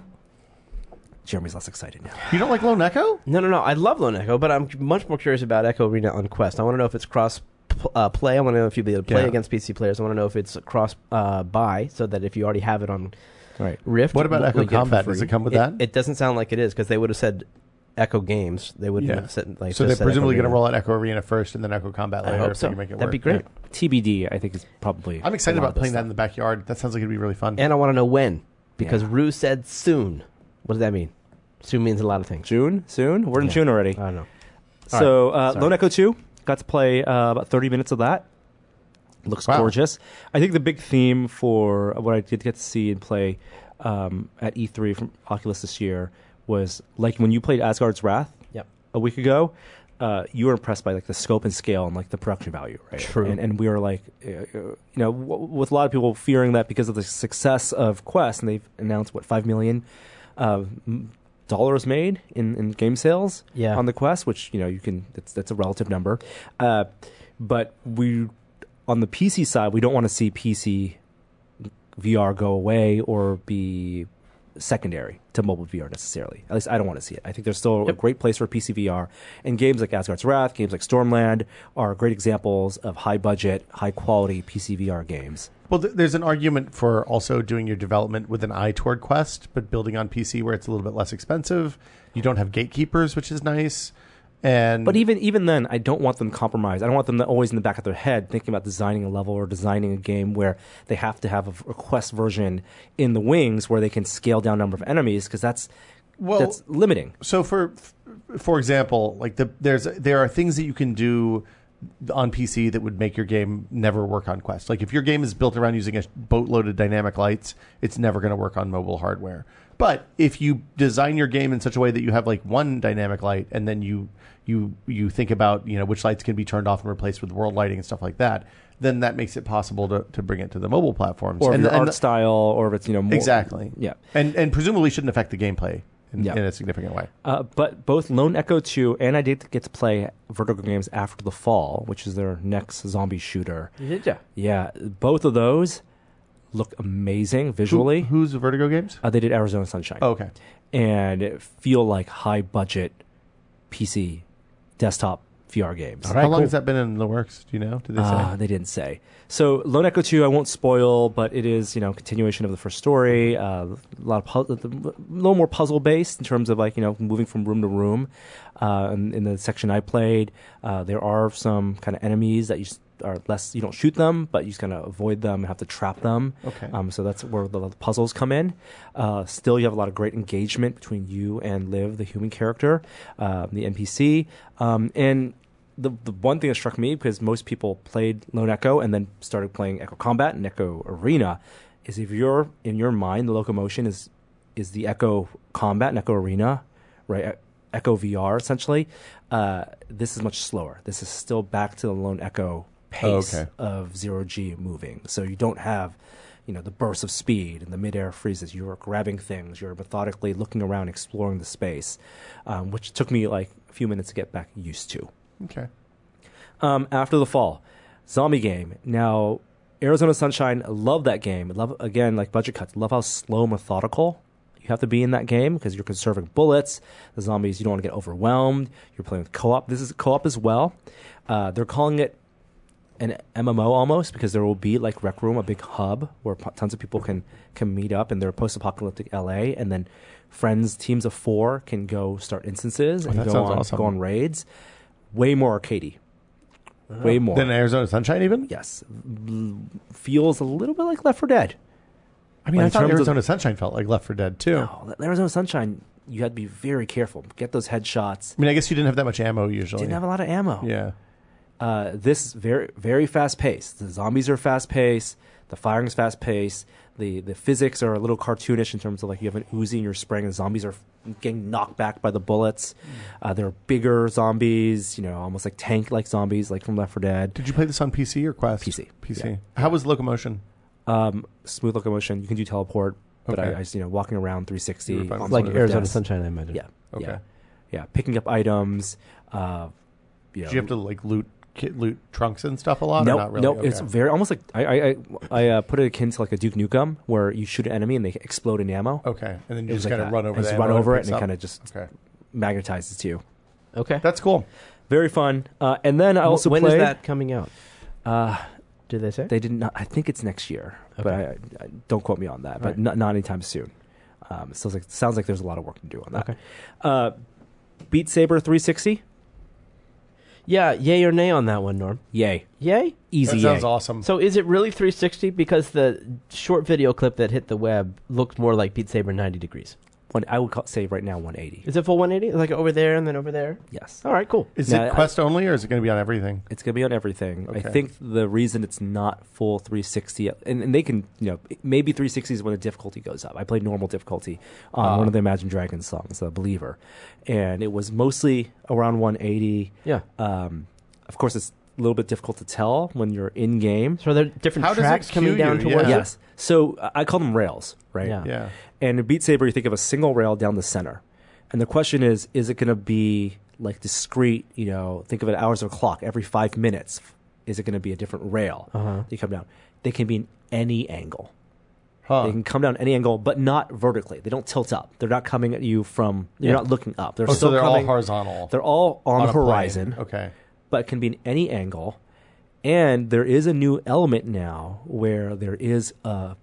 [SPEAKER 1] Jeremy's less excited now.
[SPEAKER 5] You don't like Lone Echo?
[SPEAKER 2] No, no, no. I love Lone Echo, but I'm much more curious about Echo Arena on Quest. I want to know if it's cross p- uh, play. I want to know if you'll be able to play
[SPEAKER 5] Yeah.
[SPEAKER 2] against PC players. I want to know if it's cross uh, buy, so that if you already have it on
[SPEAKER 1] Right.
[SPEAKER 2] Rift,
[SPEAKER 5] What about
[SPEAKER 2] we'll-
[SPEAKER 5] Echo
[SPEAKER 2] we'll get for
[SPEAKER 5] Combat? Does
[SPEAKER 2] free.
[SPEAKER 5] it come with that?
[SPEAKER 2] It doesn't sound like it is because they would have said Echo Games. They would have said like
[SPEAKER 5] so
[SPEAKER 2] just
[SPEAKER 5] they're
[SPEAKER 2] said Echo
[SPEAKER 5] presumably going to
[SPEAKER 2] Arena.
[SPEAKER 5] roll out Echo Arena first and then Echo Combat
[SPEAKER 2] I
[SPEAKER 5] later.
[SPEAKER 2] hope
[SPEAKER 5] if
[SPEAKER 2] so.
[SPEAKER 5] they can make it
[SPEAKER 2] That'd
[SPEAKER 5] work.
[SPEAKER 2] be great.
[SPEAKER 5] Yeah.
[SPEAKER 1] TBD. I think is probably.
[SPEAKER 5] I'm excited
[SPEAKER 1] a lot
[SPEAKER 5] about
[SPEAKER 1] of this
[SPEAKER 5] playing that in
[SPEAKER 1] stuff.
[SPEAKER 5] the backyard. That sounds like it'd be really fun.
[SPEAKER 2] And I want to know when because
[SPEAKER 1] Yeah.
[SPEAKER 2] Rue said soon. What does that mean? Soon means a lot of things.
[SPEAKER 1] June soon. We're in June already.
[SPEAKER 2] I don't know.
[SPEAKER 1] So uh,
[SPEAKER 2] Sorry.
[SPEAKER 1] Lone Echo 2 got to play uh, about 30 minutes of that. Looks
[SPEAKER 5] Wow.
[SPEAKER 1] gorgeous. I think the big theme for what I did get to see and play um, at E3 from Oculus this year was like when you played Asgard's Wrath
[SPEAKER 2] Yep.
[SPEAKER 1] a week ago. uh, you were impressed by like the scope and scale and like the production value, right?
[SPEAKER 2] True.
[SPEAKER 1] And, and we were like, uh, uh, you know, w- with a lot of people fearing that because of the success of Quest, and they've announced what five million uh, m- dollars made in, in game sales
[SPEAKER 2] Yeah.
[SPEAKER 1] on the Quest, which you know you can that's that's a relative number, uh, but we on the PC side we don't want to see PC VR go away or be secondary to mobile VR necessarily. At least I don't want to see it. I think there's still a great place for PC VR. And games like Asgard's Wrath, games like Stormland are great examples of high budget, high quality PC VR games.
[SPEAKER 5] Well, th- there's an argument for also doing your development with an eye toward Quest, but building on PC where it's a little bit less expensive. You don't have gatekeepers, which is nice. And
[SPEAKER 1] But even even then, I don't want them compromised. I don't want them to always in the back of their head thinking about designing a level or designing a game where they have to have a v- a quest version in the wings where they can scale down number of enemies because that's
[SPEAKER 5] Well-
[SPEAKER 1] that's limiting.
[SPEAKER 5] so for for example, like the there's there are things that you can do on PC that would make your game never work on Quest. Like if your game is built around using a boatload of dynamic lights, it's never going to work on mobile hardware. But if you design your game in such a way that you have like one dynamic light and then you you you think about, you know, which lights can be turned off and replaced with world lighting and stuff like that, then that makes it possible to, to bring it to the mobile platforms.
[SPEAKER 1] Or if
[SPEAKER 5] and,
[SPEAKER 1] your
[SPEAKER 5] and-
[SPEAKER 1] art style, or if it's you know more,
[SPEAKER 5] exactly.
[SPEAKER 1] yeah.
[SPEAKER 5] And and presumably shouldn't affect the gameplay in,
[SPEAKER 1] Yeah.
[SPEAKER 5] in a significant way.
[SPEAKER 1] Uh, but both Lone Echo 2 and I did get to play Vertigo Games After the Fall, which is their next zombie shooter.
[SPEAKER 6] Did ya?
[SPEAKER 1] Yeah, both of those look amazing visually.
[SPEAKER 5] Who- who's Vertigo Games?
[SPEAKER 1] Uh, they did Arizona Sunshine.
[SPEAKER 5] Oh, okay.
[SPEAKER 1] And feel like high budget PC desktop VR games.
[SPEAKER 5] How long has that been in the works? Do you know? Did they say?
[SPEAKER 1] Uh, they didn't say. So Lone Echo 2, I won't spoil, but it is, you know, continuation of the first story. Uh, a lot of pu- a little more puzzle based in terms of like, you know, moving from room to room. Uh, in, in the section I played, uh, there are some kind of enemies that you s- are less, you don't shoot them, but you just kind of avoid them and have to trap them.
[SPEAKER 5] Okay.
[SPEAKER 1] Um, so that's where the, the puzzles come in. Uh, still, you have a lot of great engagement between you and Liv, the human character, uh, the NPC. Um, and the, the one thing that struck me, because most people played Lone Echo and then started playing Echo Combat and Echo Arena, is if you're in your mind, the locomotion is is the Echo Combat and Echo Arena, right? E, Echo VR essentially. Uh, this is much slower. This is still back to the Lone Echo pace
[SPEAKER 5] Okay.
[SPEAKER 1] of zero G moving. So you don't have, you know, the bursts of speed and the midair freezes. You're grabbing things. You're methodically looking around, exploring the space, um, which took me like a few minutes to get back used to
[SPEAKER 5] okay.
[SPEAKER 1] um, after the fall. Zombie game. Now, Arizona Sunshine, love that game. Love again, like budget cuts. Love how slow, methodical you have to be in that game because you're conserving bullets. The zombies, you don't want to get overwhelmed. You're playing with co-op. This is co-op as well. Uh, they're calling it an MMO almost because there will be like Rec Room, a big hub where p- tons of people can can meet up in their post-apocalyptic LA, and then friends, teams of four, can go start instances and
[SPEAKER 5] Oh, that
[SPEAKER 1] go
[SPEAKER 5] sounds
[SPEAKER 1] on
[SPEAKER 5] awesome.
[SPEAKER 1] go on raids. Way more arcadey. Way more.
[SPEAKER 5] Then Arizona Sunshine, even.
[SPEAKER 1] yes, L- feels a little bit like Left 4 Dead.
[SPEAKER 5] I mean,
[SPEAKER 1] In
[SPEAKER 5] I thought
[SPEAKER 1] terms of-
[SPEAKER 5] Arizona Sunshine felt like Left for Dead too.
[SPEAKER 1] Oh, Arizona Sunshine, you had to be very careful. Get those headshots.
[SPEAKER 5] I mean, I guess you didn't have that much ammo usually.
[SPEAKER 1] Didn't have a lot of ammo.
[SPEAKER 5] Oh, yeah.
[SPEAKER 1] Uh, this is very very fast paced. The zombies are fast paced. The firing's fast paced. The the physics are a little cartoonish in terms of like you have an Uzi and you're spraying, and zombies are getting knocked back by the bullets.
[SPEAKER 5] Mm.
[SPEAKER 1] Uh, they're bigger zombies, you know, almost like tank like zombies, like from Left 4 Dead.
[SPEAKER 5] Did you play this on PC or Quest?
[SPEAKER 1] PC.
[SPEAKER 5] PC. How was locomotion?
[SPEAKER 1] um, smooth locomotion. You can do teleport, but I,
[SPEAKER 5] Okay.
[SPEAKER 1] I just, you know, walking around 360.
[SPEAKER 5] You were fine
[SPEAKER 1] on
[SPEAKER 5] with
[SPEAKER 2] like
[SPEAKER 1] sort of
[SPEAKER 2] Arizona
[SPEAKER 1] desk.
[SPEAKER 2] Sunshine, I imagine.
[SPEAKER 1] Yeah.
[SPEAKER 5] Okay.
[SPEAKER 1] Yeah. Yeah. Picking up items. Uh, you know,
[SPEAKER 5] Did you have to like loot kit, loot trunks and stuff a lot?
[SPEAKER 1] no,
[SPEAKER 5] or not really?
[SPEAKER 1] no,
[SPEAKER 5] Okay.
[SPEAKER 1] it's very almost like I I I, I uh, put it akin to like a Duke Nukem where you shoot an enemy and they explode in ammo.
[SPEAKER 5] okay. And then
[SPEAKER 1] It
[SPEAKER 5] Oh, you
[SPEAKER 1] was
[SPEAKER 5] just
[SPEAKER 1] like
[SPEAKER 5] kind of
[SPEAKER 1] that.
[SPEAKER 5] run over.
[SPEAKER 1] And
[SPEAKER 5] the
[SPEAKER 1] just
[SPEAKER 5] ammo
[SPEAKER 1] run over it
[SPEAKER 5] picks
[SPEAKER 1] and it
[SPEAKER 5] up.
[SPEAKER 1] kind of just
[SPEAKER 5] Okay.
[SPEAKER 1] magnetizes to you.
[SPEAKER 6] Okay.
[SPEAKER 5] That's cool.
[SPEAKER 1] Very fun. Uh, and then I also
[SPEAKER 2] when is
[SPEAKER 1] played.
[SPEAKER 2] that coming out?
[SPEAKER 1] Uh,
[SPEAKER 2] Did they say?
[SPEAKER 1] They did not. I think it's next year, but I, I, don't quote me on that. But
[SPEAKER 2] right.
[SPEAKER 1] not, not anytime soon. Um, it sounds like sounds like there's a lot of work to do on that.
[SPEAKER 2] Okay.
[SPEAKER 1] Uh, Beat Saber 360.
[SPEAKER 2] yeah, yay or nay on that one, Norm.
[SPEAKER 1] Yay,
[SPEAKER 2] Yay?
[SPEAKER 1] easy.
[SPEAKER 5] That sounds
[SPEAKER 1] yay.
[SPEAKER 5] awesome.
[SPEAKER 2] So is it really 360? Because the short video clip that hit the web looked more like Beat Saber 90 degrees.
[SPEAKER 1] one, I would call, say right now 180.
[SPEAKER 2] Is it full 180? Like over there and then over there?
[SPEAKER 1] Yes.
[SPEAKER 2] All right, cool.
[SPEAKER 5] Is
[SPEAKER 1] No,
[SPEAKER 5] it
[SPEAKER 1] I-
[SPEAKER 5] quest only, or is it going to be on everything?
[SPEAKER 1] uh, It's going to be on everything. I
[SPEAKER 5] Okay.
[SPEAKER 1] think the reason it's not full 360, and, and they can, you know, maybe 360 is when the difficulty goes up. I played normal difficulty on
[SPEAKER 2] Ah.
[SPEAKER 1] one of the Imagine Dragons songs, The Believer, and it was mostly around 180.
[SPEAKER 2] Yeah.
[SPEAKER 1] Um, of course, it's a little bit difficult to tell when you're in game.
[SPEAKER 2] So are there different
[SPEAKER 5] How does it
[SPEAKER 2] tracks coming
[SPEAKER 5] cue
[SPEAKER 2] down
[SPEAKER 5] you?
[SPEAKER 2] towards
[SPEAKER 5] Yeah.
[SPEAKER 1] Yes. So I- I call them rails, right?
[SPEAKER 2] Yeah.
[SPEAKER 5] Yeah.
[SPEAKER 1] And in Beat Saber, you think of a single rail down the center. And the question is, is it going to be like discrete, you know, think of it hours of a clock, every five minutes, is it going to be a different rail
[SPEAKER 5] Uh-huh.
[SPEAKER 1] that you come down? They can be in any angle.
[SPEAKER 5] Huh.
[SPEAKER 1] They can come down any angle, but not vertically. They don't tilt up. They're not coming at you from, you're
[SPEAKER 2] Yeah.
[SPEAKER 1] not looking up. They're
[SPEAKER 5] Oh,
[SPEAKER 1] still
[SPEAKER 5] so they're all
[SPEAKER 1] coming-
[SPEAKER 5] horizontal.
[SPEAKER 1] They're all on,
[SPEAKER 5] on
[SPEAKER 1] the
[SPEAKER 5] a plane.
[SPEAKER 1] horizon
[SPEAKER 5] Okay.
[SPEAKER 1] but can be in any angle. And there is a new element now where there is a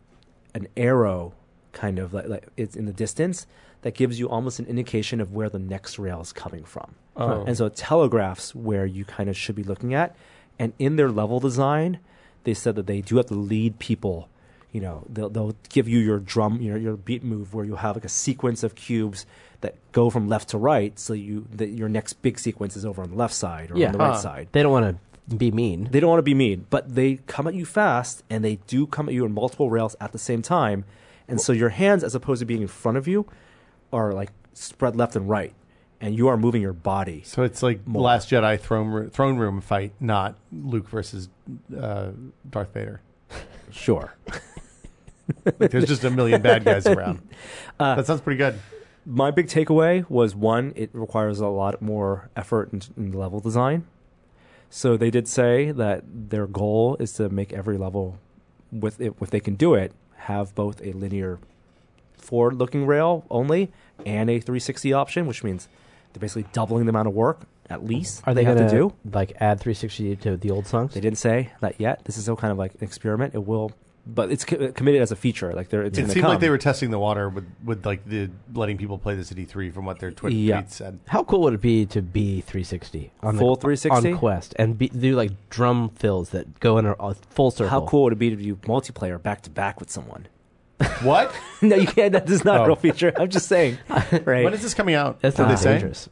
[SPEAKER 1] an arrow kind of like, like it's in the distance that gives you almost an indication of where the next rail is coming from.
[SPEAKER 5] Oh.
[SPEAKER 1] And so it telegraphs where you kind of should be looking at. And in their level design, they said that they do have to lead people. You know, they'll, they'll give you your drum, your, your beat move where you have like a sequence of cubes that go from left to right. So you that your next big sequence is over on the left side or
[SPEAKER 2] Yeah.
[SPEAKER 1] on the right
[SPEAKER 5] Huh.
[SPEAKER 1] side.
[SPEAKER 2] They don't want to be mean.
[SPEAKER 1] They don't want to be mean, but they come at you fast and they do come at you in multiple rails at the same time. And so your hands, as opposed to being in front of you, are like spread left and right. And you are moving your body.
[SPEAKER 5] So it's like
[SPEAKER 1] More.
[SPEAKER 5] Last Jedi throne ro- throne room fight, not Luke versus uh, Darth Vader.
[SPEAKER 1] Sure.
[SPEAKER 5] Like, there's just a million bad guys around.
[SPEAKER 1] Uh,
[SPEAKER 5] that sounds pretty good.
[SPEAKER 1] my big takeaway was one, it requires a lot more effort in, in level design. So they did say that their goal is to make every level, with it, if they can do it, have both a linear forward-looking rail only and a 360 option, which means they're basically doubling the amount of work at least.
[SPEAKER 2] Are they,
[SPEAKER 1] have
[SPEAKER 2] going
[SPEAKER 1] to do?
[SPEAKER 2] like add 360 to the old songs?
[SPEAKER 1] They didn't say that yet. This is still kind of like an experiment. It will, but it's co- committed as a feature. Like they're, it's
[SPEAKER 5] It
[SPEAKER 1] gonna
[SPEAKER 5] seemed
[SPEAKER 1] come.
[SPEAKER 5] like they were testing the water with, with like the letting people play this at E3 from what their Twitter
[SPEAKER 1] Yeah.
[SPEAKER 5] tweets said.
[SPEAKER 2] How cool would it be to be 360 on
[SPEAKER 1] Full
[SPEAKER 2] the,
[SPEAKER 1] 360?
[SPEAKER 2] on Quest and be, do like drum fills that go in a, a full circle?
[SPEAKER 1] How cool would it be to do multiplayer back to back with someone?
[SPEAKER 5] What?
[SPEAKER 1] no, you can't. That is not a
[SPEAKER 5] Oh.
[SPEAKER 1] real feature. I'm just saying. Right.
[SPEAKER 5] When is this coming out?
[SPEAKER 2] That's
[SPEAKER 5] Did
[SPEAKER 2] not
[SPEAKER 5] they say?
[SPEAKER 2] dangerous.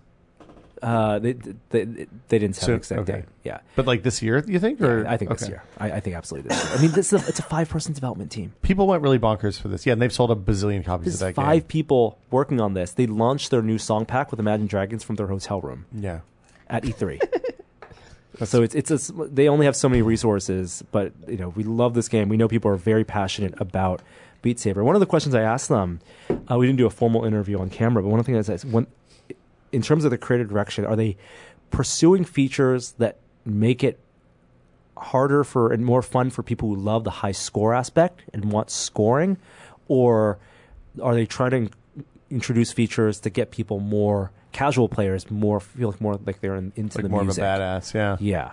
[SPEAKER 1] uh, they, they, they they didn't have
[SPEAKER 5] Soon,
[SPEAKER 1] an exact
[SPEAKER 5] okay.
[SPEAKER 1] date. Yeah.
[SPEAKER 5] But like this year, you think? Or
[SPEAKER 1] I think this
[SPEAKER 5] okay.
[SPEAKER 1] year. I, I think absolutely this year. I mean, this is a, it's a five person development team.
[SPEAKER 5] People went really bonkers for this. Yeah, and they've sold a bazillion copies
[SPEAKER 1] There's
[SPEAKER 5] of that
[SPEAKER 1] five people working on this. They launched their new song pack with Imagine Dragons from their hotel room
[SPEAKER 5] game. Yeah.
[SPEAKER 1] at E E3. so it's it's a, s- they only have so many resources, but you know we love this game. We know people are very passionate about Beat Saber. One of the questions I asked them, uh, we didn't do a formal interview on camera, but one of the things I said, when, in terms of the creative direction, are they pursuing features that make it harder for and more fun for people who love the high score aspect and want scoring, or are they trying to in- introduce features to get people more casual players more feel like more like they're in, into
[SPEAKER 5] Like
[SPEAKER 1] the
[SPEAKER 5] more
[SPEAKER 1] music?
[SPEAKER 5] of a badass. Yeah.
[SPEAKER 1] Yeah,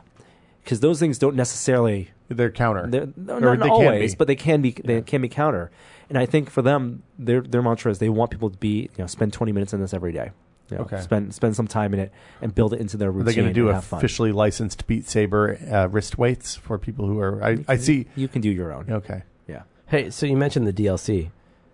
[SPEAKER 1] because those things don't necessarily
[SPEAKER 5] They're counter.
[SPEAKER 1] they're no,
[SPEAKER 5] Or
[SPEAKER 1] not
[SPEAKER 5] they can
[SPEAKER 1] always,
[SPEAKER 5] be.
[SPEAKER 1] but they can be they can be counter. And I think for them, their their mantra is they want people to be you know spend twenty minutes in this every day. You know,
[SPEAKER 5] Okay.
[SPEAKER 1] Spend spend some time in it and build it into their
[SPEAKER 5] Are
[SPEAKER 1] routine.
[SPEAKER 5] they going to do
[SPEAKER 1] and have fun.
[SPEAKER 5] officially licensed Beat Saber uh, wrist weights for people who are? I, I see.
[SPEAKER 1] You can do your own.
[SPEAKER 5] Okay.
[SPEAKER 1] Yeah.
[SPEAKER 2] Hey, so you mentioned the DLC.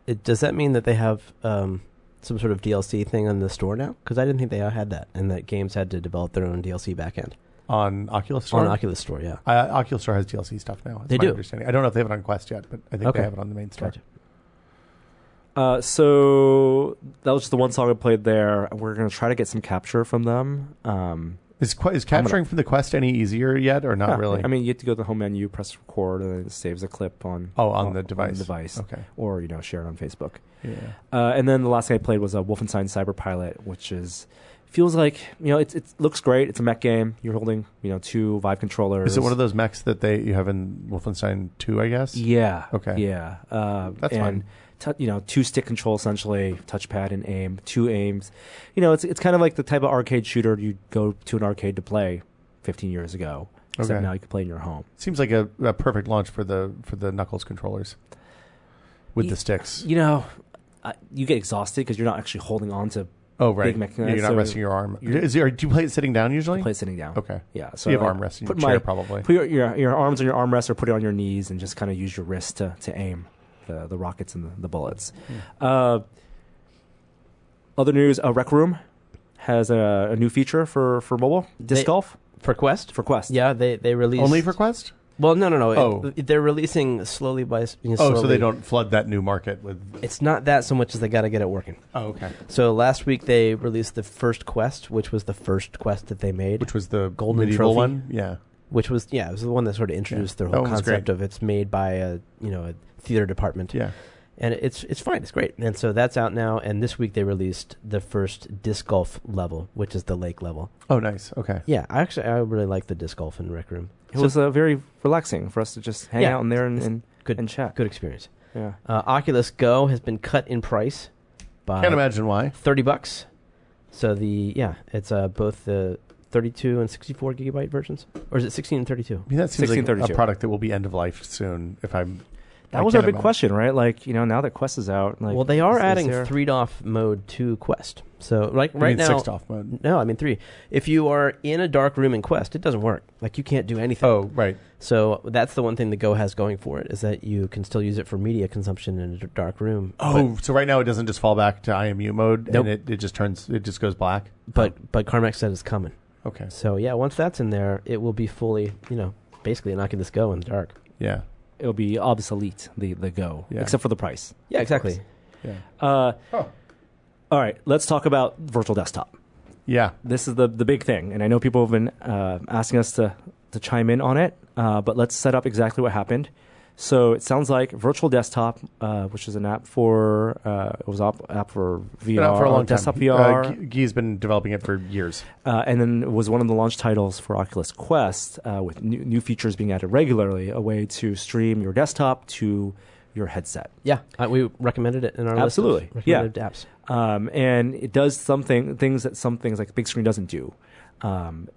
[SPEAKER 2] It, does that mean that they have um, some sort of DLC thing on the store now? Because I didn't think they had that, and that games had to develop their own DLC backend
[SPEAKER 5] On Oculus Store.
[SPEAKER 2] on Oculus Store. Yeah,
[SPEAKER 5] Uh, Oculus Store has DLC stuff now. is
[SPEAKER 2] They
[SPEAKER 5] my
[SPEAKER 2] do.
[SPEAKER 5] Understanding. I don't know if they have it on Quest yet, but I think
[SPEAKER 2] Okay.
[SPEAKER 5] they have it on the main store.
[SPEAKER 2] Gotcha.
[SPEAKER 1] Uh, so that was just the one song I played there. We're going to try to get some capture from them. Um,
[SPEAKER 5] Is, que- is capturing from the Quest any easier yet, or not
[SPEAKER 1] yeah,
[SPEAKER 5] really?
[SPEAKER 1] I mean, you have to go to the home menu, press record, and then it saves a clip on
[SPEAKER 5] oh, on the device. Oh.
[SPEAKER 1] device,
[SPEAKER 5] Okay.
[SPEAKER 1] or you know, share it on Facebook.
[SPEAKER 5] Yeah.
[SPEAKER 1] Uh, and then the last thing I played was a Wolfenstein Cyberpilot, which is feels like you know it, it looks great. It's a mech game. You're holding you know two Vive controllers.
[SPEAKER 5] Is it one of those mechs that they you have in Wolfenstein 2, I guess?
[SPEAKER 1] Yeah.
[SPEAKER 5] Okay.
[SPEAKER 1] Yeah. Uh,
[SPEAKER 5] That's
[SPEAKER 1] and tou- you know, two stick control essentially, touchpad and aim, two aims. You know, it's it's kind of like the type of arcade shooter you'd go to an arcade to play 15 years ago. Except
[SPEAKER 5] Okay.
[SPEAKER 1] now you can play in your home.
[SPEAKER 5] Seems like a, a perfect launch for the for the Knuckles controllers with
[SPEAKER 1] Ye-
[SPEAKER 5] the sticks.
[SPEAKER 1] You know, I, you get exhausted because you're not actually holding on to
[SPEAKER 5] oh, right.
[SPEAKER 1] Big Mac,
[SPEAKER 5] Yeah, you're
[SPEAKER 1] so
[SPEAKER 5] not resting your arm.
[SPEAKER 1] you're-
[SPEAKER 5] Is there, do you play it sitting down usually?
[SPEAKER 1] play sitting down.
[SPEAKER 5] Okay.
[SPEAKER 1] Yeah.
[SPEAKER 5] So
[SPEAKER 1] So
[SPEAKER 5] you have
[SPEAKER 1] like,
[SPEAKER 5] arm rests in your
[SPEAKER 1] put
[SPEAKER 5] chair,
[SPEAKER 1] my-
[SPEAKER 5] probably.
[SPEAKER 1] Put your, your your arms on your armrest or put it on your knees and just kind of use
[SPEAKER 5] Hmm.
[SPEAKER 1] your wrist to, to aim the, the rockets and the, the bullets. Uh, Other news: uh, Rec Room has a, a new feature for for mobile disc
[SPEAKER 2] They-
[SPEAKER 1] golf
[SPEAKER 2] for Quest.
[SPEAKER 1] for Quest.
[SPEAKER 2] yeah, they they released
[SPEAKER 5] Only for Quest?
[SPEAKER 2] Well, no, no, no.
[SPEAKER 5] Oh.
[SPEAKER 2] It, they're releasing slowly by. s- You know,
[SPEAKER 5] Oh, so
[SPEAKER 2] slowly.
[SPEAKER 5] they don't flood that new market with.
[SPEAKER 2] It's not that so much as they got to get it working.
[SPEAKER 5] Oh, okay.
[SPEAKER 2] So last week they released the first quest, which was the first quest that they made,
[SPEAKER 5] Which was the
[SPEAKER 2] Golden
[SPEAKER 5] medieval
[SPEAKER 2] trophy?
[SPEAKER 5] one? Yeah.
[SPEAKER 2] which was yeah, it was the one that sort of introduced
[SPEAKER 5] Yeah.
[SPEAKER 2] their
[SPEAKER 5] That
[SPEAKER 2] whole
[SPEAKER 5] one was
[SPEAKER 2] concept
[SPEAKER 5] great.
[SPEAKER 2] of it's made by a you know a theater department.
[SPEAKER 5] Yeah.
[SPEAKER 2] and it's it's fine, it's great. And so that's out now. And this week they released the first disc golf level, which is the lake level.
[SPEAKER 5] Oh, nice. Okay.
[SPEAKER 2] Yeah, I actually I really like the disc golf in rec room.
[SPEAKER 1] It was uh, very relaxing for us to just hang
[SPEAKER 2] Yeah.
[SPEAKER 1] out in there and, and,
[SPEAKER 2] Good-
[SPEAKER 1] and chat.
[SPEAKER 2] Good experience.
[SPEAKER 1] Yeah.
[SPEAKER 2] Uh, Oculus Go has been cut in price
[SPEAKER 1] Uh,
[SPEAKER 2] by
[SPEAKER 5] Can't imagine why.
[SPEAKER 2] 30 bucks. So the yeah, it's uh, both the 32 and 64 gigabyte versions, or is it 16 and 32?
[SPEAKER 5] I mean, that seems like a
[SPEAKER 1] 1632.
[SPEAKER 5] product that will be end of life soon. If I'm
[SPEAKER 1] That
[SPEAKER 5] I
[SPEAKER 1] was our
[SPEAKER 5] can't
[SPEAKER 1] big
[SPEAKER 5] imagine.
[SPEAKER 1] question, right? Like, you know, now that Quest is out, like,
[SPEAKER 2] well, they are
[SPEAKER 1] is- is
[SPEAKER 2] adding
[SPEAKER 1] there-
[SPEAKER 2] three off mode to Quest. So like
[SPEAKER 5] You mean
[SPEAKER 2] right now,
[SPEAKER 5] six off mode.
[SPEAKER 2] no, I mean three. If you are in a dark room in Quest, it doesn't work. Like you can't do anything.
[SPEAKER 5] Oh, right.
[SPEAKER 2] So that's the one thing the Go has going for it is that you can still use it for media consumption in a d- dark room.
[SPEAKER 5] Oh, so right now it doesn't just fall back to IMU mode,
[SPEAKER 2] Nope.
[SPEAKER 5] and it, it just turns it just goes black.
[SPEAKER 2] but but, but Carmack said it's coming.
[SPEAKER 5] Okay.
[SPEAKER 2] So yeah, once that's in there, it will be fully you know basically knocking this Go in the dark.
[SPEAKER 5] Yeah.
[SPEAKER 1] it'll be obsolete the the go
[SPEAKER 5] Yeah.
[SPEAKER 1] except for the price
[SPEAKER 2] Yeah, exactly.
[SPEAKER 5] Yeah.
[SPEAKER 1] uh,
[SPEAKER 5] Huh.
[SPEAKER 1] all right let's talk about virtual desktop
[SPEAKER 5] Yeah.
[SPEAKER 1] this is the the big thing and i know people have been uh, asking us to to chime in on it uh, but let's set up exactly what happened so it sounds like virtual desktop uh, which is an app for uh, it was op- app for vr
[SPEAKER 5] Been out for a long time.
[SPEAKER 1] desktop vr
[SPEAKER 5] Uh, G- has been developing it for years.
[SPEAKER 1] uh, and then it was one of the launch titles for Oculus Quest, uh, with new, new features being added regularly, a way to stream your desktop to your headset.
[SPEAKER 2] Yeah, uh, we recommended it in our
[SPEAKER 1] Absolutely.
[SPEAKER 2] list of
[SPEAKER 1] Yeah.
[SPEAKER 2] recommended apps.
[SPEAKER 1] um, and it does something things that some things like big screen doesn't do, um,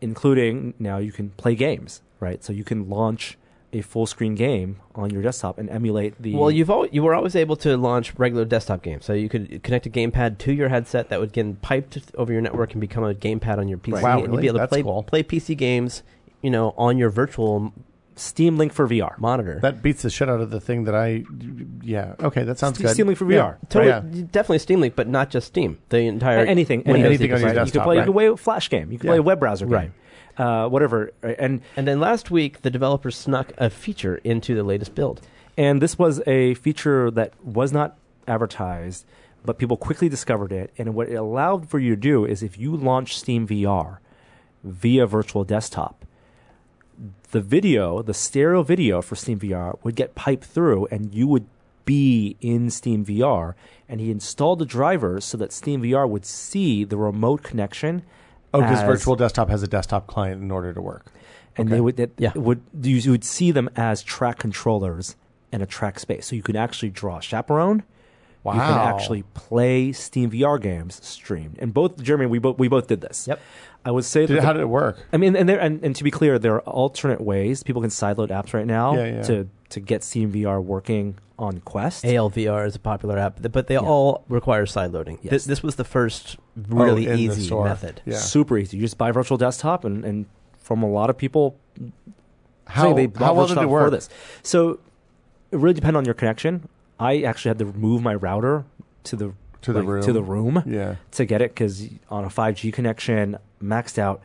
[SPEAKER 1] including now you can play games, right? So you can launch a full screen game on your desktop and emulate the.
[SPEAKER 2] Well, you've always, you were always able to launch regular desktop games, so you could connect a gamepad to your headset that would get piped over your network and become a gamepad on your PC,
[SPEAKER 5] Wow,
[SPEAKER 2] and you'd
[SPEAKER 5] really?
[SPEAKER 2] be able to
[SPEAKER 5] That's
[SPEAKER 2] play
[SPEAKER 5] cool.
[SPEAKER 2] play PC games, you know, on your virtual m-
[SPEAKER 1] Steam Link for VR.
[SPEAKER 2] monitor.
[SPEAKER 5] That beats the shit out of the thing that I. Yeah. Okay, that sounds
[SPEAKER 1] Ste-
[SPEAKER 5] good.
[SPEAKER 1] Steam Link for
[SPEAKER 5] Yeah.
[SPEAKER 1] VR.
[SPEAKER 2] totally,
[SPEAKER 5] Yeah.
[SPEAKER 2] definitely Steam Link, but not just Steam. The entire
[SPEAKER 1] A- anything,
[SPEAKER 2] Windows
[SPEAKER 5] anything on your
[SPEAKER 2] ecosystem.
[SPEAKER 1] You can
[SPEAKER 5] desktop,
[SPEAKER 1] play, you can
[SPEAKER 5] right.
[SPEAKER 1] play a flash game. You can play
[SPEAKER 5] Yeah.
[SPEAKER 1] a web browser game,
[SPEAKER 2] Right.
[SPEAKER 1] uh, whatever. right? And
[SPEAKER 2] And then last week, the developers snuck a feature into the latest build.
[SPEAKER 1] And this was a feature that was not advertised, but people quickly discovered it. And what it allowed for you to do is if you launch Steam VR via virtual desktop, the video, the stereo video for Steam VR would get piped through and you would be in Steam VR. And he installed the drivers so that Steam VR would see the remote connection.
[SPEAKER 5] Oh, because
[SPEAKER 1] as-
[SPEAKER 5] Virtual Desktop has a desktop client in order to work.
[SPEAKER 1] and they would that
[SPEAKER 2] Yeah.
[SPEAKER 1] would you you would see them as track controllers and a track space. So you can actually draw a chaperone. You can
[SPEAKER 5] Wow.
[SPEAKER 1] actually play Steam VR games streamed. And both Jeremy, we both we both did this.
[SPEAKER 2] Yep.
[SPEAKER 1] I would say that
[SPEAKER 5] Did,
[SPEAKER 1] the-
[SPEAKER 5] how did it work?
[SPEAKER 1] I mean, and there and, and to be clear, there are alternate ways people can sideload apps right now
[SPEAKER 5] Yeah, yeah.
[SPEAKER 1] to to get Steam VR working on Quest.
[SPEAKER 2] ALVR is a popular app, th- but they all require side loading. Thi-
[SPEAKER 1] Yes.
[SPEAKER 2] This, was the first really
[SPEAKER 5] Oh, in the
[SPEAKER 2] easy
[SPEAKER 5] store.
[SPEAKER 2] method.
[SPEAKER 5] Yeah.
[SPEAKER 1] Super easy. You just buy virtual desktop, and, and from a lot of people,
[SPEAKER 5] How,
[SPEAKER 1] they bought
[SPEAKER 5] how
[SPEAKER 1] virtual
[SPEAKER 5] well did it
[SPEAKER 1] desktop
[SPEAKER 5] work?
[SPEAKER 1] for this. So it really depended on your connection. I actually had to move my router to the
[SPEAKER 5] To the
[SPEAKER 1] like,
[SPEAKER 5] room.
[SPEAKER 1] to the room
[SPEAKER 5] Yeah.
[SPEAKER 1] to get it because on a 5G connection, maxed out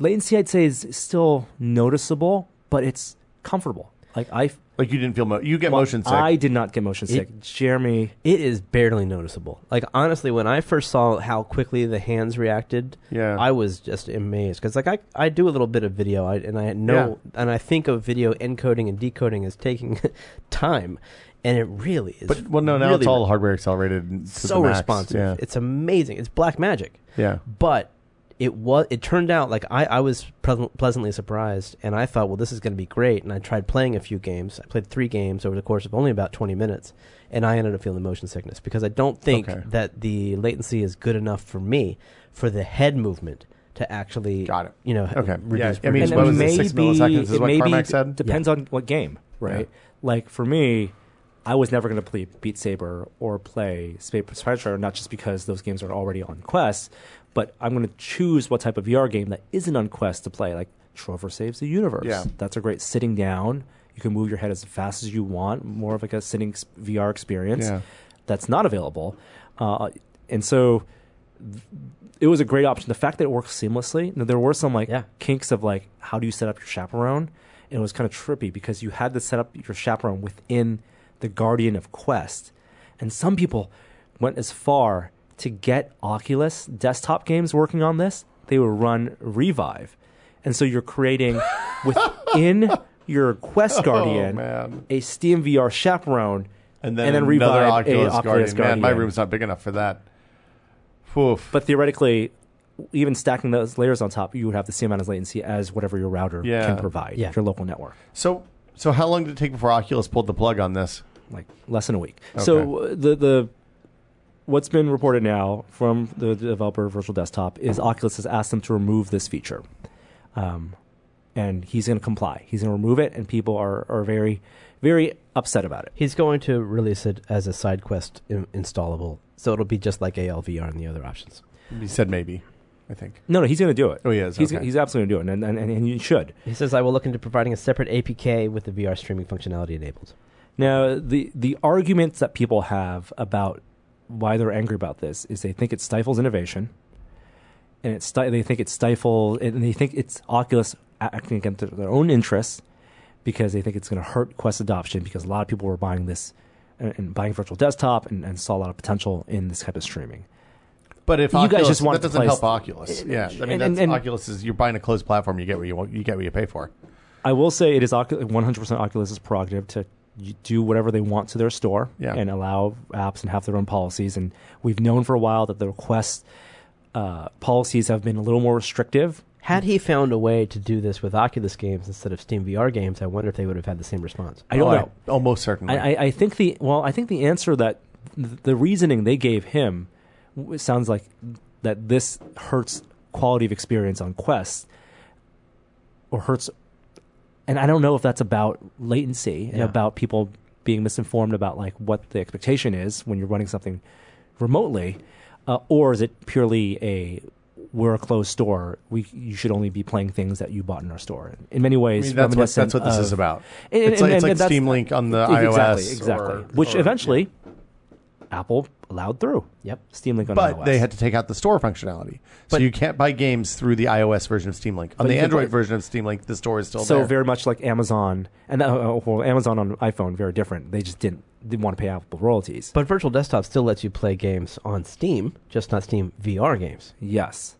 [SPEAKER 1] latency. I'd say is still noticeable, but it's comfortable. Like I,
[SPEAKER 5] Like you didn't feel mo- you get motion sick.
[SPEAKER 1] I did not get motion sick. Jeremy,
[SPEAKER 2] It is barely noticeable. Like honestly, when I first saw how quickly the hands reacted,
[SPEAKER 5] Yeah.
[SPEAKER 2] I was just amazed because like I, I do a little bit of video, I, and I know, and I think of video encoding and decoding as taking time, and it really is.
[SPEAKER 5] but well, no, now
[SPEAKER 2] really
[SPEAKER 5] it's all hardware accelerated. and to the
[SPEAKER 2] so
[SPEAKER 5] max.
[SPEAKER 2] responsive.
[SPEAKER 5] Yeah.
[SPEAKER 2] It's amazing. It's black magic.
[SPEAKER 5] yeah.
[SPEAKER 2] but it was it turned out like I, I was pleas- pleasantly surprised and I thought well this is going to be great and I tried playing a few games I played 3 games over the course of only about 20 minutes and I ended up feeling motion sickness because I don't think
[SPEAKER 5] Okay.
[SPEAKER 2] that the latency is good enough for me for the head movement to actually
[SPEAKER 5] Got it.
[SPEAKER 2] you know
[SPEAKER 5] Okay.
[SPEAKER 2] reduce,
[SPEAKER 5] Yeah, I mean,
[SPEAKER 2] reduce
[SPEAKER 5] what was
[SPEAKER 2] movement.
[SPEAKER 5] it, six milliseconds is what Carmack said?
[SPEAKER 1] Depends on what game, right? Like for me, I was never going to play Beat Saber or play Spa- Spider Tracker, not just because those games are already on Quest, but I'm going to choose what type of VR game that isn't on Quest to play. Like Trover Saves the Universe.
[SPEAKER 5] Yeah.
[SPEAKER 1] That's a great sitting down. You can move your head as fast as you want, more of like a sitting s- VR experience.
[SPEAKER 5] Yeah.
[SPEAKER 1] That's not available. Uh, And so th- it was a great option. The fact that it works seamlessly, now, there were some like
[SPEAKER 2] Yeah.
[SPEAKER 1] kinks of like how do you set up your chaperone? And it was kind of trippy because you had to set up your chaperone within the Guardian of Quest. And some people went as far to get Oculus desktop games working on this, they would run Revive. And so you're creating within your Quest Guardian
[SPEAKER 5] Oh, man.
[SPEAKER 1] a Steam VR chaperone
[SPEAKER 5] And then,
[SPEAKER 1] and then
[SPEAKER 5] another
[SPEAKER 1] revive a
[SPEAKER 5] Oculus,
[SPEAKER 1] Oculus
[SPEAKER 5] Guardian. Man, my
[SPEAKER 1] Guardian.
[SPEAKER 5] room's not big enough for that. Oof.
[SPEAKER 1] But theoretically, even stacking those layers on top, you would have the same amount of latency as whatever your router
[SPEAKER 5] Yeah.
[SPEAKER 1] can provide,
[SPEAKER 2] Yeah.
[SPEAKER 1] your local network,
[SPEAKER 5] So, so how long did it take before Oculus pulled the plug on this?
[SPEAKER 1] like less than a week. So uh, the the what's been reported now from the developer of Virtual Desktop is Oculus has asked them to remove this feature, um, and he's going to comply. He's going to remove it, and people are are very very upset about it.
[SPEAKER 2] He's going to release it as a side quest in- installable, so it'll be just like ALVR and the other options.
[SPEAKER 5] He said maybe. I think.
[SPEAKER 1] No, no, he's going to do it.
[SPEAKER 5] Oh, he is,
[SPEAKER 1] He's
[SPEAKER 5] okay.
[SPEAKER 1] he's absolutely going to do it, and and, and you should.
[SPEAKER 2] He says, "I will look into providing a separate APK with the VR streaming functionality enabled."
[SPEAKER 1] Now, the the arguments that people have about why they're angry about this is they think it stifles innovation, and it sti- they think it stifles, and they think it's Oculus acting against their- their own interests because they think it's going to hurt Quest adoption because a lot of people were buying this and, and buying virtual desktop and, and saw a lot of potential in this type of streaming.
[SPEAKER 5] But if
[SPEAKER 1] You guys
[SPEAKER 5] Oculus,
[SPEAKER 1] just want
[SPEAKER 5] that
[SPEAKER 1] to
[SPEAKER 5] doesn't help
[SPEAKER 1] place-
[SPEAKER 5] Oculus. Yeah, I mean
[SPEAKER 1] and-
[SPEAKER 5] that's
[SPEAKER 1] and- and-
[SPEAKER 5] Oculus is you're buying a closed platform. You get what you want. You get what you pay for.
[SPEAKER 1] I will say it is Ocu- 100% Oculus' prerogative to y- do whatever they want to their store
[SPEAKER 5] Yeah.
[SPEAKER 1] and allow apps and have their own policies. And we've known for a while that the request uh, policies have been a little more restrictive.
[SPEAKER 2] Had he found a way to do this with Oculus games instead of Steam VR games, I wonder if they would have had the same response.
[SPEAKER 1] I don't
[SPEAKER 5] Oh,
[SPEAKER 1] know.
[SPEAKER 5] almost certainly.
[SPEAKER 1] I, I, I think the well, I think the answer that th- the reasoning they gave him w- sounds like that this hurts quality of experience on Quest or hurts, and I don't know if that's about latency and
[SPEAKER 2] Yeah.
[SPEAKER 1] about people being misinformed about like what the expectation is when you're running something remotely, uh, or is it purely a we're a closed store. We you should only be playing things that you bought in our store. In many
[SPEAKER 5] I
[SPEAKER 1] ways,
[SPEAKER 5] mean, that's what that's
[SPEAKER 1] reminiscent
[SPEAKER 5] what this
[SPEAKER 1] of-
[SPEAKER 5] is about.
[SPEAKER 1] And-
[SPEAKER 5] it's like,
[SPEAKER 1] and-
[SPEAKER 5] it's
[SPEAKER 1] and
[SPEAKER 5] like
[SPEAKER 1] that's-
[SPEAKER 5] Steam Link on the
[SPEAKER 1] exactly,
[SPEAKER 5] iOS,
[SPEAKER 1] exactly.
[SPEAKER 5] or-
[SPEAKER 1] Which
[SPEAKER 5] or-
[SPEAKER 1] eventually, Apple allowed through.
[SPEAKER 2] Yep.
[SPEAKER 1] Steam Link on
[SPEAKER 5] But
[SPEAKER 1] iOS.
[SPEAKER 5] they had to take out the store functionality, so you can't buy games through the iOS version of Steam Link. On
[SPEAKER 1] But
[SPEAKER 5] the
[SPEAKER 1] you can
[SPEAKER 5] Android
[SPEAKER 1] buy-
[SPEAKER 5] version of Steam Link, the store is still
[SPEAKER 1] so
[SPEAKER 5] there.
[SPEAKER 1] very much like Amazon and uh, well, Amazon on iPhone, very different. They just didn't didn't want to pay Apple royalties.
[SPEAKER 2] But Virtual Desktop still lets you play games on Steam, just not Steam VR games.
[SPEAKER 1] yes,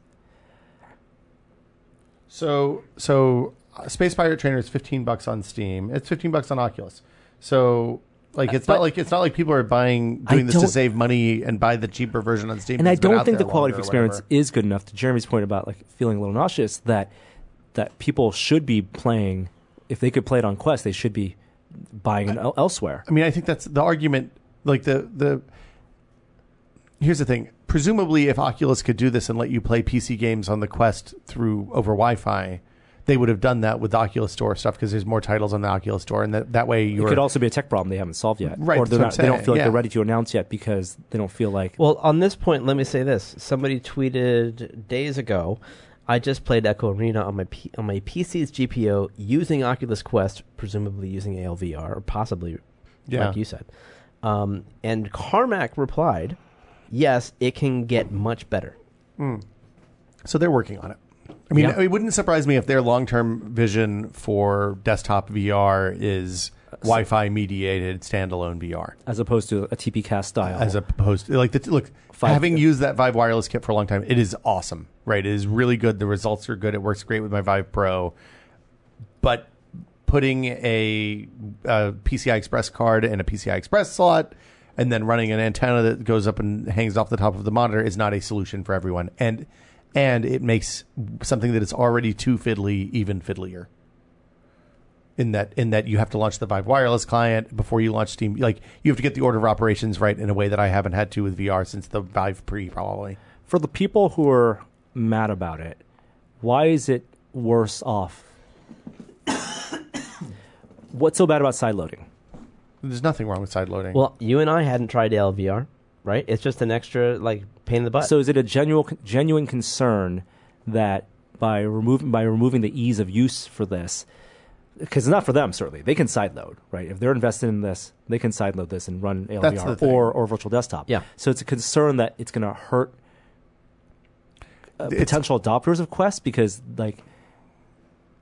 [SPEAKER 5] So so uh, Space Pirate Trainer is fifteen bucks on Steam. It's fifteen bucks on Oculus. So like it's not
[SPEAKER 1] Uh, but-
[SPEAKER 5] like it's not like people are buying doing
[SPEAKER 1] I
[SPEAKER 5] this to
[SPEAKER 1] don't-
[SPEAKER 5] save money and buy the cheaper version on Steam.
[SPEAKER 1] and I
[SPEAKER 5] that's been
[SPEAKER 1] don't
[SPEAKER 5] out
[SPEAKER 1] think the
[SPEAKER 5] there
[SPEAKER 1] quality of
[SPEAKER 5] longer or
[SPEAKER 1] experience
[SPEAKER 5] whatever.
[SPEAKER 1] is good enough. To Jeremy's point about like feeling a little nauseous, that that people should be playing. If they could play it on Quest, they should be buying it el- elsewhere.
[SPEAKER 5] I mean, I think that's the argument. Like the the here's the thing. Presumably, if Oculus could do this and let you play PC games on the Quest through over Wi-Fi, they would have done that with the Oculus Store stuff because there's more titles on the Oculus Store, and that that way
[SPEAKER 1] It
[SPEAKER 5] you're
[SPEAKER 1] could also be a tech problem they haven't solved yet,
[SPEAKER 5] Right,
[SPEAKER 1] Or
[SPEAKER 5] that's
[SPEAKER 1] they're
[SPEAKER 5] what
[SPEAKER 1] not,
[SPEAKER 5] I'm
[SPEAKER 1] they don't
[SPEAKER 5] saying,
[SPEAKER 1] feel like
[SPEAKER 5] yeah.
[SPEAKER 1] they're ready to announce yet because they don't feel like
[SPEAKER 2] Well, on this point, let me say this: somebody tweeted days ago, "I just played Echo Arena on my P- on my PC's GPO using Oculus Quest, presumably using ALVR or possibly,
[SPEAKER 5] Yeah.
[SPEAKER 2] like you said." Um, and Carmack replied, "Yes, it can get much better."
[SPEAKER 5] So they're working on it. I mean,
[SPEAKER 2] Yeah.
[SPEAKER 5] it wouldn't surprise me if their long term vision for desktop VR is Wi Fi mediated standalone VR.
[SPEAKER 1] as opposed to a TP cast style.
[SPEAKER 5] As opposed, like the, look,
[SPEAKER 1] Five-
[SPEAKER 5] having used that Vive wireless kit for a long time, it is awesome, right? It is really good. The results are good. It works great with my Vive Pro, but putting a, a PCI Express card in a PCI Express slot and then running an antenna that goes up and hangs off the top of the monitor is not a solution for everyone, and and it makes something that is already too fiddly even fiddlier in that in that you have to launch the Vive wireless client before you launch Steam. Like you have to get the order of operations right in a way that I haven't had to with VR since the Vive Pre, probably.
[SPEAKER 1] for the people who are mad about it, why is it worse off? What's so bad about sideloading?
[SPEAKER 5] There's nothing wrong with sideloading.
[SPEAKER 2] Well, you and I hadn't tried ALVR, right? It's just an extra like pain in the butt.
[SPEAKER 1] So is it a genuine genuine concern that by removing by removing the ease of use for this, because it's not for them certainly. They can sideload, right? If they're invested in this, they can sideload this and run
[SPEAKER 5] That's the
[SPEAKER 1] ALDR
[SPEAKER 5] thing.
[SPEAKER 1] or or virtual desktop.
[SPEAKER 2] Yeah.
[SPEAKER 1] So it's a concern that it's going to hurt uh,
[SPEAKER 5] It's-
[SPEAKER 1] potential adopters of Quest because like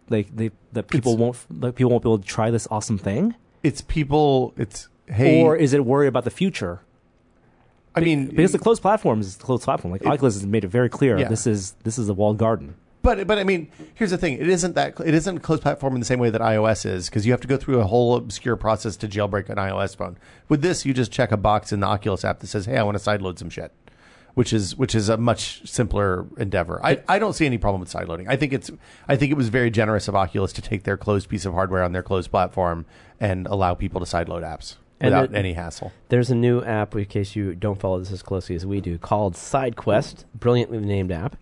[SPEAKER 1] like they that people won't like people won't be able to try this awesome thing,
[SPEAKER 5] It's people. It's hey.
[SPEAKER 1] or is it worry about the future?
[SPEAKER 5] I mean,
[SPEAKER 1] Because the closed platform is the closed platform. Like Oculus has made it very clear
[SPEAKER 5] Yeah.
[SPEAKER 1] this is this is a walled garden.
[SPEAKER 5] But but I mean, here's the thing: it isn't that it isn't closed platform in the same way that iOS is because you have to go through a whole obscure process to jailbreak an iOS phone. With this, you just check a box in the Oculus app that says, "Hey, I want to sideload some shit," which is which is a much simpler endeavor. I, I don't see any problem with sideloading. I think it's I think it was very generous of Oculus to take their closed piece of hardware on their closed platform and allow people to sideload apps
[SPEAKER 2] And
[SPEAKER 5] without
[SPEAKER 2] it-
[SPEAKER 5] any hassle.
[SPEAKER 2] There's a new app, in case you don't follow this as closely as we do, called SideQuest, brilliantly named app,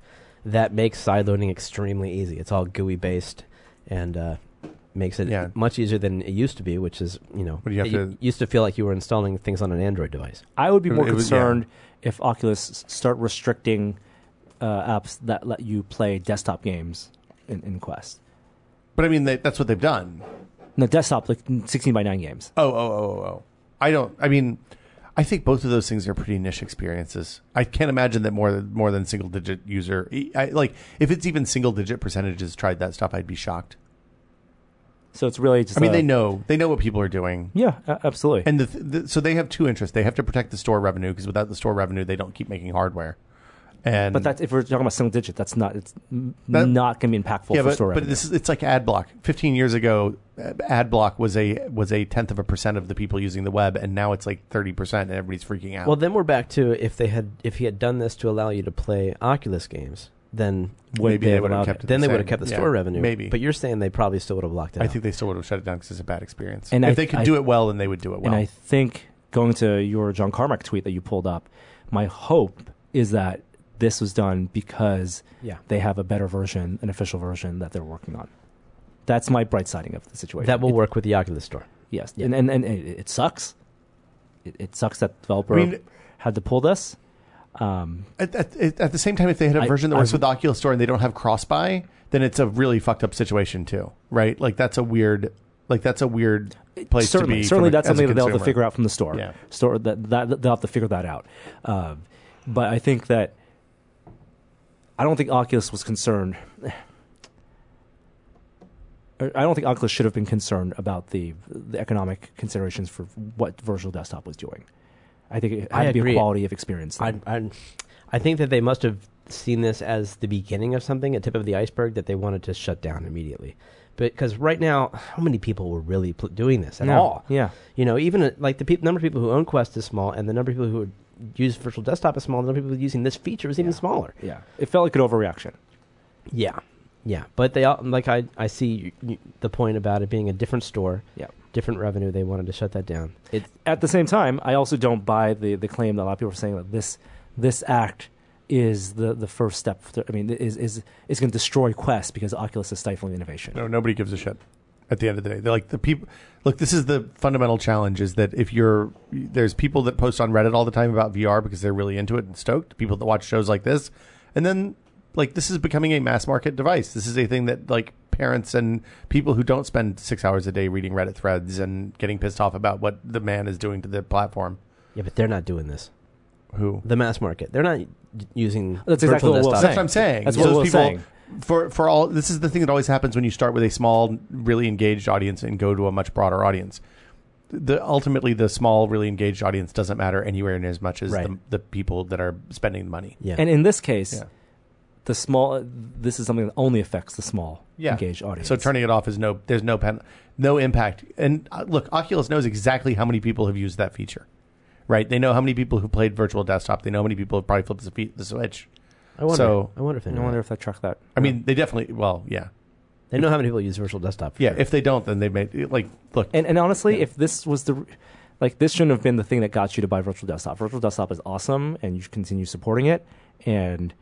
[SPEAKER 2] that makes sideloading extremely easy. It's all GUI based and uh, makes it
[SPEAKER 5] Yeah.
[SPEAKER 2] much easier than it used to be, which is, you know,
[SPEAKER 5] What do you have
[SPEAKER 2] it
[SPEAKER 5] to-
[SPEAKER 2] used to feel like you were installing things on an Android device.
[SPEAKER 1] I would be more
[SPEAKER 5] It was- yeah.
[SPEAKER 1] concerned if Oculus s- start restricting uh, apps that let you play desktop games in, in Quest.
[SPEAKER 5] But I mean, they, that's what they've done.
[SPEAKER 1] No, desktop like sixteen by nine games.
[SPEAKER 5] Oh, oh, oh, oh, oh. I don't. I mean, I think both of those things are pretty niche experiences. I can't imagine that more than more than single digit user. e, I, like if it's even single digit percentages tried that stuff, I'd be shocked.
[SPEAKER 1] So it's really just.
[SPEAKER 5] I mean,
[SPEAKER 1] a-
[SPEAKER 5] they know they know what people are doing,
[SPEAKER 1] Yeah, a- absolutely.
[SPEAKER 5] and the, th- the, so they have two interests. They have to protect the store revenue because without the store revenue, they don't keep making hardware. And
[SPEAKER 1] but that's if we're talking about single digit, that's not it's n-
[SPEAKER 5] That-
[SPEAKER 1] not going to be impactful
[SPEAKER 5] yeah,
[SPEAKER 1] for
[SPEAKER 5] but,
[SPEAKER 1] store
[SPEAKER 5] but
[SPEAKER 1] revenue.
[SPEAKER 5] this is it's like AdBlock. Fifteen years ago, AdBlock was a was a tenth of a percent of the people using the web, and now it's like thirty percent, and everybody's freaking out.
[SPEAKER 2] Well, then we're back to if they had if he had done this to allow you to play Oculus games, then would
[SPEAKER 5] Maybe they
[SPEAKER 2] have
[SPEAKER 5] would have
[SPEAKER 2] allowed
[SPEAKER 5] kept it
[SPEAKER 2] then
[SPEAKER 5] the
[SPEAKER 2] they would
[SPEAKER 5] same.
[SPEAKER 2] have kept the
[SPEAKER 5] Yeah,
[SPEAKER 2] store revenue.
[SPEAKER 5] maybe.
[SPEAKER 2] but you're saying they probably still would have locked it.
[SPEAKER 5] I
[SPEAKER 2] out.
[SPEAKER 5] think they still would have shut it down because it's a bad experience.
[SPEAKER 1] And
[SPEAKER 5] if
[SPEAKER 1] I-
[SPEAKER 5] they could
[SPEAKER 1] I-
[SPEAKER 5] do it well, then they would do it well.
[SPEAKER 1] and I think going to your John Carmack tweet that you pulled up, my hope is that this was done because
[SPEAKER 2] yeah.
[SPEAKER 1] they have a better version, an official version that they're working on. That's my bright siding of the situation.
[SPEAKER 2] That will
[SPEAKER 1] It-
[SPEAKER 2] work with the Oculus Store.
[SPEAKER 1] Yes, and and, and it, it sucks. It, it sucks that developer
[SPEAKER 5] I mean-
[SPEAKER 1] had to pull this. Um,
[SPEAKER 5] at, at, at- at the same time, if they had a
[SPEAKER 1] I-
[SPEAKER 5] version that works
[SPEAKER 1] I-
[SPEAKER 5] with the Oculus Store and they don't have cross buy, then it's a really fucked up situation too, right? Like that's a weird, like that's a weird place
[SPEAKER 1] certainly,
[SPEAKER 5] to be.
[SPEAKER 1] certainly
[SPEAKER 5] from a-
[SPEAKER 1] that's
[SPEAKER 5] as a
[SPEAKER 1] something that they'll have to
[SPEAKER 5] consumer.
[SPEAKER 1] figure out from the store.
[SPEAKER 5] Yeah.
[SPEAKER 1] Store that, that they'll have to figure that out. Um, but I think that I don't think Oculus was concerned. I don't think Oculus should have been concerned about the the economic considerations for what virtual desktop was doing. I think it had
[SPEAKER 2] I
[SPEAKER 1] to be
[SPEAKER 2] agree.
[SPEAKER 1] a quality of experience.
[SPEAKER 2] I,
[SPEAKER 1] thing.
[SPEAKER 2] I, I think that they must have seen this as the beginning of something, a tip of the iceberg that they wanted to shut down immediately. Because right now, how many people were really pl- doing this at
[SPEAKER 1] No.
[SPEAKER 2] all?
[SPEAKER 1] Yeah.
[SPEAKER 2] You know, even uh, like the peop number of people who own Quest is small, and the number of people who use virtual desktop is small. The number of people using this feature is even smaller.
[SPEAKER 1] yeah, it felt like an overreaction.
[SPEAKER 2] Yeah, yeah. But they all like I I see y- y- the point about it being a different store,
[SPEAKER 1] Yeah.
[SPEAKER 2] different revenue. They wanted to shut that down. It
[SPEAKER 1] at the same time, I also don't buy the, the claim that a lot of people are saying that this this act is the, the first step. To, I mean, is is is going to destroy Quest because Oculus is stifling innovation.
[SPEAKER 5] No, nobody gives a shit. At the end of the day, they're like the people. Look, this is the fundamental challenge: is that if you're there's people that post on Reddit all the time about VR because they're really into it and stoked. People that watch shows like this, and then like this is becoming a mass market device. This is a thing that like parents and people who don't spend six hours a day reading Reddit threads and getting pissed off about what the man is doing to the platform.
[SPEAKER 2] yeah, but they're not doing this.
[SPEAKER 5] Who
[SPEAKER 2] The mass market. They're not y- using
[SPEAKER 1] That's
[SPEAKER 2] virtual
[SPEAKER 1] exactly what Will's
[SPEAKER 2] desktop.
[SPEAKER 1] saying. That's
[SPEAKER 5] that's what I'm saying.
[SPEAKER 1] what
[SPEAKER 5] Those
[SPEAKER 1] we're
[SPEAKER 5] people-
[SPEAKER 1] saying.
[SPEAKER 5] For for all this is the thing that always happens when you start with a small, really engaged audience and go to a much broader audience. The ultimately the small, really engaged audience doesn't matter anywhere near as much as
[SPEAKER 2] Right.
[SPEAKER 5] the, the people that are spending the money.
[SPEAKER 2] Yeah.
[SPEAKER 1] And in this case,
[SPEAKER 5] Yeah.
[SPEAKER 1] the small this is something that only affects the small
[SPEAKER 5] Yeah.
[SPEAKER 1] engaged audience.
[SPEAKER 5] So turning it off is no. There's no pen, no impact. And uh, look, Oculus knows exactly how many people have used that feature, right? They know how many people who played virtual desktop. They know how many people have probably flipped the, fe- the switch.
[SPEAKER 2] I wonder.
[SPEAKER 5] so-
[SPEAKER 2] I wonder if they
[SPEAKER 1] I
[SPEAKER 2] know.
[SPEAKER 1] wonder
[SPEAKER 2] that.
[SPEAKER 1] if I track that.
[SPEAKER 5] I mean, they definitely. Well, yeah,
[SPEAKER 2] They know how many people use virtual desktop. for
[SPEAKER 5] yeah.
[SPEAKER 2] sure.
[SPEAKER 5] If they don't, then they made like look.
[SPEAKER 1] And and honestly, if this was the like this shouldn't have been the thing that got you to buy virtual desktop. Virtual desktop is awesome, and you should continue supporting it. And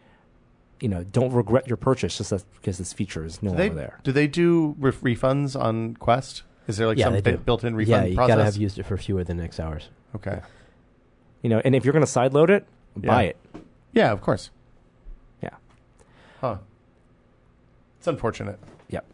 [SPEAKER 1] you know, don't regret your purchase just that, because this feature is no
[SPEAKER 5] Do
[SPEAKER 1] longer
[SPEAKER 5] they,
[SPEAKER 1] there.
[SPEAKER 5] do they do ref- refunds on Quest? Is there like
[SPEAKER 2] Yeah,
[SPEAKER 5] some
[SPEAKER 2] they
[SPEAKER 5] bi-
[SPEAKER 2] do.
[SPEAKER 5] built-in
[SPEAKER 2] yeah,
[SPEAKER 5] refund
[SPEAKER 2] you
[SPEAKER 5] process?
[SPEAKER 2] gotta have used it for fewer than X hours.
[SPEAKER 5] okay.
[SPEAKER 1] You know, and if you're going to sideload it, buy
[SPEAKER 5] Yeah.
[SPEAKER 1] it.
[SPEAKER 5] Yeah, of course.
[SPEAKER 1] Yeah.
[SPEAKER 5] Huh. It's unfortunate.
[SPEAKER 1] Yep.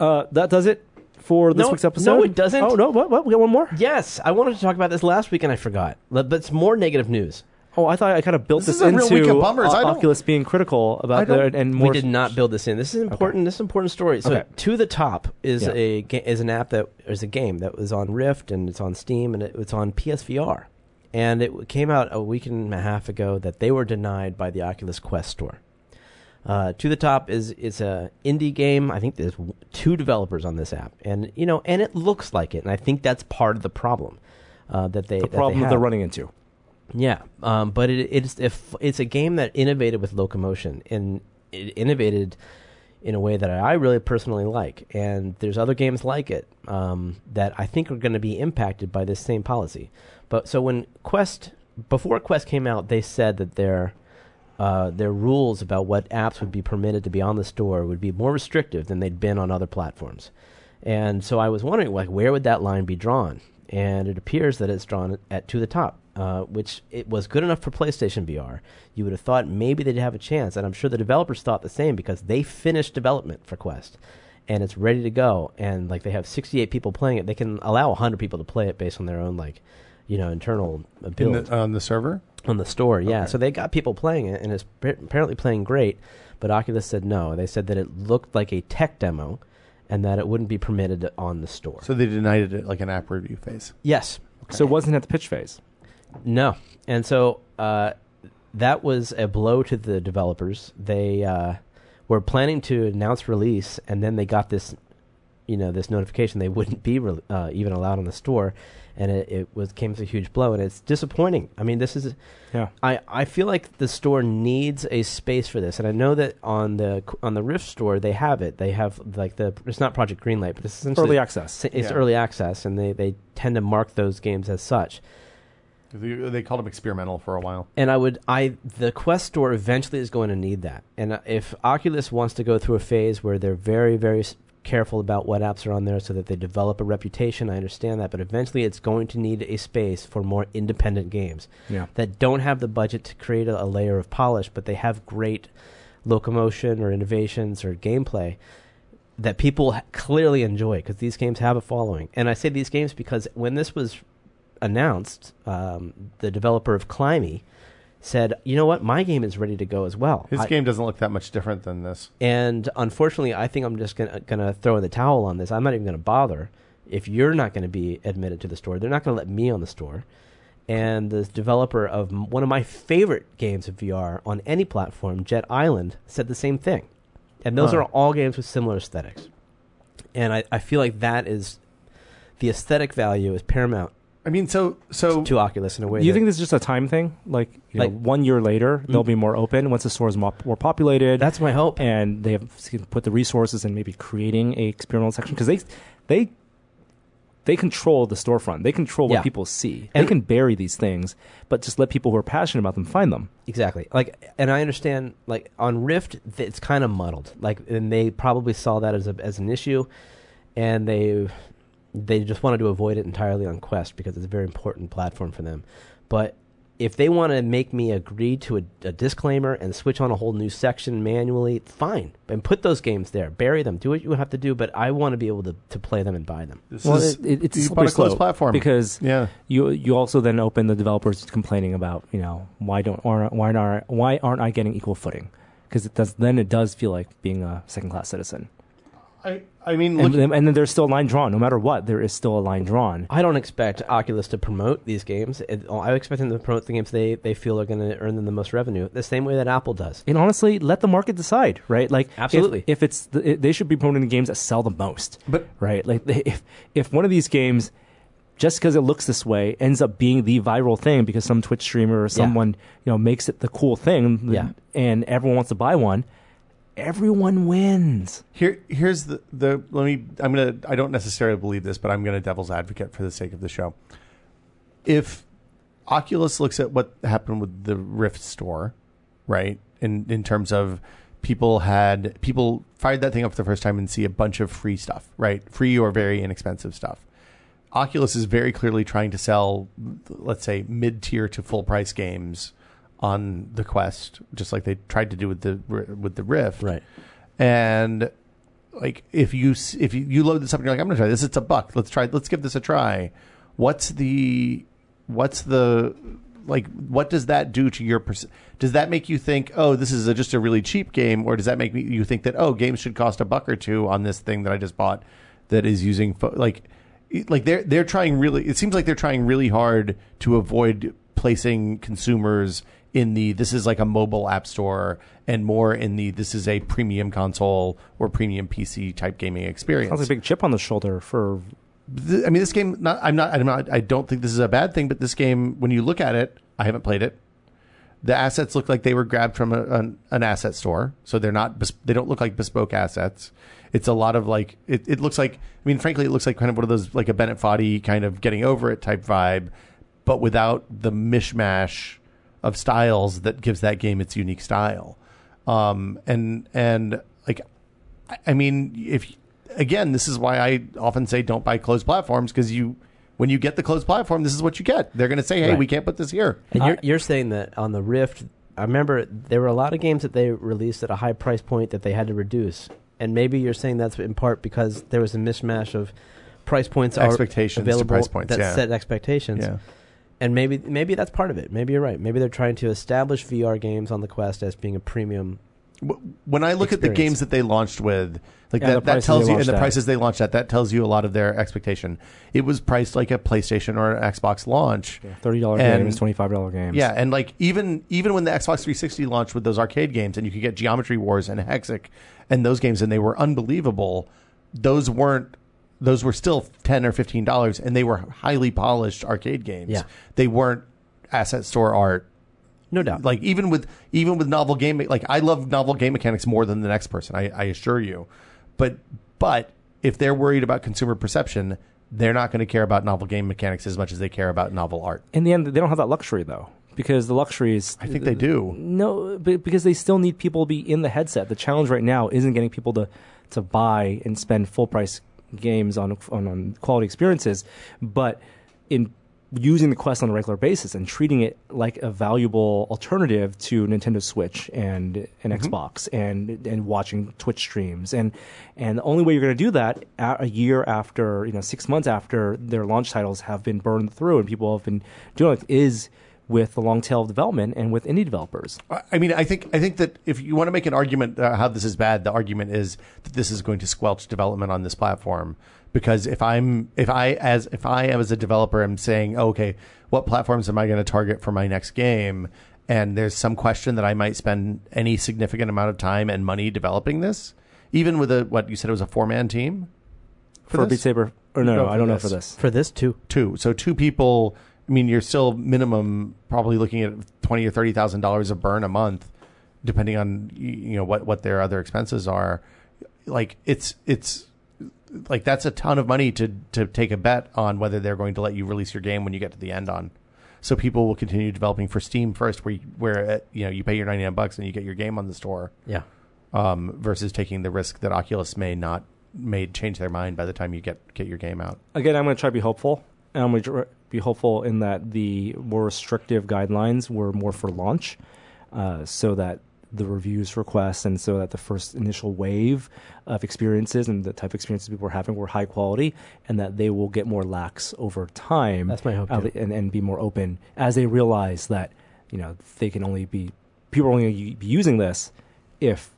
[SPEAKER 1] Uh, that does it for this
[SPEAKER 2] No,
[SPEAKER 1] week's
[SPEAKER 2] no,
[SPEAKER 1] episode?
[SPEAKER 2] it doesn't.
[SPEAKER 1] Oh no, what? What? We got one more?
[SPEAKER 2] Yes, I wanted to talk about this last week and I forgot. But but it's more negative news.
[SPEAKER 1] Oh, I thought I kind of built
[SPEAKER 5] This
[SPEAKER 1] this,
[SPEAKER 5] is a real
[SPEAKER 1] into
[SPEAKER 5] week of bummers. I
[SPEAKER 1] O-
[SPEAKER 5] don't-
[SPEAKER 1] Oculus being critical
[SPEAKER 5] I
[SPEAKER 1] about
[SPEAKER 5] don't-
[SPEAKER 1] their and more.
[SPEAKER 2] we did not build this in. This is important. This is an important story. So
[SPEAKER 1] Okay.
[SPEAKER 2] to the top is
[SPEAKER 1] Yeah.
[SPEAKER 2] a ga- is an app that is a game that was on Rift and it's on Steam and it, it's on PSVR, and it came out a week and a half ago that they were denied by the Oculus Quest store. Uh, to the top is it's a indie game. I think there's w- two developers on this app, and you know, and it looks like it, and I think that's part of the problem uh, that they
[SPEAKER 1] the
[SPEAKER 2] that they
[SPEAKER 1] problem that they're
[SPEAKER 2] have.
[SPEAKER 1] running into.
[SPEAKER 2] Yeah, um, but it, it's if it's a game that innovated with locomotion and it innovated in a way that I really personally like. And there's other games like it um, that I think are going to be impacted by this same policy. But so when Quest before Quest came out, they said that their uh, their rules about what apps would be permitted to be on the store would be more restrictive than they'd been on other platforms. And so I was wondering, like, where would that line be drawn? And it appears that it's drawn at to the top, uh, which it was good enough for PlayStation VR. You would have thought maybe they'd have a chance, and I'm sure the developers thought the same because they finished development for Quest, and it's ready to go. And like, they have 68 people playing it. They can allow 100 people to play it based on their own like, you know, internal uh,
[SPEAKER 5] In
[SPEAKER 2] build
[SPEAKER 5] the, on the server.
[SPEAKER 2] on the store. Yeah, so they got people playing it, and it's pa- apparently playing great. But Oculus said no. They said that it looked like a tech demo, and that it wouldn't be permitted on the store.
[SPEAKER 5] So they denied it at like an app review phase.
[SPEAKER 2] yes,
[SPEAKER 1] So it wasn't at the pitch phase.
[SPEAKER 2] no, and so uh, that was a blow to the developers. They uh, were planning to announce release, and then they got this, you know, this notification they wouldn't be re- uh, even allowed on the store, and it, it was came as a huge blow, and it's disappointing. I mean, this is.
[SPEAKER 1] Yeah.
[SPEAKER 2] I, I feel like the store needs a space for this, and I know that on the on the Rift store they have it. They have like the it's not Project Greenlight, but it's essentially
[SPEAKER 1] Early access.
[SPEAKER 2] It's
[SPEAKER 5] Yeah.
[SPEAKER 2] early access, and they, they tend to mark those games as such.
[SPEAKER 5] They, they called them experimental for a while.
[SPEAKER 2] And I would I the Quest store eventually is going to need that. And uh, if Oculus wants to go through a phase where they're very very s- careful about what apps are on there so that they develop a reputation, I understand that, but eventually it's going to need a space for more independent games
[SPEAKER 1] Yeah.
[SPEAKER 2] that don't have the budget to create a, a layer of polish, but they have great locomotion or innovations or gameplay that people h- clearly enjoy because these games have a following. And I say these games because when this was announced, um, the developer of Climby said, "You know what? My game is ready to go as well."
[SPEAKER 5] His
[SPEAKER 2] I-
[SPEAKER 5] game doesn't look that much different than this.
[SPEAKER 2] and unfortunately, I think I'm just gonna, gonna throw in the towel on this. I'm not even gonna bother. If you're not gonna be admitted to the store, they're not gonna let me on the store. And the developer of m- one of my favorite games of VR on any platform, Jet Island, said the same thing. And those
[SPEAKER 5] Huh.
[SPEAKER 2] are all games with similar aesthetics. And I, I feel like that is the aesthetic value is paramount
[SPEAKER 5] I mean, so so
[SPEAKER 2] to Oculus in a way.
[SPEAKER 1] Do you
[SPEAKER 2] that-
[SPEAKER 1] think this is just a time thing? Like, you
[SPEAKER 2] Like-
[SPEAKER 1] know, one year later,
[SPEAKER 5] mm.
[SPEAKER 1] they'll be more open once the store is more, more populated.
[SPEAKER 2] that's my hope?
[SPEAKER 1] and they have s- put the resources in maybe creating a experimental section because they they they control the storefront. They control what
[SPEAKER 2] Yeah.
[SPEAKER 1] people see.
[SPEAKER 2] And-
[SPEAKER 1] they can bury these things, but just let people who are passionate about them find them.
[SPEAKER 2] Exactly. Like, and I understand. Like on Rift, th- it's kind of muddled. Like, and they probably saw that as a, as an issue, and they they just wanted to avoid it entirely on Quest because it's a very important platform for them. But if they want to make me agree to a, a disclaimer and switch on a whole new section manually, fine. And put those games there, bury them, do what you have to do. But I want to be able to to play them and buy them.
[SPEAKER 5] this
[SPEAKER 1] well,
[SPEAKER 5] is
[SPEAKER 1] it, it, it's a
[SPEAKER 5] you bought
[SPEAKER 1] slippery
[SPEAKER 5] a closed
[SPEAKER 1] slope
[SPEAKER 5] platform
[SPEAKER 1] because
[SPEAKER 5] yeah.
[SPEAKER 1] you you also then open the developers complaining about you know why don't or why aren't why aren't I getting equal footing? Because it does then it does feel like being a second class citizen.
[SPEAKER 5] I I mean,
[SPEAKER 1] And,
[SPEAKER 5] look,
[SPEAKER 1] then- and then there's still a line drawn. No matter what, there is still a line drawn.
[SPEAKER 2] I don't expect Oculus to promote these games. It, oh, I expect them to promote the games they, they feel are going to earn them the most revenue, the same way that Apple does.
[SPEAKER 1] and honestly, let the market decide, right? Like, if-
[SPEAKER 2] Absolutely.
[SPEAKER 1] if, it's the, it, they should be promoting the games that sell the most,
[SPEAKER 5] But-
[SPEAKER 1] right? Like, they, if if one of these games, just because it looks this way, ends up being the viral thing because some Twitch streamer or someone you know makes it the cool thing, th-
[SPEAKER 2] Yeah.
[SPEAKER 1] and everyone wants to buy one, everyone wins.
[SPEAKER 5] here here's the the let me I'm gonna I don't necessarily believe this, but I'm gonna devil's advocate for the sake of the show. If Oculus looks at what happened with the Rift store, right? In in terms of people had people fired that thing up for the first time and see a bunch of free stuff, right? Free or very inexpensive stuff. Oculus is very clearly trying to sell, let's say, mid tier to full price games on the Quest, just like they tried to do with the with the Rift,
[SPEAKER 2] Right.
[SPEAKER 5] and like if you s- if you, you load this up and you're like I'm gonna try this it's a buck let's try let's give this a try what's the what's the like what does that do to your perc- does that make you think oh this is a, just a really cheap game or does that make me, you think that oh games should cost a buck or two on this thing that I just bought that is using pho- like it- like they're they're trying really it seems like they're trying really hard to avoid placing consumers in the this is like a mobile app store and more in the this is a premium console or premium PC type gaming experience.
[SPEAKER 1] Sounds like a big chip on the shoulder for
[SPEAKER 5] Th- I mean this game not I'm not I'm not I don't think this is a bad thing but this game when you look at it I haven't played it the assets look like they were grabbed from a, an, an asset store so they're not bes- they don't look like bespoke assets it's a lot of like it, it looks like i mean frankly it looks like kind of one of those like a bennett foddy kind of getting over it type vibe but without the mishmash of styles that gives that game its unique style um and and like I- i mean if again this is why i often say don't buy closed platforms because you when you get the closed platform this is what you get they're going to say hey
[SPEAKER 2] Right.
[SPEAKER 5] we can't put this here
[SPEAKER 2] And you're, you're saying that on the Rift, I remember there were a lot of games that they released at a high price point that they had to reduce. And maybe you're saying that's in part because there was a mishmash of price points are
[SPEAKER 5] Expectations to
[SPEAKER 2] available
[SPEAKER 5] price points,
[SPEAKER 2] that
[SPEAKER 5] yeah.
[SPEAKER 2] set expectations.
[SPEAKER 5] yeah
[SPEAKER 2] And maybe maybe that's part of it. Maybe you're right. Maybe they're trying to establish VR games on the Quest as being a premium.
[SPEAKER 5] w- when I look at the
[SPEAKER 2] experience.
[SPEAKER 5] games that they launched with, like
[SPEAKER 1] Yeah, the
[SPEAKER 5] that, that
[SPEAKER 1] prices they
[SPEAKER 5] tells you, and
[SPEAKER 1] launched
[SPEAKER 5] the
[SPEAKER 1] at.
[SPEAKER 5] prices they launched at, that tells you a lot of their expectation. It was priced like a PlayStation or an Xbox launch.
[SPEAKER 1] thirty dollar
[SPEAKER 5] And-
[SPEAKER 1] games, twenty five dollar games.
[SPEAKER 5] Yeah, and like even even when the Xbox 360 launched with those arcade games, and you could get Geometry Wars and Hexic and those games, and they were unbelievable. Those weren't. Those were still ten or fifteen dollars, and they were highly polished arcade games.
[SPEAKER 2] Yeah.
[SPEAKER 5] They weren't asset store art
[SPEAKER 2] No doubt.
[SPEAKER 5] like even with even with novel game like I love novel game mechanics more than the next person. I, I assure you, but but if they're worried about consumer perception, they're not going to care about novel game mechanics as much as they care about novel art.
[SPEAKER 1] In the end, they don't have that luxury though, because the luxury is
[SPEAKER 5] I think they do.
[SPEAKER 1] no, but because they still need people to be in the headset. The challenge right now isn't getting people to to buy and spend full price games on on, on quality experiences, but in using the Quest on a regular basis and treating it like a valuable alternative to Nintendo Switch and an Xbox and and watching Twitch streams and and the only way you're going to do that a a year after you know six months after their launch titles have been burned through and people have been doing it is with the long tail of development and with indie developers.
[SPEAKER 5] I- I mean, I think I think that if you want to make an argument uh, how this is bad, the argument is that this is going to squelch development on this platform. Because if I'm if I as if I am as a developer, I'm saying, oh, okay, what platforms am I going to target for my next game? And there's some question that I might spend any significant amount of time and money developing this, even with a what you said it was a four man team
[SPEAKER 1] For, Beat
[SPEAKER 5] this?
[SPEAKER 1] Saber, or no,
[SPEAKER 5] No,
[SPEAKER 1] no, I
[SPEAKER 5] for
[SPEAKER 1] don't know
[SPEAKER 5] this.
[SPEAKER 1] for this.
[SPEAKER 2] for this too.
[SPEAKER 5] two. So two people. I mean, you're still minimum probably looking at twenty or thirty thousand dollars of burn a month, depending on y- you know what what their other expenses are. Like it's it's like that's a ton of money to to take a bet on whether they're going to let you release your game when you get to the end on. So people will continue developing for Steam first, where you, where uh, you know you pay your ninety nine bucks and you get your game on the store,
[SPEAKER 2] Yeah.
[SPEAKER 5] um, versus taking the risk that Oculus may not may change their mind by the time you get get your game out.
[SPEAKER 1] Again, I'm going to try to be hopeful, and I'm going to be hopeful in that the more restrictive guidelines were more for launch, uh, so that the reviews requests and so that the first initial wave of experiences and the type of experiences people were having were high quality, and that they will get more lax over time.
[SPEAKER 2] That's my hope,
[SPEAKER 1] uh,
[SPEAKER 2] too.
[SPEAKER 1] and and be more open as they realize that you know they can only be people are only going to be using this if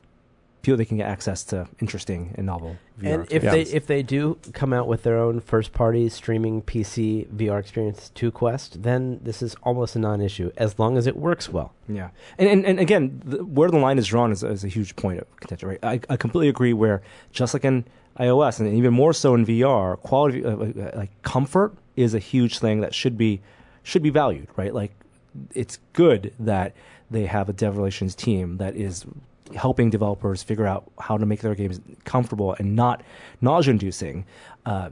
[SPEAKER 1] people they can get access to interesting and novel. VR
[SPEAKER 2] And if they if they do come out with their own first party streaming PC VR experience to Quest, then this is almost a non-issue as long as it works well.
[SPEAKER 1] Yeah, and and, and again, the, where the line is drawn is, is a huge point of contention. Right, I, I completely agree. Where just like in iOS and even more so in VR, quality uh, uh, like comfort is a huge thing that should be should be valued. Right, like it's good that they have a dev relations team that is helping developers figure out how to make their games comfortable and not nausea inducing. Uh,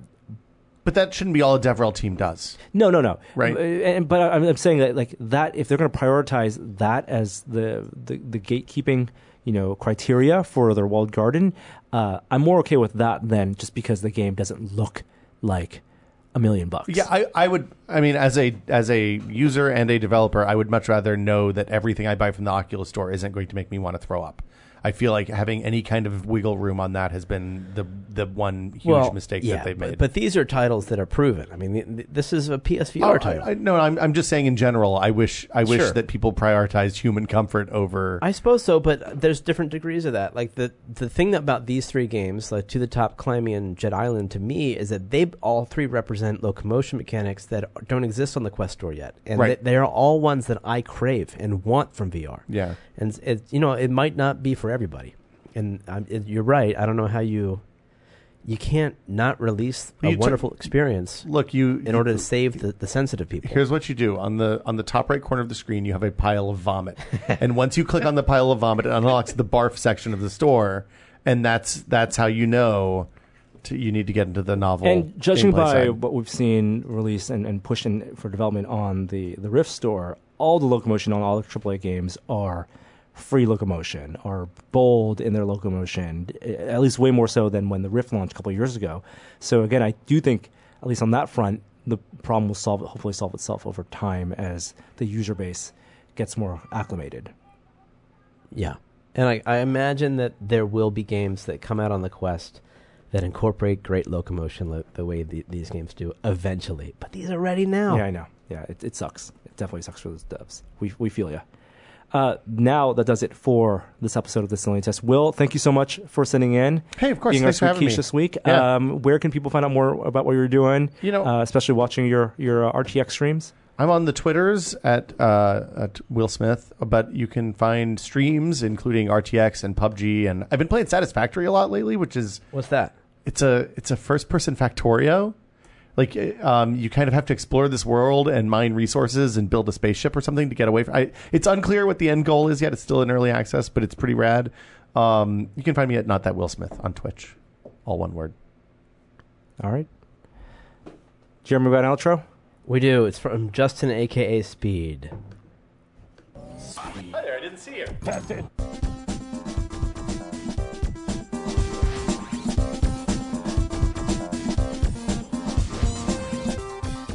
[SPEAKER 5] But that shouldn't be all a DevRel team does.
[SPEAKER 1] no, no, no.
[SPEAKER 5] Right.
[SPEAKER 1] Uh, And, but I'm, I'm saying that like that if they're going to prioritize that as the, the the gatekeeping you know criteria for their walled garden, uh, I'm more okay with that than just because the game doesn't look like a million bucks.
[SPEAKER 5] Yeah, I, I would I mean, as a as a user and a developer, I would much rather know that everything I buy from the Oculus store isn't going to make me want to throw up. I feel like having any kind of wiggle room on that has been the the one huge mistake that they've
[SPEAKER 2] but-
[SPEAKER 5] made.
[SPEAKER 2] But, these are titles that are proven. I mean, th- th- this is a PSVR
[SPEAKER 5] Oh,
[SPEAKER 2] title.
[SPEAKER 5] I, I, no, I'm, I'm just saying in general. I wish I wish
[SPEAKER 2] Sure.
[SPEAKER 5] that people prioritized human comfort over.
[SPEAKER 2] I suppose so, but there's different degrees of that. Like the the thing about these three games, like To the Top, Climby, and Jet Island, to me is that they all three represent locomotion mechanics that don't exist on the Quest store yet, and
[SPEAKER 5] Right.
[SPEAKER 2] they, they are all ones that I crave and want from VR.
[SPEAKER 5] Yeah.
[SPEAKER 2] and it, you know it might not be for everybody, and um, it, you're right. I don't know how you you can't not release
[SPEAKER 5] You
[SPEAKER 2] a
[SPEAKER 5] took-
[SPEAKER 2] wonderful experience
[SPEAKER 5] look, you
[SPEAKER 2] in order to save the, the sensitive people.
[SPEAKER 5] Here's what you do on the on the top right corner of the screen. You have a pile of vomit, and once you click on the pile of vomit, it unlocks the barf section of the store, and that's that's how you know to, you need to get into the novel.
[SPEAKER 1] And judging by
[SPEAKER 5] gameplay side.
[SPEAKER 1] what we've seen released and, and pushed in for development on the, the Rift store, all the locomotion on all the AAA games are free locomotion, are bold in their locomotion, eh, at least way more so than when the Rift launched a couple of years ago. So again, I do think, at least on that front, the problem will solve hopefully solve itself over time as the user base gets more acclimated.
[SPEAKER 2] Yeah. And I, I imagine that there will be games that come out on the Quest that incorporate great locomotion lo- the way the, these games do eventually. But these are ready now.
[SPEAKER 5] Oh.
[SPEAKER 1] Yeah, I know. Yeah, it, it sucks. It definitely sucks for those devs. We, we feel you. Uh, now that does it for this episode of the Silly Test. Will, thank you so much for sending in.
[SPEAKER 5] Hey, of course,
[SPEAKER 1] being
[SPEAKER 5] thanks for
[SPEAKER 1] our
[SPEAKER 5] having
[SPEAKER 1] sweet
[SPEAKER 5] me.
[SPEAKER 1] quiche this week.
[SPEAKER 5] Yeah.
[SPEAKER 1] Um, where can people find out more about what you're doing?
[SPEAKER 5] You know-
[SPEAKER 1] uh, especially watching your your uh, RTX streams.
[SPEAKER 5] I'm on the Twitters at uh, at Will Smith, but you can find streams including RTX and PUBG, and I've been playing Satisfactory a lot lately, which is
[SPEAKER 2] What's that?
[SPEAKER 5] it's a it's a first person factorio. Like eh, um, you kind of have to explore this world and mine resources and build a spaceship or something to get away from. I, it's unclear what the end goal is yet. It's still in early access, but it's pretty rad. Um, you can find me at not that Will Smith on Twitch, all one word.
[SPEAKER 1] All right. Jeremy, we got an outro?
[SPEAKER 2] We do. It's from Justin, a.k.a. Speed.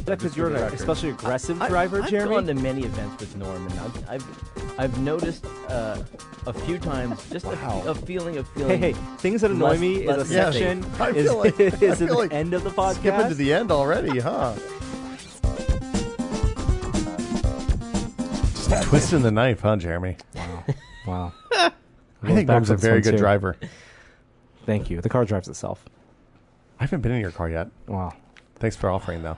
[SPEAKER 1] Because you're an especially aggressive
[SPEAKER 6] I've gone to many events with Norman. I've I've, I've noticed uh, a few times just a fe- a, feeling of
[SPEAKER 1] Hey,
[SPEAKER 6] feeling.
[SPEAKER 1] hey, things that annoy
[SPEAKER 6] Less-
[SPEAKER 1] me
[SPEAKER 6] less
[SPEAKER 1] is a
[SPEAKER 6] Yeah.
[SPEAKER 1] section
[SPEAKER 5] I
[SPEAKER 1] is,
[SPEAKER 5] feel like-
[SPEAKER 1] is
[SPEAKER 5] I
[SPEAKER 1] at
[SPEAKER 5] feel
[SPEAKER 1] the
[SPEAKER 5] like
[SPEAKER 1] end of the podcast.
[SPEAKER 5] Skipping to the end already, huh? Just twisting the knife, huh, Jeremy?
[SPEAKER 1] Wow.
[SPEAKER 5] I think
[SPEAKER 1] back
[SPEAKER 5] Mom's a
[SPEAKER 1] on this
[SPEAKER 5] very
[SPEAKER 1] one,
[SPEAKER 5] good
[SPEAKER 1] too.
[SPEAKER 5] driver.
[SPEAKER 1] Thank you. The car drives itself.
[SPEAKER 5] I haven't been in your car yet.
[SPEAKER 1] Wow.
[SPEAKER 5] Thanks for offering, though.